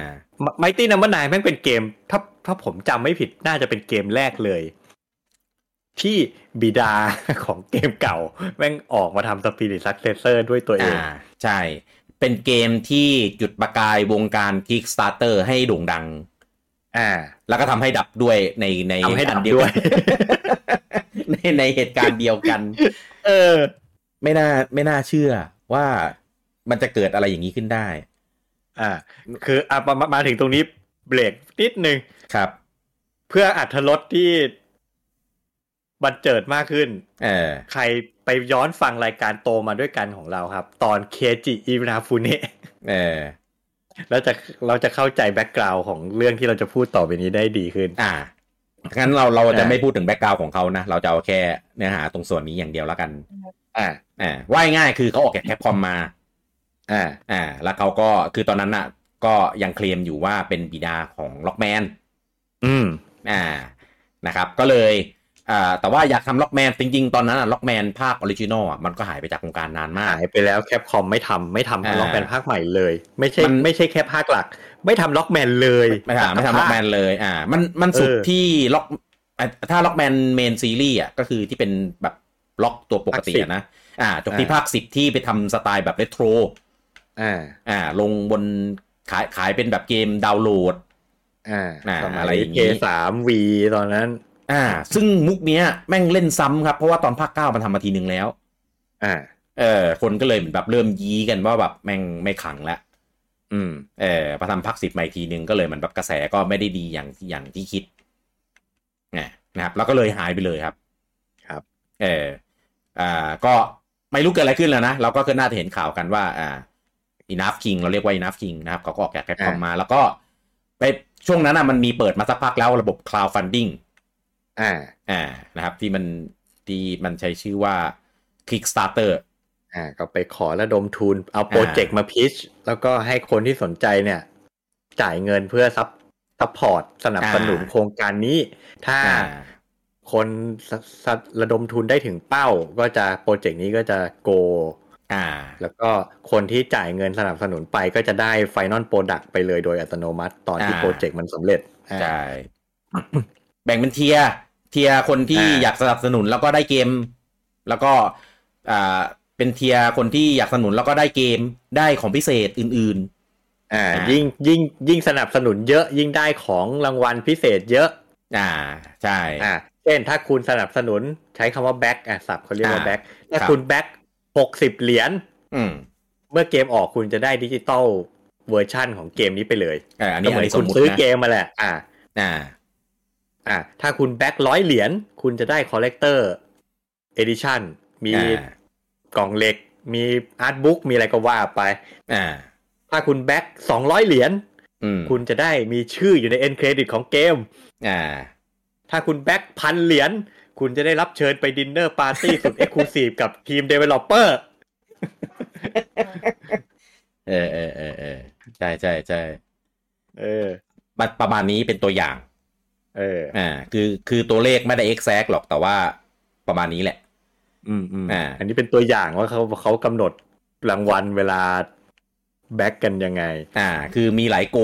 ำไมตี้นัมเบอร์นายแม่งเป็นเกม ถ้าถ้าผมจำไม่ผิดน่าจะเป็นเกมแรกเลย ที่บิดา [LAUGHS] ของเกมเก่า แม่งออกมาทำสปิริตซักเซสเซอร์ด้วยตัวเอง อ่าใช่ เป็นเกมที่จุดประกายวงการ Kickstarter ให้โด่งดัง อ่า แล้วก็ทำให้ดับด้วยในใน ทำให้ดับ อันเยว ด้วย ในในเหตุการณ์เดียวกัน เออ ไม่น่าไม่น่าเชื่อว่ามันจะเกิดอะไรอย่างนี้ขึ้นได้ อ่าคืออ่ะมามามาถึงตรงนี้เบรกนิดนึง ครับ เพื่ออัธรสที่บันเจิดมากขึ้น เออ ใครไปย้อนฟังรายการโตมาด้วยกันของเราครับ ตอนเคจิอินาฟูเนะ เออ แล้วจะ [LAUGHS] เราจะเข้าใจแบ็กกราวของเรื่องที่เราจะพูดต่อไปนี้ได้ดีขึ้น อ่างั้นเราเราจะ อ่า ไม่พูดถึงแบ็กกราวของเขานะ เราจะเอาแค่เนื้อหาตรงส่วนนี้อย่างเดียวแล้วกัน อ่า อ่าว่ายง่ายๆคือเขาออกจากแคปคอมมา อ่า อ่า แล้วเขาก็คือตอนนั้นน่ะ ก็ยังเคลมอยู่ว่าเป็นบิดาของล็อกแมน อืม อ่า นะครับ ก็เลย อ่า แต่ว่าอยากทำล็อกแมน จริง ๆ ตอนนั้นล็อกแมนภาคออริจินอลอ่ะ มันก็หายไปจากวงการนานมาก หายไปแล้วแคปคอมไม่ทำไม่ทำ อ่า ล็อกแมนภาคใหม่เลย ไม่ใช่ มัน ไม่ใช่แค่ภาคหลัก ไม่ทำล็อกแมนเลย ไม่ทำไม่ทำล็อกแมนเลย อ่า มัน มันสุดที่ล็อกอ่ะถ้าล็อกแมนเมนซีรีส์อ่ะ ก็คือที่เป็นแบบล็อกตัวปกติอะนะ อ่า จบที่ภาคสิบที่ไปทำสไตล์แบบเรโทร อ่า อ่า ลงบนขาย ขายเป็นแบบเกมดาวน์โหลด อ่า อ่า สมั อะไร ย อย่าง เพ นี้ สามวีตอนนั้น อ่า ซึ่งมุกเนี้ยแม่งเล่นซ้ำครับ เพราะว่าตอนภาคเก้ามันทำมาทีนึงแล้ว อ่า เออ คนก็เลยเหมือนแบบเริ่มยี้กันว่าแบบแม่งไม่ขังแล้ว อืม เออพอทำพักสิบใหม่ทีนึงก็เลยเหมือนแบบกระแสก็ไม่ได้ดีอย่างอย่างที่คิดนะนะครับ แล้วก็เลยหายไปเลยครับ ครับ เอออ่า ก็ไม่รู้เกิดอะไรขึ้นแล้วนะ เราก็คือน่าจะเห็นข่าวกันว่า อ่าอีนัฟคิงเราเรียกว่าอีนัฟคิงนะครับเขาก็ออกจากแคปคอมมา แล้วก็ไปช่วงนั้นอ่ะมันมีเปิดมาสักพักแล้วระบบ cloud funding อ่า อ่านะครับ ที่มันที่มันใช้ชื่อว่า Kickstarter อ่าก็ไปขอระดมทุนเอาโปรเจกต์มาพิชแล้วก็ให้คนที่สนใจเนี่ย จ่ายเงินเพื่อซับซัพพอร์ตสนับสนุน อ่า โครงการนี้ ถ้า อ่า คนสสระดมทุนได้ถึงเป้า ก็จะโปรเจกต์นี้ก็จะโก อ่า แล้วก็คนที่จ่ายเงินสนับสนุนไปก็จะได้ไฟนอลโปรดักต์ไปเลยโดยอัตโนมัติตอนที่ อ่า โปรเจกต์มันสำเร็จอ่า ใช่ แบ่งเป็นเทียร์เทียร์คนที่ อ่า อยากสนับสนุนแล้วก็ได้เกม แล้วก็อ่าเป็นเทียร์คนที่อยากสนับสนุนแล้วก็ได้เกมได้ของพิเศษอื่น อ่า อ่ายิ่ ยิ่งยิ่งยิ่งสนับสนุนเยอะยิ่งได้ของรางวัลพิเศษเยอะ ๆ อ่า ใช่ อ่าเช่นถ้าคุณสนับสนุนใช้คำว่าแบ็กอ่ะสับเขาเรียกว่า อ่า แบ็กถ้า ครับ คุณแบ็กหกสิบเหรียญ อืม เมื่อเกมออกคุณจะได้ดิจิตอลเวอร์ชันของเกมนี้ไปเลย เอ่ออันนี้ ก็เห อัน มือน นี้ส คุ ม ณ มติ ซื้อ นะ เกมมาแหละอ่า อ่า อ่าถ้าคุณแบ็กร้อยเหรียญคุณจะได้คอลเลกเตอร์เอดิชันมี อ่า กล่องเหล็ก มีอาร์ตบุ๊กมีอะไรก็ว่าไป อ่า ถ้าคุณแบ็กสองร้อยเหรียญ อืม คุณจะได้มีชื่ออยู่ในเอ็นเครดิตของเกม อ่า ถ้าคุณแบ็กพันเหรียญคุณจะได้รับเชิญไปดินเนอร์ปาร์ตี้สุดเอ็กซ์คลูซีฟกับทีมเดเวลลอปเปอร์ เออเออเออเออใช่ใช่ใช่ เออ ประประมาณนี้เป็นตัวอย่าง เออ อ่าคือคือตัวเลขไม่ได้ exact หรอกแต่ว่าประมาณนี้แหละ อืมอืม อ่า อันนี้เป็นตัวอย่างว่าเขาเขากำหนดรางวัลเวลาแบ็กกันยังไง อ่า คือมีหลายโก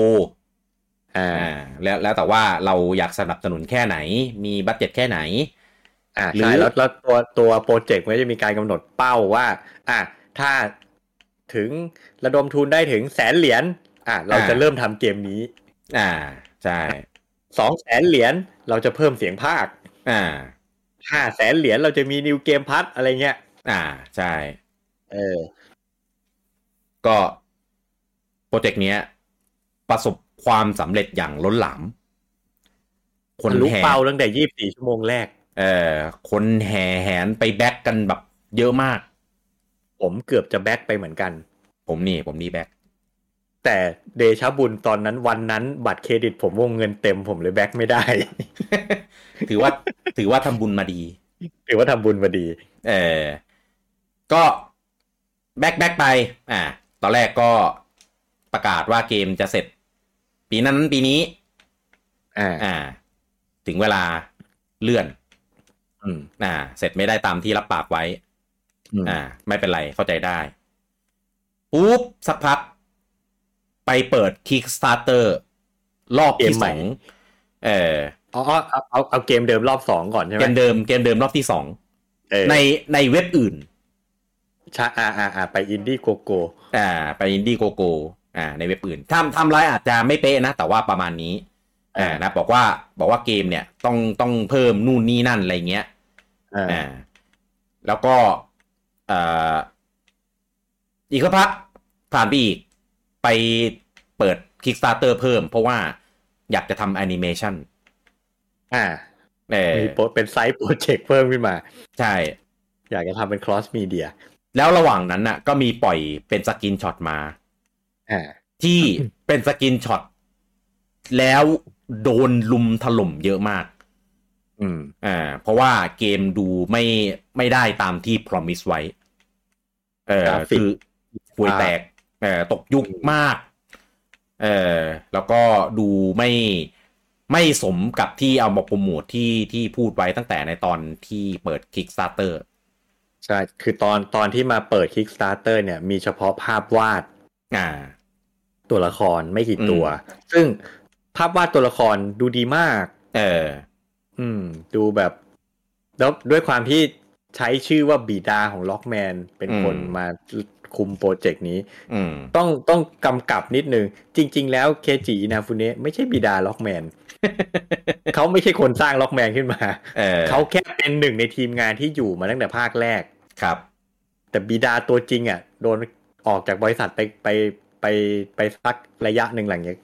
อ่า อ่าแล้วแล้วแต่ว่าเราอยากสนับสนุนแค่ไหน มีบัตเจ็ตแค่ไหน อ่า หรือ ใช่แล้วแล้วตัวตัวโปรเจกต์มันก็จะมีการกำหนดเป้าว่า อ่าถ้าถึงระดมทุนได้ถึงแสนเหรียญอ่าเราจะเริ่มทำเกมนี้ อ่าใช่ สองแสนเหรียญเราจะเพิ่มเสียงภาค อ่า ห้าแสนเหรียญเราจะมีนิวเกมพัทอะไรเงี้ย อ่าใช่ เออ ก็โปรเจกต์เนี้ย ประสบความสำเร็จอย่างล้นหลาม คน ทะลุ แห่ เป้าตั้งแต่ยี่บสี่ชั่วโมงแรก เอ่อคนแห่แหนไปแบ็กกันแบบเยอะมาก ผมเกือบจะแบ็กไปเหมือนกัน ผมนี่ ผมนี่แบ็ก [LAUGHS] แต่เดชะบุญตอนนั้นวันนั้นบัตรเครดิตผมวงเงินเต็มผมเลยแบ็กไม่ได้ ถือว่า ถือว่าทำบุญมาดี [LAUGHS] ถือว่าทำบุญมาดี เออก็แบ็กแบ็กไป อ่า ตอนแรกก็ ประกาศว่าเกมจะเสร็จ ปีนั้นปีนี้ อ่า อ่า ถึงเวลาเลื่อน อืม อ่า เสร็จไม่ได้ตามที่รับปากไว้ อ่า อ่า ไม่เป็นไรเข้าใจได้ปุ๊บสักพัก ไปเปิด Kickstarter รอบที่สองเออ อ๋อเอาเอาเอาเกมเดิมรอบสองก่อนใช่ไหม เกมเดิมเกมเดิมรอบที่สอง เออ ในในเว็บอื่น ชาอาอาอาไปอินดี้โกโก้ อ่าไปอินดี้โกโกอ่าในเว็บอื่นทำทำลายอาจจะไม่เป๊ะนะ แต่ว่าประมาณนี้อ่านะบอกว่าบอกว่าเกมเนี่ยต้องต้องเพิ่มนู่นนี่นั่นอะไรเงี้ย อ่า อ่าแล้วก็เอ่ออีกสักพักผ่านไปอีก ไปเปิด Kickstarter เพิ่ม เพราะว่าอยากจะทำแอนิเมชัน อ่า เออ มีโปรเป็นไซต์โปรเจกต์เพิ่มขึ้นมา ใช่ อยากจะทำเป็น cross media แล้วระหว่างนั้นน่ะ ก็มีปล่อยเป็นสกินช็อตมา อ่า ที่เป็นสกินช็อตแล้วโดนลุมถล่มเยอะมาก อืม อ่าเพราะว่าเกมดูไม่ไม่ได้ตามที่ promise ไว้เออก ราฟิก คือห่วยแตกเออตกยุคมากเออแล้วก็ดูไม่ไม่สมกับที่เอามาโปรโมทที่ที่พูดไว้ตั้งแต่ในตอนที่เปิด Kickstarter ใช่ คือตอนตอนที่มาเปิด Kickstarter เนี่ย มีเฉพาะภาพวาด อ่า ตัวละครไม่กี่ อืม ตัว ซึ่งภาพวาดตัวละครดูดีมาก เออ อืม ดูแบบ แล้วด้วยความที่ใช้ชื่อว่าบีดาของล็อกแมนเป็นคนมาคุมโปรเจกต์นี้ อืม ต้องต้องกำกับนิดนึง จริง ๆ แล้วเคจินาฟุเนะไม่ใช่บิดาล็อกแมน [LAUGHS] เขาไม่ใช่คนสร้างล็อกแมนขึ้นมา เออ เขาแค่เป็นหนึ่งในทีมงานที่อยู่มาตั้งแต่ภาคแรก ครับ แต่บิดาตัวจริงอ่ะ โดนออกจากบริษัทไปไปไปไปสักระยะหนึ่งหลังจาก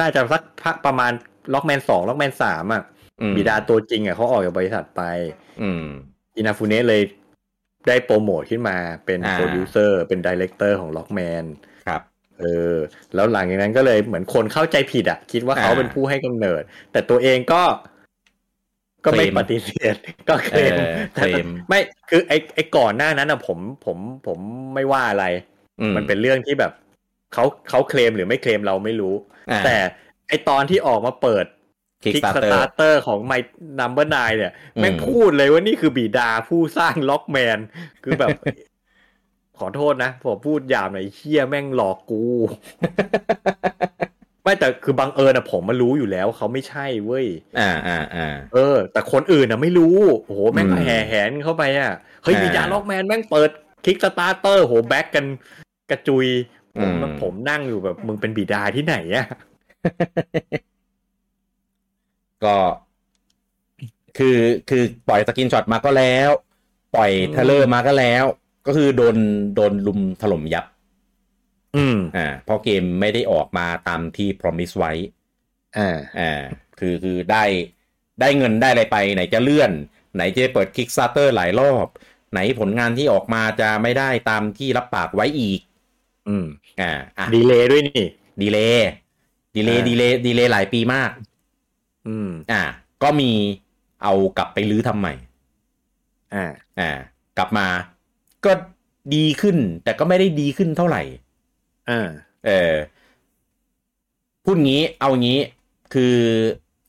น่าจะสักพักประมาณล็อกแมนสองล็อกแมนสามอ่ะ อืม บิดาตัวจริงอ่ะเขาออกจากบริษัทไป อืม อินาฟูเนะเลยได้โปรโมทขึ้นมาเป็น อ่า โปรดิวเซอร์เป็นดีเลกเตอร์ของล็อกแมน ครับ เออแล้วหลังจากนั้นก็เลยเหมือนคนเข้าใจผิดอ่ะ คิดว่าเขา อ่า เป็นผู้ให้กำเนิด แต่ตัวเองก็ ก็ไม่ เคลม ปฏิเสธ [LAUGHS] ก็เคลม เออเคลม แต่ไม่คือไอ้ไอ้ก่อนหน้านั้นอ่ะผมผมผมไม่ว่าอะไร อื มันเป็นเรื่องที่แบบเขาเขาเคลมหรือไม่เคลมเราไม่รู้ อ่า แต่ไอ้ตอนที่ออกมาเปิด Kickstarter เตอร์ของ My Number Nine เนี่ยแม่ง อืม พูดเลยว่านี่คือบีดาผู้สร้างล็อกแมน คือแบบ [LAUGHS] ขอโทษนะผมพูดหยาบหน่อยไอ้เฮียแม่งหลอก [LAUGHS] กู ไม่แต่คือบังเอิญอะผมมารู้อยู่แล้ว เขาไม่ใช่เว้ย อ่าอ่าอ่า เออ แต่คนอื่นอะไม่รู้ โอ้โห แม่งก็ อืม แห่แหนเข้าไปอะเฮ้ย อ่า มีดาล็อกแมนแม่งเปิดคิกสตาร์เตอร์โหแบ็กกันกระจุย ผม อืม ผมนั่งอยู่แบบมึงเป็นบิดาที่ไหนอะ ก็ คือคือปล่อยสกินช็อตมาก็แล้ว ปล่อยเทรลเลอร์มาก็แล้ว ก็คือโดนโดนลุมถล่มยับ อืม อ่าเพราะเกมไม่ได้ออกมาตามที่ promise ไว้ อ่า อ่าคือคือได้ได้เงินได้อะไรไปไหนจะเลื่อน ไหนจะเปิด Kickstarter หลายรอบ ไหนผลงานที่ออกมาจะไม่ได้ตามที่รับปากไว้อีก อืม อ่าอ่ะ ดีเลยด้วยนี่ ดีเลยดีเลย อ่า ดีเลยดีเลยหลายปีมาก อืม อ่า ก็มีเอากลับไปรื้อทำใหม่ อ่า อ่า กลับมาก็ดีขึ้น แต่ก็ไม่ได้ดีขึ้นเท่าไหร่ อ่า เออพูดงี้เอางี้คือ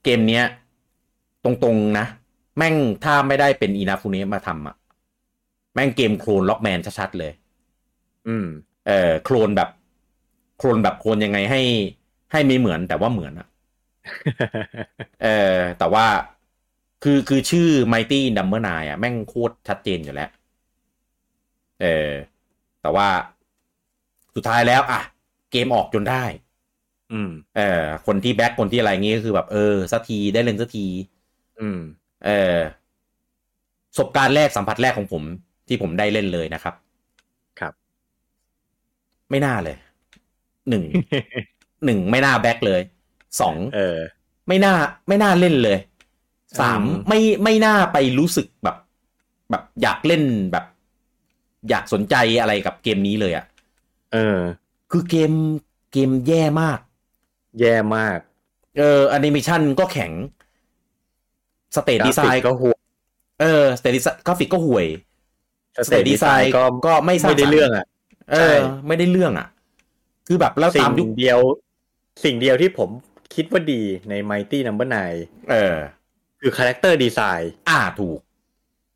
เกมเนี้ย ตรงๆนะ แม่งถ้าไม่ได้เป็นอินาฟูเนะมาทำอะแม่งเกมโคลนล็อกแมนชัดๆเลย อืม [LAUGHS] เออโคลนแบบ โคลนแบบโคลนยังไงให้ ให้ไม่เหมือนแต่ว่าเหมือนอะเออ แต่ว่าคือคือชื่อ Mighty Number Nine อะแม่งโคตรชัดเจนอยู่แล้ว เออ แต่ว่าสุดท้ายแล้วอะเกมออกจนได้ อืม เออคนที่แบ็คคนที่อะไรอย่างงี้ก็คือแบบเออสักทีได้เล่นสักที อืม เออประสบการณ์แรกสัมผัสแรกของผม ที่ผมได้เล่นเลยนะครับ ครับ ไม่น่าเลยหนึ่ง หนึ่งไม่น่าแบ็คเลยสอง เออ ไม่น่า ไม่น่าเล่นเลยสาม อืม ไม่ไม่น่าไปรู้สึกแบบ แบบอยากเล่นแบบ อยากสนใจอะไรกับเกมนี้เลยอะ่ะ เออ คือเกมเกมแย่มาก แย่มาก เออแอนิเมชันก็แข็ง สเตตดีไซ กราฟิ น์ กก็ห่วย เออสเตตดีไซน์กราฟิกก็ห่วยสเตตดีไซน์ ก็ ก็ไม่สร้าง ไม่ได้ สค์ เรื่องอ่ะ เอ ใช่ อ ไม่ได้เรื่องอ่ะ คือแบบแล้ว สิ่ ตามยุ ง ค เดียว สิ่งเดียวที่ผมคิดว่าดีใน Mighty Number เออ 9คือคาแรคเตอร์ดีไซน์ อ่าถูก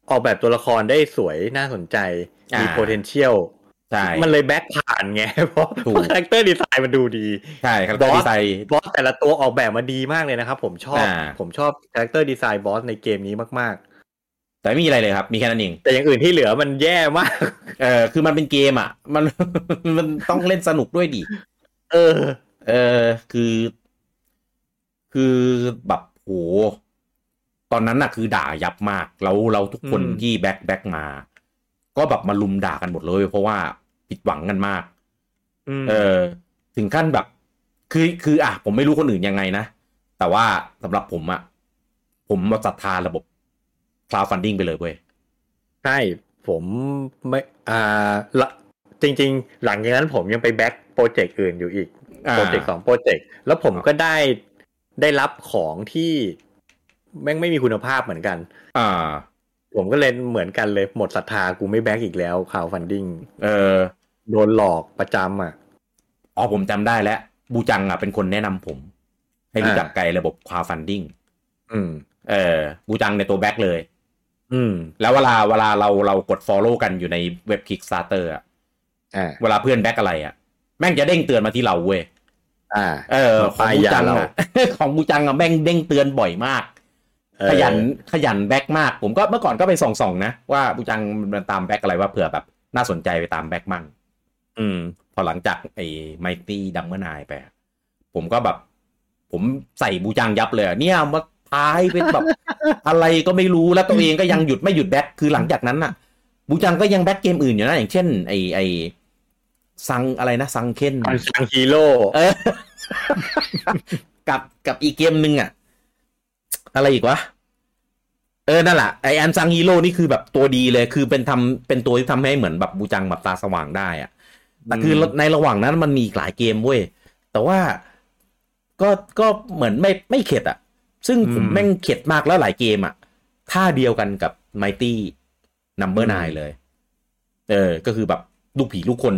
ออกแบบตัวละครได้สวยน่าสนใจ มี อ่า potential ใช่ มันเลยแบ็คผ่านไง [LAUGHS] เพราะ ถูก เพราะคาแรคเตอร์ดีไซน์มันดูดี ใช่ครับ บอส ดีไซน์ บอสแต่ละตัวออกแบบมาดีมากเลยนะครับ ผมชอบ อ่า ผมชอบคาแรคเตอร์ดีไซน์บอสในเกมนี้มาก แต่ไม่มีอะไรเลยครับ มีแค่นั้นเอง ๆ แต่อย่างอื่นที่เหลือมันแย่มาก [LAUGHS] เออคือมันเป็นเกมอ่ะ มัน [LAUGHS] มันต้องเล่นสนุกด้วยดิ เออ เออคือ คือแบบโหตอนนั้นน่ะ คือด่ายับมาก แล้วเราทุกคน อืม ที่แบ็คแบ็คมา ก็แบบมาลุมด่ากันหมดเลย เพราะว่าผิดหวังกันมาก อืม เออ ถึงขั้นแบบ คือคืออ่ะผมไม่รู้คนอื่นยังไงนะ แต่ว่าสำหรับผมอ่ะ ผมมาศรัทธาระบบ cloud funding ไปเลยเว้ย ใช่ผมไม่อ่าละจริง ๆ หลังจากนั้นผมยังไปแบ็คโปรเจกต์อื่นอยู่อีก โปรเจกต์สองโปรเจกต์แล้วผมก็ได้ได้รับของที่แม่งไม่มีคุณภาพเหมือนกัน อ่า ผมก็เลยเหมือนกันเลยหมดศรัทธากูไม่แบ็กอีกแล้วข่าวฟันดิ้ง เออ โดนหลอกประจำอ่ะ อ๋อผมจำได้แล้ว บูจังอ่ะเป็นคนแนะนำผม ให้รู้ อ่า จักไกลระบบ cloud funding อืม เออบูจังในยตัวแบ็คเลย อืม แล้วเวลาเวลาเราเรากด follow กันอยู่ในเว็บ Kickstarter อ่ะ อ่า เวลาเพื่อนแบ็คอะไรอ่ะ แม่งจะเด้งเตือนมาที่เราเว้ย อ่า เออของบูจัง ปลายยาเรา อ่ะ [LAUGHS] ของบูจังอ่ะแม่งเด้งเตือนบ่อยมาก เออ ขยันขยันแบ็คมาก ผมก็เมื่อก่อนก็ไปส่องๆนะ ว่าบูจังมันตามแบ็คอะไรว่าเผื่อแบบ น่าสนใจไปตามแบ็คมั่ง อืม พอหลังจากไอ้ไมตี้ดัมเมอร์นายไปอะผมก็แบบ ผมใส่บูจังยับเลยอะเนี่ยมาพายเป็น [LAUGHS] แบบ อะไรก็ไม่รู้แล้วตัวเองก็ยังหยุดไม่หยุดแบ็คคือหลังจากนั้นน่ะ บูจังก็ยังแบ็คเกมอื่นอยู่นะ อย่างเช่น ไอ้ไอ้ซังอะไรนะซังเคน คอนซังฮีโร่ เออ กับกับอีกเกมหนึ่งอะอะไรอีกวะเออนั่นแหละไอแอนซังฮีโร่นี่คือแบบตัวดีเลย คือเป็นทำเป็นตัวที่ทำให้เหมือนแบบบูจังแบบตาสว่างได้อะ แต่คือในระหว่างนั้นมันมีอีกหลายเกมเว้ย แต่ว่าก็ก็เหมือนไม่ไม่เข็ดอะซึ่งผม อืม แม่งเข็ดมากแล้วหลายเกมอะท่าเดียวกันกับ Mighty Number 9เลย เออ ก็คือแบบลูกผีลูกคน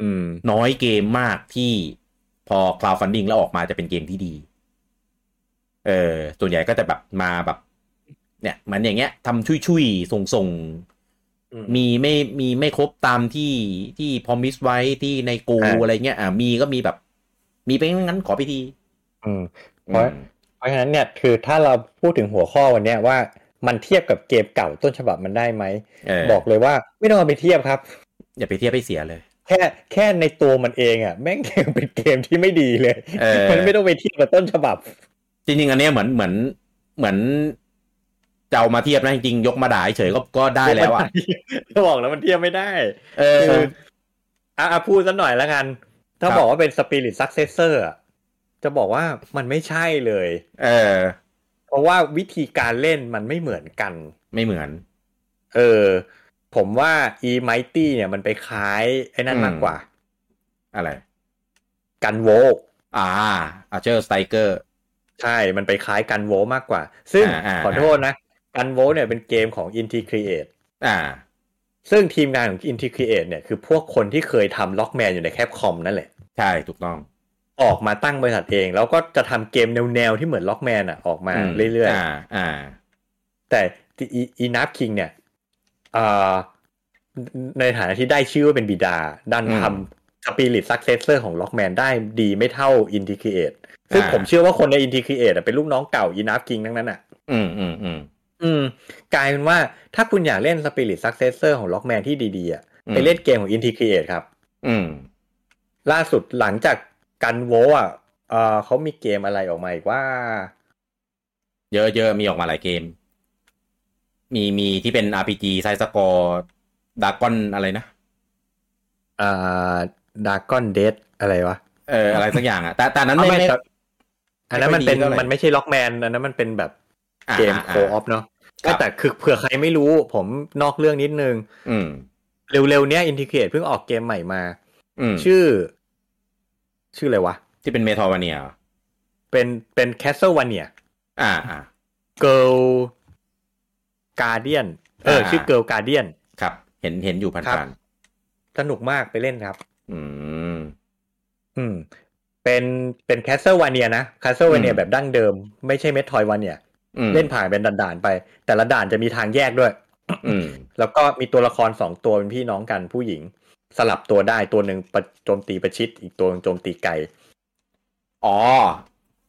อืม น้อยเกมมากที่พอ Cloud Funding แล้วออกมาจะเป็นเกมที่ดี เออ ส่วนใหญ่ก็จะแบบมาแบบ เนี่ยเหมือนอย่างเงี้ยทำชุยๆส่งส่งๆ มีไม่มีไม่ครบตามที่ที่พอมิสไว้ที่ในกู อ่า อะไรเงี้ยอ่ามีก็มีแบบ มีไปงั้นขอไปที อืม เพราะ เพราะฉะนั้นเนี่ยคือถ้าเราพูดถึงหัวข้อวันเนี้ยว่ามันเทียบกับเกมเก่าต้นฉบับมันได้ไหม บบ อ อก กเลยว่าไม่ต้องเอาไปเทียบครับ อย่าไปเทียบไปเสียเลย แค่แค่ในตัวมันเองอ่ะแม่งยังเป็นเกมที่ไม่ดีเลย เออ มันไม่ต้องไปเทียบกับต้นฉบับ จริงๆ อันเนี้ยเหมือนเหมือนเหมือนจะเอามาเทียบนะจริงๆ ยกมาด่าเฉยๆก็ก็ได้แล้วอ่ะ จะบอกแล้วมันเทียบไม่ได้ เออ คืออ่ะอ่ะพูดสักหน่อยละกัน ถ้า ครับ บอกว่าเป็นสปิริตซักเซสเซอร์จะบอกว่ามันไม่ใช่เลย เออ เพราะว่าวิธีการเล่นมันไม่เหมือนกัน ไม่เหมือน เออ ผมว่า e mighty เนี่ยมันไปคล้ายไอ้นั่น อืม มากกว่า อะไร กันโวก อ่าอาเจอร์สไตเกอร์ ใช่มันไปคล้ายกันโวมากกว่า ซึ่ง อ่าอ่า ขอโทษนะ กันโวเนี่ยเป็นเกมของ inti create อ่า ซึ่งทีมงานของ inti create เนี่ยคือพวกคนที่เคยทำล็อกแมนอยู่ในแคปคอมนั่นแหละ ใช่ถูกต้อง ออกมาตั้งบริษัทเอง แล้วก็จะทำเกมแนวๆ ที่เหมือนล็อกแมนอ่ะ ออกมาเรื่อย อ่า อ่า ๆ แต่อีนับคิงเนี่ยเอ่อในฐานะที่ได้ชื่อว่าเป็นบิดา ดัน อืม ทำสปิริตซักเซสเซอร์ของล็อกแมนได้ดีไม่เท่าอินทิ a t e ซึ่ง อ่า ผมเชื่อว่าคนในอินทิ a t e อะเป็นลูกน้องเก่าอีนับคิงทั้งนั้นอ่ะ อืมอืมอืม อืม กลายเป็นว่าถ้าคุณอยากเล่นสปิริตซักเซสเซอร์ของล็อกแมนที่ดีๆอะไปเล่นเกมของอินทิ a t e ครับ อืม ล่าสุดหลังจากกันโวอ่ะเอ่อเขามีเกมอะไรออกมาอีกว่า เยอะเยอะมีออกมาหลายเกม มีมีที่เป็น RPG ไซส์สกอร์ดากอนอะไรนะ อ่าดาก้อนเดดอะไรวะ เอออะไรสักอย่างอ่ะ แต่แต่อันนั้นไม่ ไม่ ไม่ แต่อันนั้นมันเป็น ไม่ค่อยดีเท่าไหร่ มันไม่ใช่ล็อกแมนอันนั้นมันเป็นแบบ อ่า เกม อ่า โค อ่า ออฟเนาะ ครับ แต่คือเผื่อใครไม่รู้ผมนอกเรื่องนิดนึง อืม เร็วๆเนี้ยอินทิเกตเพิ่งออกเกมใหม่มา อืม ชื่อ ชื่ออะไรวะ ที่เป็นเมทัลวาเนียเหรอ เป็นเป็นแคสเซิลวันเนี่ย อ่าอ่า เกิลกาเดียนเออ อ่า ชื่อเกิลกาเดียน ครับ เห็นเห็นอยู่ ครั ผ่าน บ สนุกมากไปเล่นครับ ๆอืม อืม เป็นเป็นแคสเซิลวาเนียนะแคสเซิลวาเนีย อืม แบบดั้งเดิม ไม่ใช่เมททอยวาเนีย อืม เล่นผ่านเป็นด่านๆไป แต่ละด่านจะมีทางแยกด้วย อืม แล้วก็มีตัวละครสองตัวเป็นพี่น้องกันผู้หญิง สลับตัวได้ตัวหนึ่งประโจมตีประชิดอีกตัวหนึ่งโจมตีไกล อ๋อ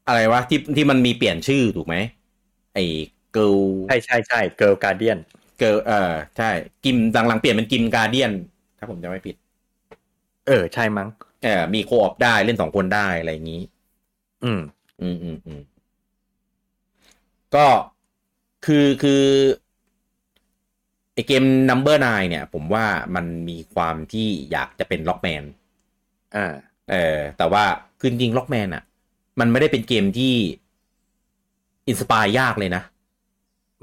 อะไรวะที่ที่มันมีเปลี่ยนชื่อถูกไหมไอ้เกิล ใช่ใช่ใช่เกิร์ลการเดียน เกิลเออใช่กิมหลังๆเปลี่ยนเป็นกิมการเดียน ถ้าผมจะไม่ผิด เออ ใช่มั้ง เออมีโคออฟได้เล่นสองคนได้อะไรอย่างนี้ อืม อืมอืมอืมก็คือคือไอเกม number nine เนี่ย ผมว่ามันมีความที่อยากจะเป็นล็อกแมน อ่า เออแต่ว่าคือจริงล็อกแมนอ่ะ มันไม่ได้เป็นเกมที่อินสปายยากเลยนะ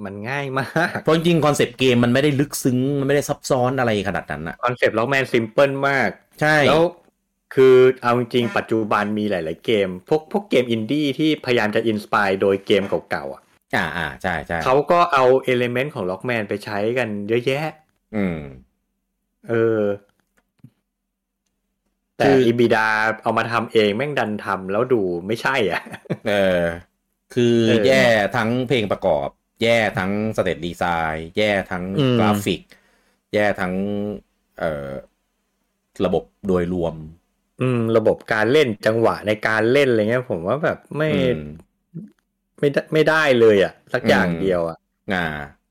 มันง่ายมาก เพราะจริงคอนเซปต์เกมมันไม่ได้ลึกซึ้ง มันไม่ได้ซับซ้อนอะไรขนาดนั้นอ่ะ คอนเซปต์ล็อกแมนซิมเพิลมาก ใช่ แล้วคือเอาจริงๆปัจจุบันมีหลาย ๆ เกม พวกพวกเกมอินดี้ที่พยายามจะอินสปายโดยเกมเก่าๆอ่ะ อ่าอ่าใช่ใช่ เขาก็เอาเอลเมนต์ของล็อกแมนไปใช้กันเยอะแยะ อืม เออ แต่ คือ อีบิดาเอามาทำเองแม่งดันทำแล้วดูไม่ใช่อ่ะ เออคือ เออ แย่ทั้งเพลงประกอบ แย่ทั้งสเตตดีไซน์แย่ทั้ง อืม กราฟิก แย่ทั้งเอ่อระบบโดยรวม อืม ระบบการเล่นจังหวะในการเล่นอะไรเงี้ยผมว่าแบบไม่ อืม ไม่ได้ไม่ได้เลยอ่ะ สักอย่าง อืม เดียวอ่ะ อ่า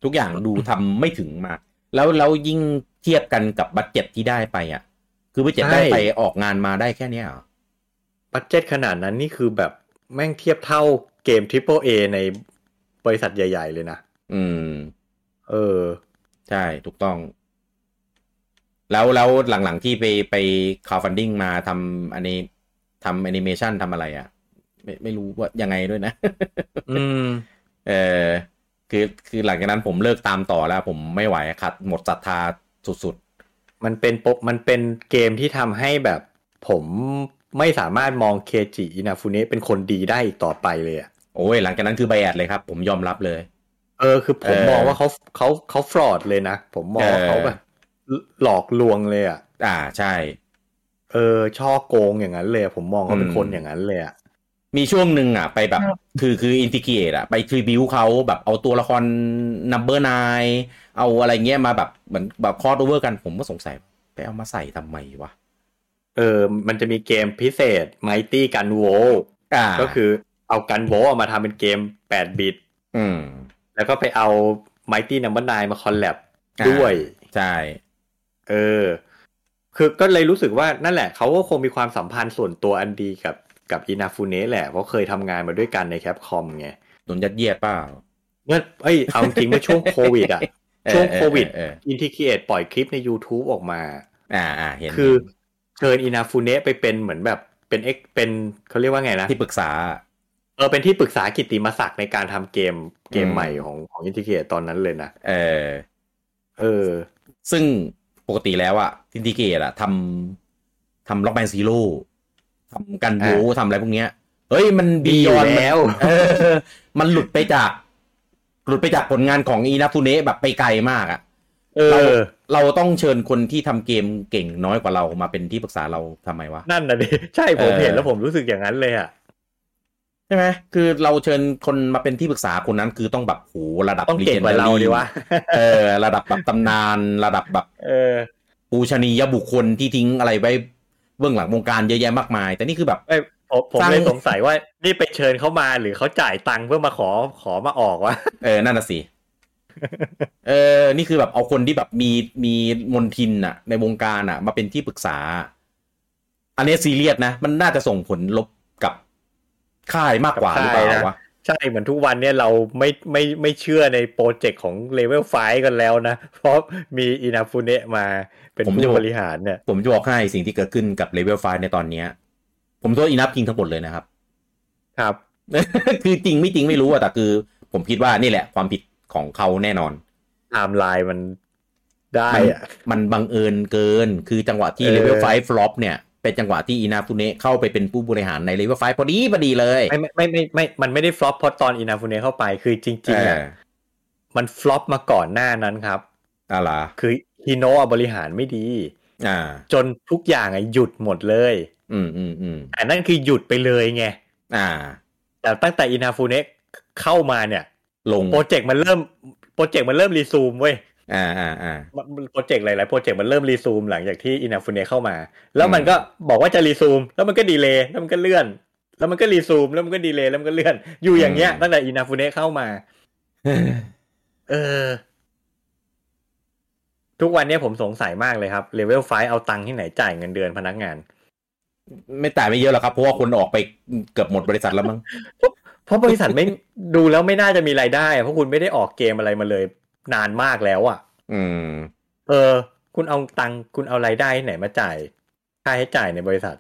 ทุกอย่างดูทำไม่ถึงมาก แล้วแล้วยิ่งเทียบกันกับบัตเจ็ตที่ได้ไปอ่ะ คือบัตเจ็ต ใช่ ได้ไปออกงานมาได้แค่เนี้ยเหรอ บัตเจ็ตขนาดนั้นนี่คือแบบแม่งเทียบเท่าเกมทริปเปิลเอในบริษัทใหญ่ ๆ เลยนะ อืม เออ ใช่ถูกต้อง แล้วแล้วหลังๆที่ไปไปคาวฟันดิ้งมาทำอันนี้ทำแอนิเมชันทำอะไรอ่ะ ไม่ไม่รู้ว่ายังไงด้วยนะ [LAUGHS] อืม เออคือคือหลังจากนั้นผมเลิกตามต่อแล้ว ผมไม่ไหวขัดหมดศรัทธาสุด มันเป็นปกมันเป็นเกมที่ทำให้แบบผมไม่สามารถมองเคจิอินาฟุเนะเป็นคนดีได้อีกต่อไปเลยอ่ะ ๆ โอ้ยหลังจากนั้นคือไบแอดเลยครับ ผมยอมรับเลย เออ คือผม เออ มองว่าเขาเขาเขาฟรอดเลยนะ ผมมองว่า เออ เขาแบบหลอกลวงเลยอ่ะ อ่าใช่ เออ ช่อโกงอย่างนั้นเลยอะผมมองเขาเป็น อืม คนอย่างนั้นเลยอ่ะ มีช่วงหนึ่งอ่ะ ไปแบบ คือคืออินทิเกตอ่ะ ไปทริบิวเขาแบบเอาตัวละครนัมเบอร์นเอาอะไรเงี้ยมาแบบเหมือนแบบคอร์ดเวอร์กันผมก็สงสัย ไปเอามาใส่ทำไมวะ เออ มันจะมีเกมพิเศษ Mighty Gun w o อ่า ก็คือเอากันโวออกมาทำเป็นเกม 8 บิต อืม แล้วก็ไปเอา Mighty Number 9 มาคอลแลบด้วย ใช่ เออ คือก็เลยรู้สึกว่านั่นแหละ เขาก็คงมีความสัมพันธ์ส่วนตัวอันดีกับกับอินาฟูเนะแหละ เพราะเคยทำงานมาด้วยกันในแคปคอมไง โดนยัดเยียดเปล่า เมื่อเอ้ย เอาจริงเมื่อช่วงโควิดอ่ะ เออ ช่วงโควิด เออเออเออ อินทิเกตปล่อยคลิปใน YouTube ออกมา อ่าอ่าเห็น คือเชิญอินาฟูเนะไปเป็นเหมือนแบบเป็นเอ็กเป็นเขาเรียกว่าไงนะ ที่ปรึกษา เออเป็นที่ปรึกษากิตติมศักดิ์ในการทำเกมเกม อืม ใหม่ของของอินทิเกตตอนนั้นเลยนะ เออ เออ ซึ่งปกติแล้วอะทินดิเกตอะทำทำล็อกแมนซีโร่ทำกันบูทำอะไรพวกเนี้ย เฮ้ยมัน ดี บี อย ยู่ อน แล้ว เออ มันหลุดไปจาก หลุดไปจากผลงานของอีนาฟูเนะแบบไปไกลมากอะ เอ เรา อ เราต้องเชิญคนที่ทำเกมเก่งน้อยกว่าเรามาเป็นที่ปรึกษาเราทำไมวะ นั่นนะดิ ใช่ผม เออ เห็นแล้วผมรู้สึกอย่างนั้นเลยอ่ะ ใช่ไหมคือเราเชิญคนมาเป็นที่ปรึกษาคนนั้นคือต้องแบบโหระดับ ต้องเก่งกว่า legendary เราดีวะ เออ ระดับแบบตำนานระดับแบบ เออ ปูชนียบุคคลที่ทิ้งอะไรไว้เบื้องหลังวงการเยอะแยะมากมาย แต่นี่คือแบบ ผมผม สร้าง เลยสงสัยว่า นี่ไปเชิญเขามาหรือเขาจ่ายตังค์เพื่อมาขอขอมาออกวะ เออนั่นน่ะสิ [LAUGHS] เออ นี่คือแบบเอาคนที่แบบมีมีมนทินอะในวงการอะมาเป็นที่ปรึกษา อันนี้ซีเรียสนะ มันน่าจะส่งผลลบกับค่ายมากกว่าหรือเปล่า กับค่ายนะ วะ ใช่เหมือนทุกวันเนี่ยเราไม่ไม่ไม่เชื่อในโปรเจกต์ของเลเวลไฟกันแล้วนะ [LAUGHS] เพราะมีอินาฟุเนะมาเป็นผู้บริหารเนี่ย ผมจะบอกให้สิ่งที่เกิดขึ้นกับเลเวลไฟในตอนเนี้ย ผมโทษอีนับคิงทั้งหมดเลยนะครับ ครับ [LAUGHS] คือจริงไม่จริงไม่รู้อะแต่คือ ผมคิดว่านี่แหละ ความผิดของเขาแน่นอน ไทม์ไลน์มันได้ มัน อะ มันบังเอิญเกิน คือจังหวะที่ เออ เลเวลไฟฟลอปเนี่ย เป็นจังหวะที่อินาฟุเนะเข้าไปเป็นผู้บริหารในเลเวลไฟพอดีพอดีเลย ไม่ไม่ไม่ไม่ไม่มันไม่ได้ฟลอปเพราะตอนอินาฟูเนะเข้าไปคือจริงๆอะ เออ มันฟลอปมาก่อนหน้านั้นครับ อะไร คือฮิโนะบริหารไม่ดี อ่า จนทุกอย่างอะหยุดหมดเลย อืมอืมอืม แต่นั่นคือหยุดไปเลยไง อ่า แต่ตั้งแต่อินาฟูเนะเข้ามาเนี่ย ลง โปรเจกต์มันเริ่มโปรเจกต์มันเริ่มรีซูมเว้ย อ่าอ่าอ่า [LAUGHS] มันมันโปรเจกต์หลายๆโปรเจกต์มันเริ่มรีซูมหลังจากที่อินาฟูเนะเข้ามา แล้วมันก็บอกว่าจะรีซูม แล้วมันก็ดีเลย์แล้วมันก็เลื่อน แล้วมันก็รีซูมแล้วมันก็ดีเลย์แล้วมันก็เลื่อน อยู่อย่างเงี้ย อืม ตั้งแต่อินาฟูเนะเข้ามา เออ ทุกวันเนี้ยผมสงสัยมากเลยครับเลเวลไฟเอาตังค์ที่ไหนจ่ายเงินเดือนพนักงาน ไม่แต่ไม่เยอะหรอกครับ เพราะว่าคนออกไปเกือบหมดบริษัทแล้วมั้ง เพราะบริษัท [LAUGHS] ไม่ ดูแล้วไม่น่าจะมีรายได้อะเพราะคุณไม่ได้ออกเกมอะไรมาเลย นานมากแล้วอ่ะ อืม เออ คุณเอาตังค์คุณเอารายได้ที่ไหนมาจ่ายค่าใช้จ่ายในบริษัท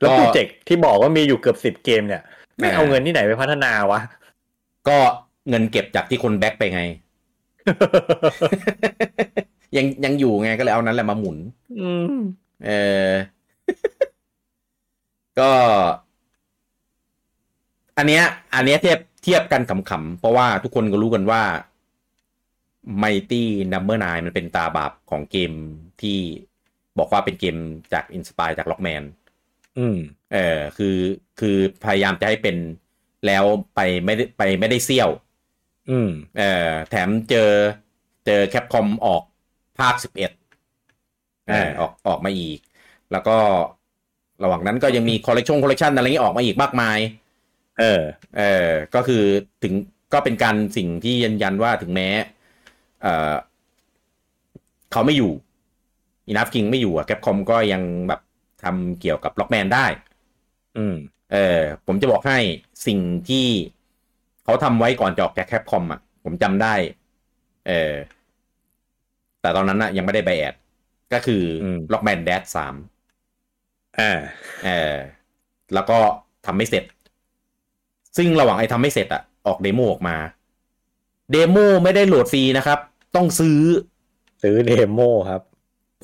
แล้ว ก็ โปรเจกต์ที่บอกว่ามีอยู่เกือบสิบ10 เกมเนี่ย ไม่เอาเงินที่ไหนไปพัฒนาวะ ก็เงินเก็บจากที่คนแบ็กไปไง [LAUGHS] ยังยังอยู่ไงก็เลยเอานั้นแหละมาหมุน [LAUGHS] อืม เออ [LAUGHS] ก็ อันเนี้ย อันเนี้ยเทียบเทียบกันขำๆ เพราะว่าทุกคนก็รู้กันว่า Mighty Number 9 มันเป็นตาบาปของเกมที่บอกว่าเป็นเกมจากอินสปายจากล็อกแมน อืม เออคือคือพยายามจะให้เป็นแล้วไปไม่ได้ไปไม่ได้เซี่ยว อืม เออแถมเจอเจอแคปคอมออกภาคสิบเอ็ดอ อ่า ออกออกมาอีก แล้วก็ระหว่างนั้นก็ยังมีคอลเลกชันคอลเลกชันอะไรนี้ออกมาอีกมากมาย เออ เออก็คือถึงก็เป็นการสิ่งที่ยืนยันว่าถึงแม้เออเขาไม่อยู่อินัฟกิงไม่อยู่อะแคปคอมก็ยังแบบทำเกี่ยวกับล็อกแมนได้ อืม เออผมจะบอกให้สิ่งที่เขาทำไว้ก่อนจะออกจากแคปคอมอ่ะ ผมจำได้ เออแต่ตอนนั้นน่ะยังไม่ได้ไบแอด ก็คืออ ม ล็อกแมนแดดสาม อ่า เออแล้วก็ทำไม่เสร็จ ซึ่งระหว่างไอ้ทำไม่เสร็จอ่ะ ออกเดโมออกมา เดโมไม่ได้โหลดฟรีนะครับ ต้องซื้อ ซื้อเดโมครับ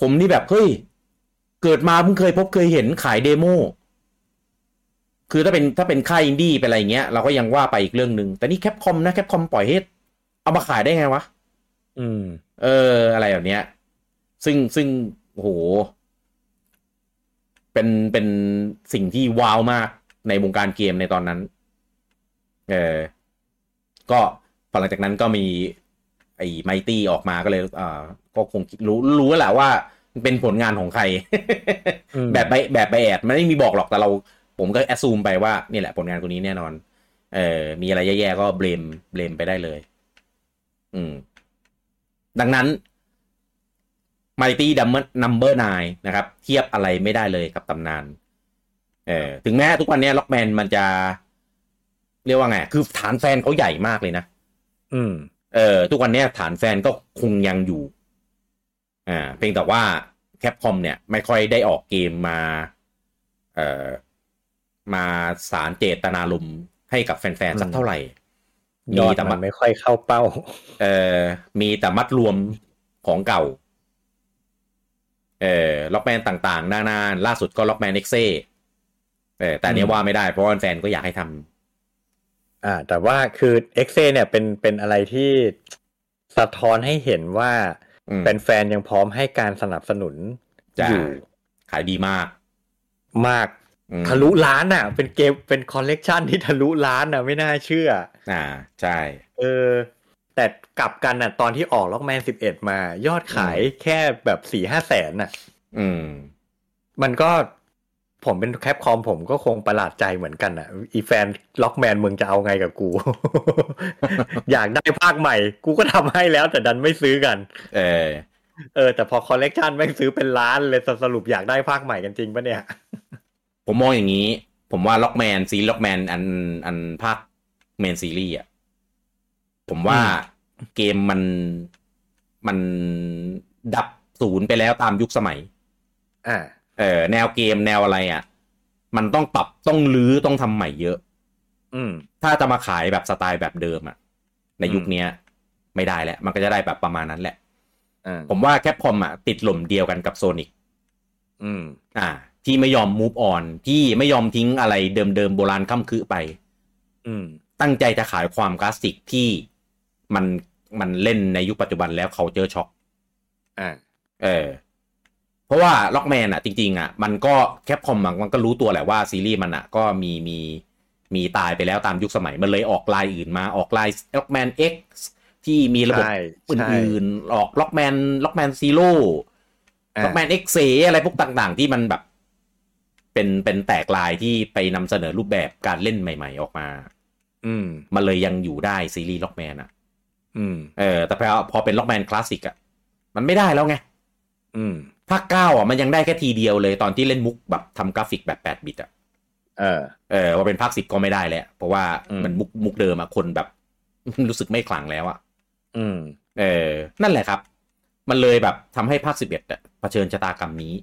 ผมนี่แบบเฮ้ย เกิดมาเพิ่งเคยพบเคยเห็นขายเดโม คือถ้าเป็นถ้าเป็นค่ายอินดี้เป็นอะไรอย่างเงี้ยเราก็ยังว่าไปอีกเรื่องหนึ่งแต่นี่แคปคอมนะแคปคอมปล่อยให้เอามาขายได้ไงวะ อืม เออ อะไรแบบเนี้ย ซึ่งซึ่งโอ้โห เป็นเป็นสิ่งที่ว้าวมากในวงการเกมในตอนนั้น เออ ก็พอหลังจากนั้นก็มี ไอ้ไมตี้ออกมาก็เลยอ่าก็คงคิดรู้รู้แหละว่ามันเป็นผลงานของใคร อืม แบบไปแบบไปแอดมันไม่มีบอกหรอกแต่เรา ผมก็แอดซูมไปว่า นี่แหละผลงานคนนี้แน่นอน เออ มีอะไรแย่ๆก็เบลมเบลมไปได้เลย อืม ดังนั้น Mighty Number 9นะครับ เทียบอะไรไม่ได้เลยกับตำนาน เออถึงแม้ทุกวันเนี้ล็อกแมนมันจะ เรียกว่าไง คือฐานแฟนเขาใหญ่มากเลยนะ อืม เออทุกวันเนี้ยฐานแฟนก็คงยังอยู่ อ่า เพียงแต่ว่าแคปคอมเนี่ย ไม่ค่อยได้ออกเกมมา เอ่อ มาสารเจตนารมณ์ให้กับแฟนๆสักเท่าไหร่ ย มี อด แต่ มั มาน ไม่ค่อยเข้าเป้า เอ่อ มีแต่มัดรวมของเก่า เอ่อ ล็อกแมนต่างๆ นานาล่าสุดก็ล็อกแมนเอ็กเซ่เออแต่อันเนี้ยว่าไม่ได้เพราะว่าแฟนก็อยากให้ทำ อ่า แต่ว่าคือ x อเนี่ยเป็นเป็นอะไรที่สะท้อนให้เห็นว่า อืม แฟนๆยังพร้อมให้การสนับสนุน จ้ะ อยู่ ขายดีมาก มาก อืม ทะลุล้านอ่ะ เป็นเกมเป็นคอลเลกชันที่ทะลุล้านอ่ะ ไม่น่าเชื่อ อ่า ใช่ เออ แต่กลับกันอ่ะ ตอนที่ออกล็อกแมนสิบเอ็ดมา ยอดขายแค่แบบสี่ห้าแสนอ่ะ อืม มันก็ผมเป็นแคปคอมผมก็คงประหลาดใจเหมือนกันอ่ะ อีแฟนล็อกแมนมึงจะเอาไงกับกู [LAUGHS] อยากได้ภาคใหม่ กูก็ทำให้แล้ว แต่ดันไม่ซื้อกัน เออ เออแต่พอคอลเลกชันแม่งซื้อเป็นล้านเลยสรุปอยากได้ภาคใหม่กันจริงปะเนี่ย ผมมองอย่างนี้ ผมว่าล็อกแมนซีล็อกแมนอันอันภาคเมนซีรีส์อ่ะ ผมว่าเกมมันมันดับศูนย์ไปแล้วตามยุคสมัย อ่า เออแนวเกมแนวอะไรอ่ะ มันต้องปรับต้องรื้อต้องทำใหม่เยอะ อืม ถ้าจะมาขายแบบสไตล์แบบเดิมอ่ะ ในยุค อืม เนี้ย ไม่ได้แล้ว มันก็จะได้แบบประมาณนั้นแหละ อ่า ผมว่าแคปคอมอ่ะติดหล่มเดียวกันกับโซนิก อืม อ่า ที่ไม่ยอมมูฟออนที่ไม่ยอมทิ้งอะไรเดิมๆโบราณค่ำคือไป อืม ตั้งใจจะขายความคลาสสิกที่มันมันเล่นในยุคปัจจุบันแล้วเขาเจอช็อก อ่า เออ เพราะว่าล็อกแมนอ่ะจริงๆอ่ะมันก็แคปคอมมันก็รู้ตัวแหละว่าซีรีส์มันอ่ะก็มีมีมีตายไปแล้วตามยุคสมัยมันเลยออกลายอื่นมาออกลายล็อกแมน X ที่มีระบบ ใช่ อ ใช่ ื่นๆออกล็อกแมนล็อกแมนซีโร่ อ่ะ ล็อกแมนเอ็กเซอะไรพวกต่างๆ ที่มันแบบ เป็นเป็นแตกลายที่ไปนำเสนอรูปแบบการเล่นใหม่ ๆ ออกมา อืม มันเลยยังอยู่ได้ซีรีส์ล็อกแมนอ่ะ อืม เออแต่พอพอเป็นล็อกแมนคลาสสิกอ่ะมันไม่ได้แล้วไง อืม ภาคเก้าอ่ะมันยังได้แค่ทีเดียวเลยตอนที่เล่นมุกแบบทำกราฟิกแบบ 8 บิตอ่ะ เออ เออว่าเป็นภาคสิบก็ไม่ได้แล้วเพราะว่า อืม มันมุกมุกเดิมอ่ะคนแบบ [LAUGHS] รู้สึกไม่ขลังแล้วอ่ะ อืม เออนั่นแหละครับ มันเลยแบบทำให้ภาคสิบเอ็ดอะเผชิญชะตากรรมนี้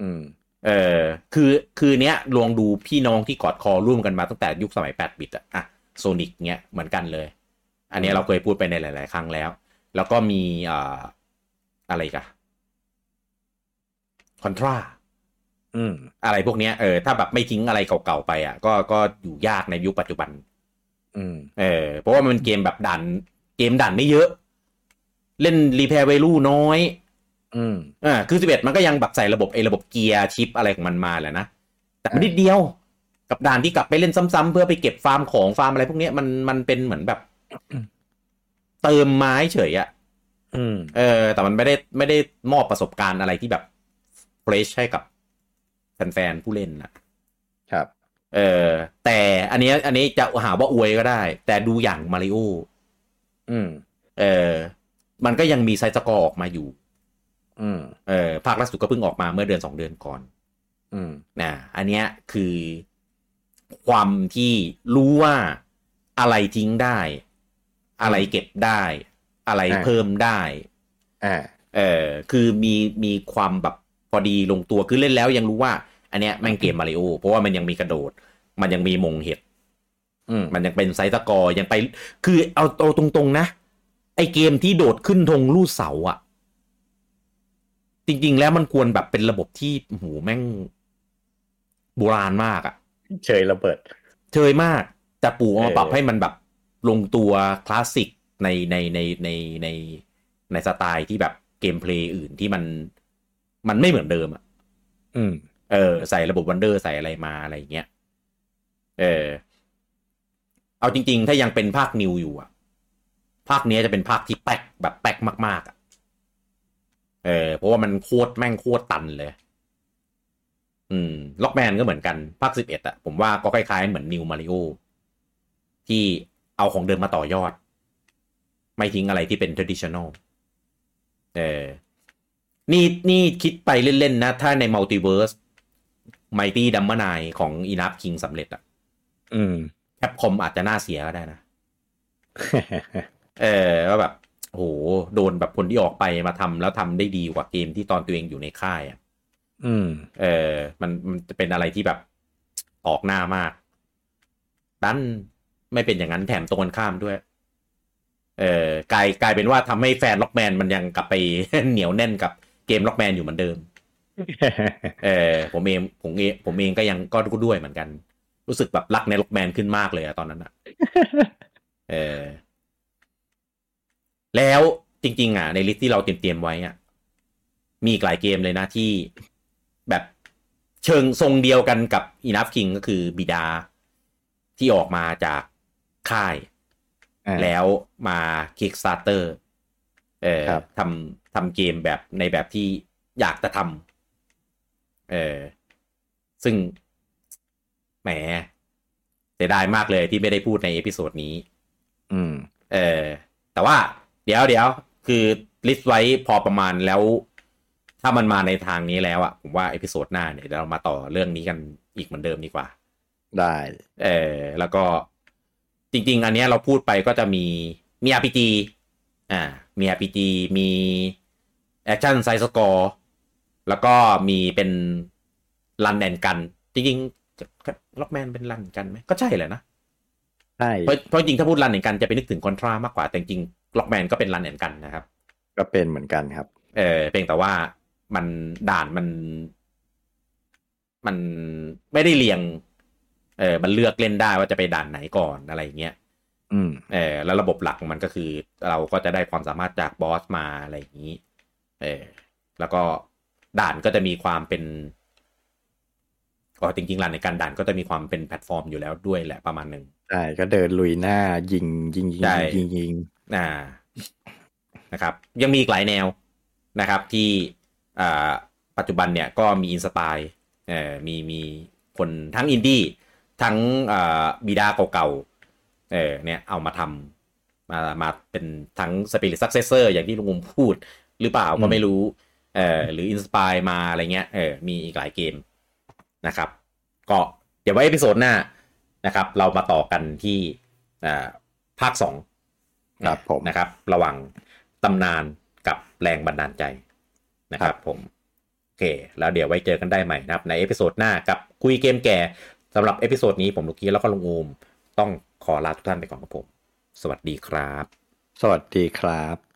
อืม เออคือคือเนี้ยลองดูพี่น้องที่กอดคอร่วมกันมาตั้งแต่ยุคสมัย 8 บิตอะอะโซนิกเนี้ยเหมือนกันเลย อันเนี้ยเราเคยพูดไปในหลาย ๆ ครั้งแล้ว แล้วก็มีเอ่ออะไรอีกันคอนทรา อืม อะไรพวกเนี้ยเออถ้าแบบไม่ทิ้งอะไรเก่าๆไปอ่ะก็ก็อยู่ยากในยุคปัจจุบัน อืม เออเพราะว่ามันเป็นเกมแบบดันเกมดันไม่เยอะ เล่นรีแพร์เวลูน้อย อืม อ่าคือสิบเอ็ดมันก็ยังแบบใส่ระบบไอ้ระบบเกียร์ชิปอะไรของมันมาแหละนะ แต่มันนิดเดียว กับด่านที่กลับไปเล่นซ้ำๆเพื่อไปเก็บฟาร์มของฟาร์มอะไรพวกเนี้ยมันมันเป็นเหมื [COUGHS] อนแบบ เติมไม้เฉยอะ อืม เออแต่มันไม่ได้ไม่ได้มอบประสบการณ์อะไรที่แบบเฟรชให้กับแฟนๆผู้เล่นนะ ครับ เออแต่อันเนี้ยอันนี้จะหาว่าอวยก็ได้ แต่ดูอย่างมาริโอ อืม เออมันก็ยังมีไซส์สกอร์ออกมาอยู่ อืม เออภาคล่าสุดก็เพิ่งออกมาเมื่อเดือน 2 เดือนก่อน อืม นะอันเนี้ยคือความที่รู้ว่าอะไรทิ้งได้ อะไรเก็บได้ อะไร อ่า เพิ่มได้ อ่า เออคือมีมีความแบบพอดีลงตัวคือเล่นแล้วยังรู้ว่า อันเนี้ยแม่งเกมมาริโอเพราะว่ามันยังมีกระโดด มันยังมีมงเห็ด อืม มันยังเป็นไซต์ตะกอยังไป คือเอาเอาตรงๆนะ ไอเกมที่โดดขึ้นธงลู่เสาอะจริงๆแล้วมันควรแบบเป็นระบบที่โอ้โหูแม่งโบราณมากอะ เฉยระเบิด เชยมาก แต่ปู่เอามา เออ ปรับให้มันแบบลงตัวคลาสสิกในในในในในในสไตล์ที่แบบเกมเพลย์อื่นที่มันมันไม่เหมือนเดิมอะ อืม เออใส่ระบบวันเดอร์ใส่อะไรมาอะไรอย่างเงี้ย เออ เอาจริง ๆ ถ้ายังเป็นภาคนิวอยู่อะภาคเนี้ยจะเป็นภาคที่แป๊กแบบแป๊กมาก ๆอะเออเพราะว่ามันโคตรแม่งโคตรตันเลย อืมล็อกแมนก็เหมือนกัน ภาคสิบเอ็ดอะผมว่าก็คล้าย ๆ เหมือนนิวมาริโอที่เอาของเดิมมาต่อยอด ไม่ทิ้งอะไรที่เป็น traditional เออ นี่นี่คิดไปเล่น ๆ นะ ถ้าในมัลติเวิร์สไมตี้ดัม n นายของอีนับคิงสำเร็จอะ อืม แคปคอมอาจจะน่าเสียก็ได้นะ เออว่าแบบโหโดนแบบคนที่ออกไปมาทำแล้วทำได้ดีกว่าเกมที่ตอนตัวเองอยู่ในค่ายอะ อืม เออมันมันจะเป็นอะไรที่แบบออกหน้ามาก ดันไม่เป็นอย่างนั้นแถมตรงกันข้ามด้วย เออกลายกลายเป็นว่าทำให้แฟนล็อกแมนมันยังกลับไป [LAUGHS] เหนียวแน่นกับเกมล็อกแมนอยู่เหมือนเดิม เออผมเองผมเองผมเองก็ยังก็ด้วยเหมือนกัน รู้สึกแบบรักในล็อกแมนขึ้นมากเลยอะตอนนั้นอะเออแล้วจริง ๆอะในลิสต์ที่เราเตรียมๆไว้อะมีอีกหลายเกมเลยนะที่แบบเชิงทรงเดียวกันกับอีนัฟคิงก็คือบิดาที่ออกมาจากค่าย อ่า แล้วมา Kickstarter เอ่อ ครับ ทำทำเกมแบบในแบบที่อยากจะทำเออซึ่งแหมเสียดายมากเลยที่ไม่ได้พูดในเอพิโซดนี้ อืม เออแต่ว่าเดี๋ยวเดี๋ยวคือลิสต์ไว้พอประมาณแล้ว ถ้ามันมาในทางนี้แล้วอะผมว่าเอพิโซดหน้าเนี่ยเดี๋ยวเรามาต่อเรื่องนี้กันอีกเหมือนเดิมดีกว่า ได้ เออแล้วก็จริง ๆ อันเนี้ยเราพูดไปก็จะมีมี RPG อ่ามี RPG มีแอคชั่นไซส์สกอร์แล้วก็มีเป็นรันแอนกัน จริงๆล็อกแมนเป็นรันกันไหมก็ใช่แหละนะ ใช่ เพราะเพราะจริงๆถ้าพูดรันแอนกันจะไปนึกถึงคอนทรามากกว่าแต่จริงล็อกแมนก็เป็นรันแอนกันนะครับ ก็เป็นเหมือนกันครับ เออเพียงแต่ว่ามันด่านมัน มันไม่ได้เรียง เออมันเลือกเล่นได้ว่าจะไปด่านไหนก่อนอะไรอย่างเงี้ย อืม เออแล้วระบบหลักของมันก็คือ เราก็จะได้ความสามารถจากบอสมาอะไรอย่างนี้ เออแล้วก็ ด่านก็จะมีความเป็นก็จริงๆหลันในการด่านก็จะมีความเป็นแพลตฟอร์มอยู่แล้วด้วยแหละประมาณหนึ่ง ใช่ก็เดินลุยหน้ายิงยิงยิง ใช่ ยิงยิง อ่านะครับ ยังมีอีกหลายแนวนะครับ ที่อ่าปัจจุบันเนี่ยก็มีอินสปายเอ่อมีมีคนทั้งอินดี้ทั้งอ่าบิดาเก่าๆเออเนี่ยเอามาทำมามาเป็นทั้งสปิริตซักเซสเซอร์อย่างที่ลุงมุมพูด หรือเปล่าก็ไม่รู้เออหรืออินสปายมาอะไรเงี้ยเออมีอีกหลายเกมนะครับ ก็เดี๋ยวไว้เอพิโซดหน้านะครับ เรามาต่อกันที่อ่าภาคสอง ครับผม นะครับระหว่างตำนานกับแรงบันดาลใจนะครับผม โอเค แล้วเดี๋ยวไว้เจอกันได้ใหม่นะครับ ในเอพิโซดหน้ากับคุยเกมแก่สำหรับเอพิโซดนี้ผมลูกกี้แล้วก็ลุงอูม ต้องขอลาทุกท่านไปก่อนครับผม สวัสดีครับ สวัสดีครับ